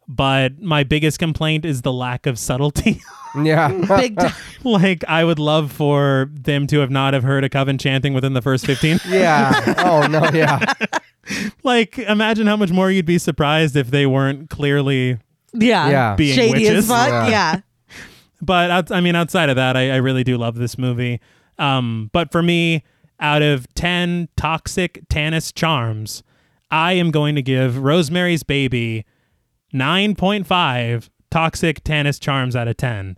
A: but my biggest complaint is the lack of subtlety <laughs>
C: Yeah. <laughs>
B: Big time. <laughs>
A: like I would love for them to have not have heard a coven chanting within the first 15.
C: yeah. Oh no. Yeah.
A: <laughs> like imagine how much more you'd be surprised if they weren't clearly
B: Yeah.
C: Yeah.
A: Being
B: Shady
A: witches.
B: as fuck.
C: Yeah.
B: Yeah.
A: but outs- I mean outside of that I, I really do love this movie. Um but for me out of 10 toxic Tannis charms I am going to give Rosemary's Baby 9.5 toxic Tannis charms out of 10.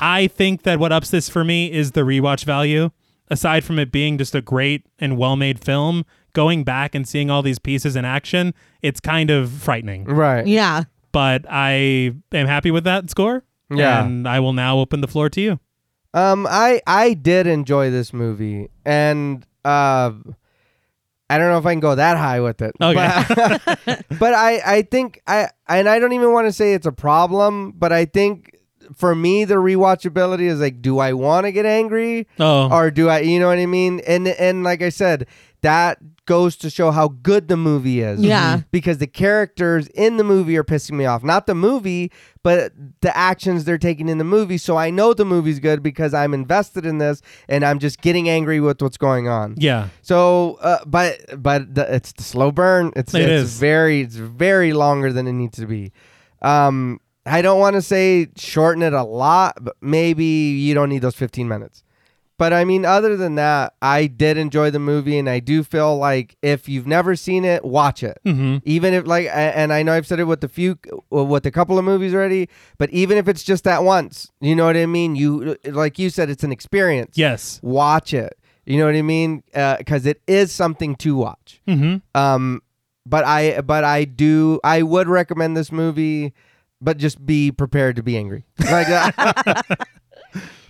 A: I think that what ups this for me is the rewatch value. Aside from it being just a great and well-made film, going back and seeing all these pieces in action, it's kind of frightening
C: Right.
B: Yeah.
A: but I am happy with that score.
C: Yeah.
A: And I will now open the floor to you.
C: Um, I I did enjoy this movie, and uh, I don't know if I can go that high with it.
A: Okay.
C: But, <laughs> but I I think I and I don't even want to say it's a problem, but I think for me the rewatchability is like, do I want to get angry?
A: Oh,
C: or do I you know what I mean? And and like I said, that goes to show how good the movie is.
B: Yeah. Mhm.
C: Because the characters in the movie are pissing me off. Not the movie, but the actions they're taking in the movie. So I know the movie's good because I'm invested in this and I'm just getting angry with what's going on.
A: yeah.
C: So, uh, but but the, it's the slow burn. It's
A: It
C: it's
A: is.
C: very it's very longer than it needs to be. Um, I don't want to say shorten it a lot, but maybe you don't need those fifteen minutes. But I mean, other than that, I did enjoy the movie, and I do feel like if you've never seen it, watch it.
A: Mm-hmm.
C: Even if like, a- and I know I've said it with a few, uh, with a couple of movies already, but even if it's just that once, you know what I mean. You like you said, it's an experience
A: Yes.
C: watch it. You know what I mean? Because it is something to watch.
A: Mm-hmm.
C: Um, but I, but I do, I would recommend this movie, but just be prepared to be angry. <laughs> Like, uh, <laughs>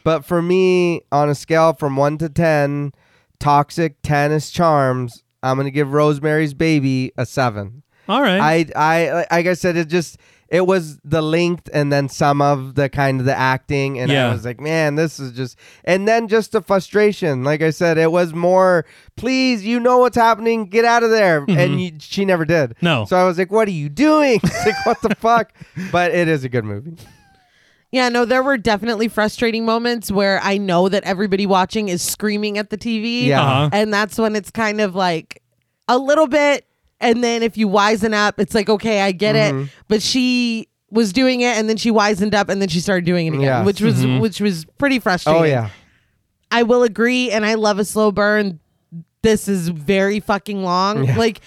C: but for me, on a scale from one to ten, toxic ten is charms. I'm gonna give Rosemary's Baby a seven.
A: All right.
C: I, I, like I said, it just it was the length and then some of the kind of the acting, and
A: Yeah.
C: I was like, man, this is just, and then just the frustration. Like I said, it was more, please, you know what's happening, get out of there, and you, she never did.
A: Mm-hmm. No.
C: so I was like, what are you doing? <laughs> It's like, what the fuck? But it is a good movie.
B: Yeah, no, there were definitely frustrating moments where I know that everybody watching is screaming at the TV.
C: Yeah.
A: Uh-huh.
B: And that's when it's kind of like a little bit. And then if you wisen up, it's like, okay, I get
C: Mm-hmm.
B: it. But she was doing it and then she wisened up and then she started doing it again,
C: Yes.
B: which was which was pretty frustrating.
C: Oh yeah,
B: I will agree, and I love a slow burn. This is very fucking long. Like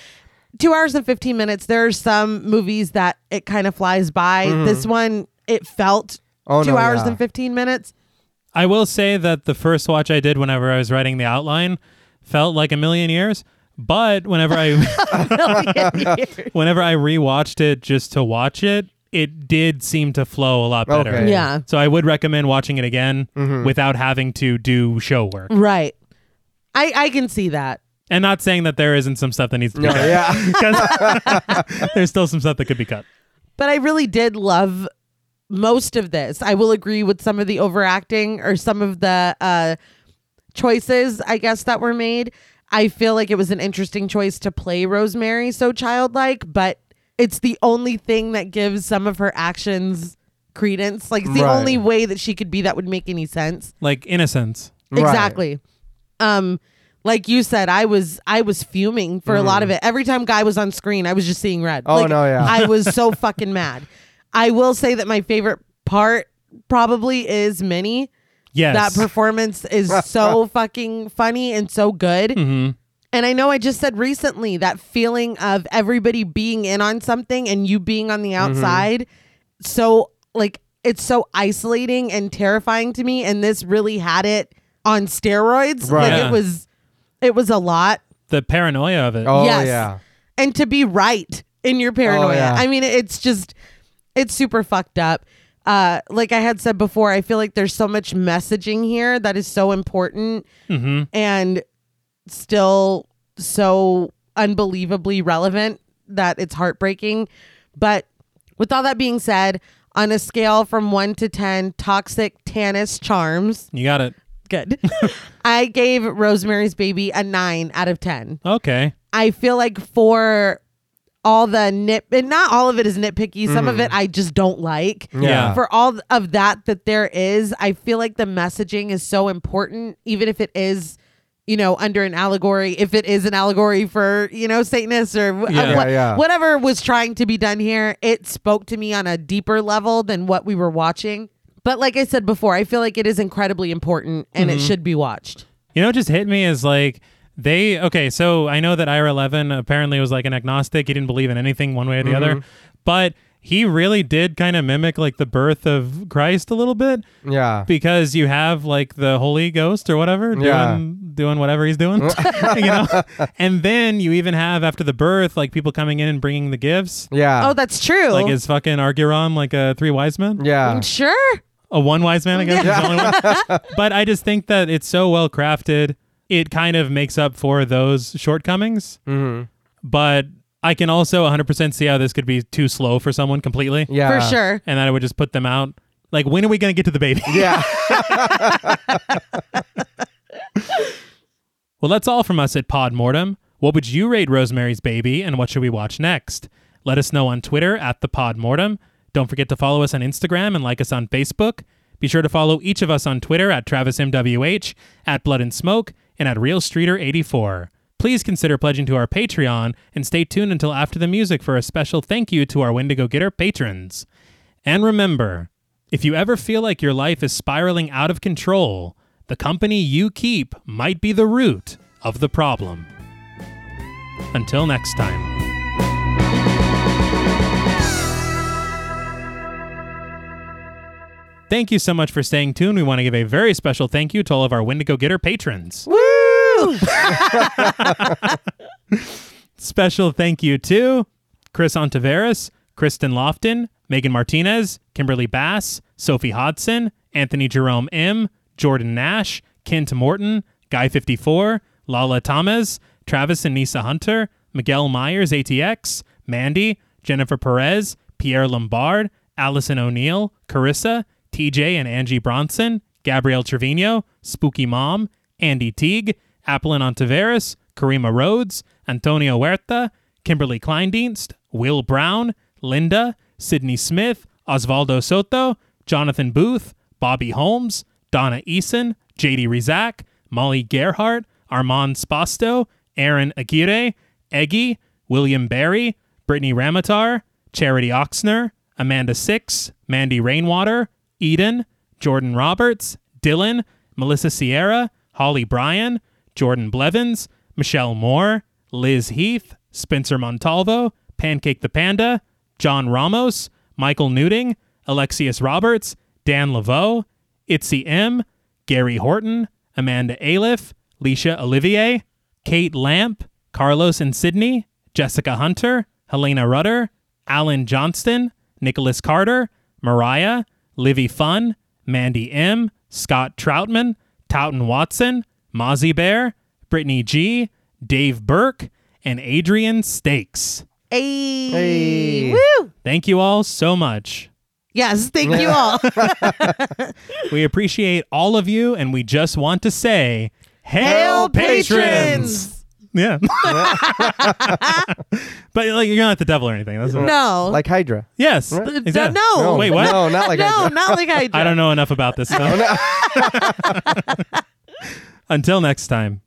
B: two hours and 15 minutes. There are some movies that it kind of flies by. This one, it felt
C: Mm-hmm. Oh,
B: two
C: no,
B: hours
C: yeah.
B: and 15
C: <laughs>
B: minutes. <laughs>
A: I will say that the first watch I did whenever I was writing the outline felt like a million years. But whenever
C: <laughs>
A: I <laughs> whenever I rewatched it just to watch it, it did seem to flow a lot better.
C: Okay. Mm-hmm.
B: yeah.
A: So I would recommend watching it again without having to do show
C: Mm.
A: work.
B: Right. I, I can see that.
A: And not saying that there isn't some stuff that needs to be
C: no,
A: cut.
C: Oh, yeah,
A: 'Cause <laughs> there's still some stuff that could be cut.
B: But I really did love most of this. I will agree with some of the overacting or some of the uh, choices, I guess, that were made. I feel like it was an interesting choice to play Rosemary so childlike, but it's the only thing that gives some of her actions credence. Like it's the
C: Right.
B: only way that she could be that would make any sense.
A: like innocence.
C: Right.
B: Exactly. Um like you said, I was I was fuming for a lot of it. Every time Guy was on screen, I was just seeing red.
C: Mm-hmm. Oh,
B: Like,
C: no, yeah.
B: I was
C: <laughs>
B: so fucking mad. I will say that my favorite part probably is Minnie.
A: Yes.
B: That performance is so fucking funny and so good. And I know I just said recently that feeling of everybody being in on something and you being on the outside. So, like, it's so isolating and terrifying to me. And this really had it on steroids.
C: Right.
B: Like,
A: Yeah.
B: it was, it was a lot.
A: the paranoia of it.
C: Oh
B: Yes.
C: yeah.
B: And to be right in your paranoia.
C: yeah.
B: I mean, it's just, it's super fucked up. Uh, like I had said before, I feel like there's so much messaging here that is so important and still so unbelievably relevant that it's heartbreaking. But with all that being said, on a scale from one to 10, toxic Tanis charms,
A: You got it.
B: good. <laughs> I gave Rosemary's Baby a nine out of 10.
A: Okay.
B: I feel like for all the nit and not all of it is nitpicky. Some of
C: Mm-hmm.
B: it I just don't like.
A: Yeah.
B: For all th- of that that there is, I feel like the messaging is so important, even if it is, you know, under an allegory. If it is an allegory for you know Satanists or wh-
A: Yeah.
B: uh, what-
C: Yeah, yeah.
B: whatever was trying to be done here, it spoke to me on a deeper level than what we were watching. But like I said before, I feel like it is incredibly important and
C: Mm-hmm.
B: it should be watched.
A: You know, what just hit me is like they okay. So I know that Ira Levin apparently was like an agnostic. He didn't believe in anything one way or the
C: Mm-hmm.
A: other, but he really did kind of mimic like the birth of Christ a little bit
C: Yeah.
A: because you have like the Holy Ghost or whatever doing
C: Yeah.
A: doing whatever he's
C: <laughs>
A: doing, <laughs> you know. And then you even have after the birth like people coming in and bringing the gifts.
C: Yeah.
B: Oh, that's true.
A: Like is fucking Arguram like a three wise men?
C: yeah.
B: sure.
A: a one wise man, I guess. is the only one. But I just think that it's so well crafted. It kind of makes up for those shortcomings. But I can also 100% see how this could be too slow for someone completely.
C: Yeah.
B: For sure.
A: And that I would just put them out. Like, when are we going to get to the baby?
C: Yeah.
A: Well, that's all from us at Podmortem. What would you rate Rosemary's Baby and what should we watch next? Let us know on Twitter at the Podmortem. Don't forget to follow us on Instagram and like us on Facebook. Be sure to follow each of us on Twitter at TravisMWH, at Blood and Smoke, and at RealStreeter84. Please consider pledging to our Patreon and stay tuned until after the music for a special thank you to our Wendigo Getter patrons. And remember, if you ever feel like your life is spiraling out of control, the company you keep might be the root of the problem. Until next time. Thank you so much for staying tuned. We want to give a very special thank you to all of our Wendigo Getter patrons.
B: Woo!
A: Special thank you to Chris Ontiveros, Kristen Lofton, Megan Martinez, Kimberly Bass, Sophie Hodson, Anthony Jerome M, Jordan Nash, Kent Morton, Guy54, Lala Thomas, Travis and Nisa Hunter, Miguel Myers ATX, Mandy, Jennifer Perez, Pierre Lombard, Allison O'Neill, Carissa, TJ and Angie Bronson, Gabrielle Trevino, Spooky Mom, Andy Teague, Applin Ontiveros, Karima Rhodes, Antonio Huerta, Kimberly Kleindienst, Will Brown, Linda, Sydney Smith, Osvaldo Soto, Jonathan Booth, Bobby Holmes, Donna Eason, JD Rizak, Molly Gerhart, Armand Spasto, Aaron Aguirre, Eggy, William Barry, Brittany Ramatar, Charity Oxner, Amanda Six, Mandy Rainwater, Eden, Jordan Roberts, Dylan, Melissa Sierra, Holly Bryan, Jordan Blevins, Michelle Moore, Liz Heath, Spencer Montalvo, Pancake the Panda, John Ramos, Michael Newding, Alexius Roberts, Dan Laveau, Itzy M, Gary Horton, Amanda Aliff, Leisha Olivier, Kate Lamp, Carlos and Sydney, Jessica Hunter, Helena Rudder, Alan Johnston, Nicholas Carter, Mariah, Livy Fun, Mandy M, Scott Troutman, Towton Watson, Mozzie Bear, Brittany G, Dave Burke, and Adrian Stakes.
B: Hey.
C: Hey.
B: Woo!
A: Thank you all so much.
B: Yes, thank you
C: <laughs>
B: all.
A: We appreciate all of you, and we just want to say, Hail,
B: Hail
A: patrons!
B: patrons!
A: Yeah. <laughs> but like you're not the devil or anything. That's what-
B: No.
C: like Hydra.
A: Yes.
B: Uh,
A: exactly.
B: d- No.
C: No,
A: Wait, what?
C: No, not like
B: no,
C: Hydra.
B: not
C: <laughs>
B: like I.
A: I don't know enough about this stuff. <laughs> Until next time,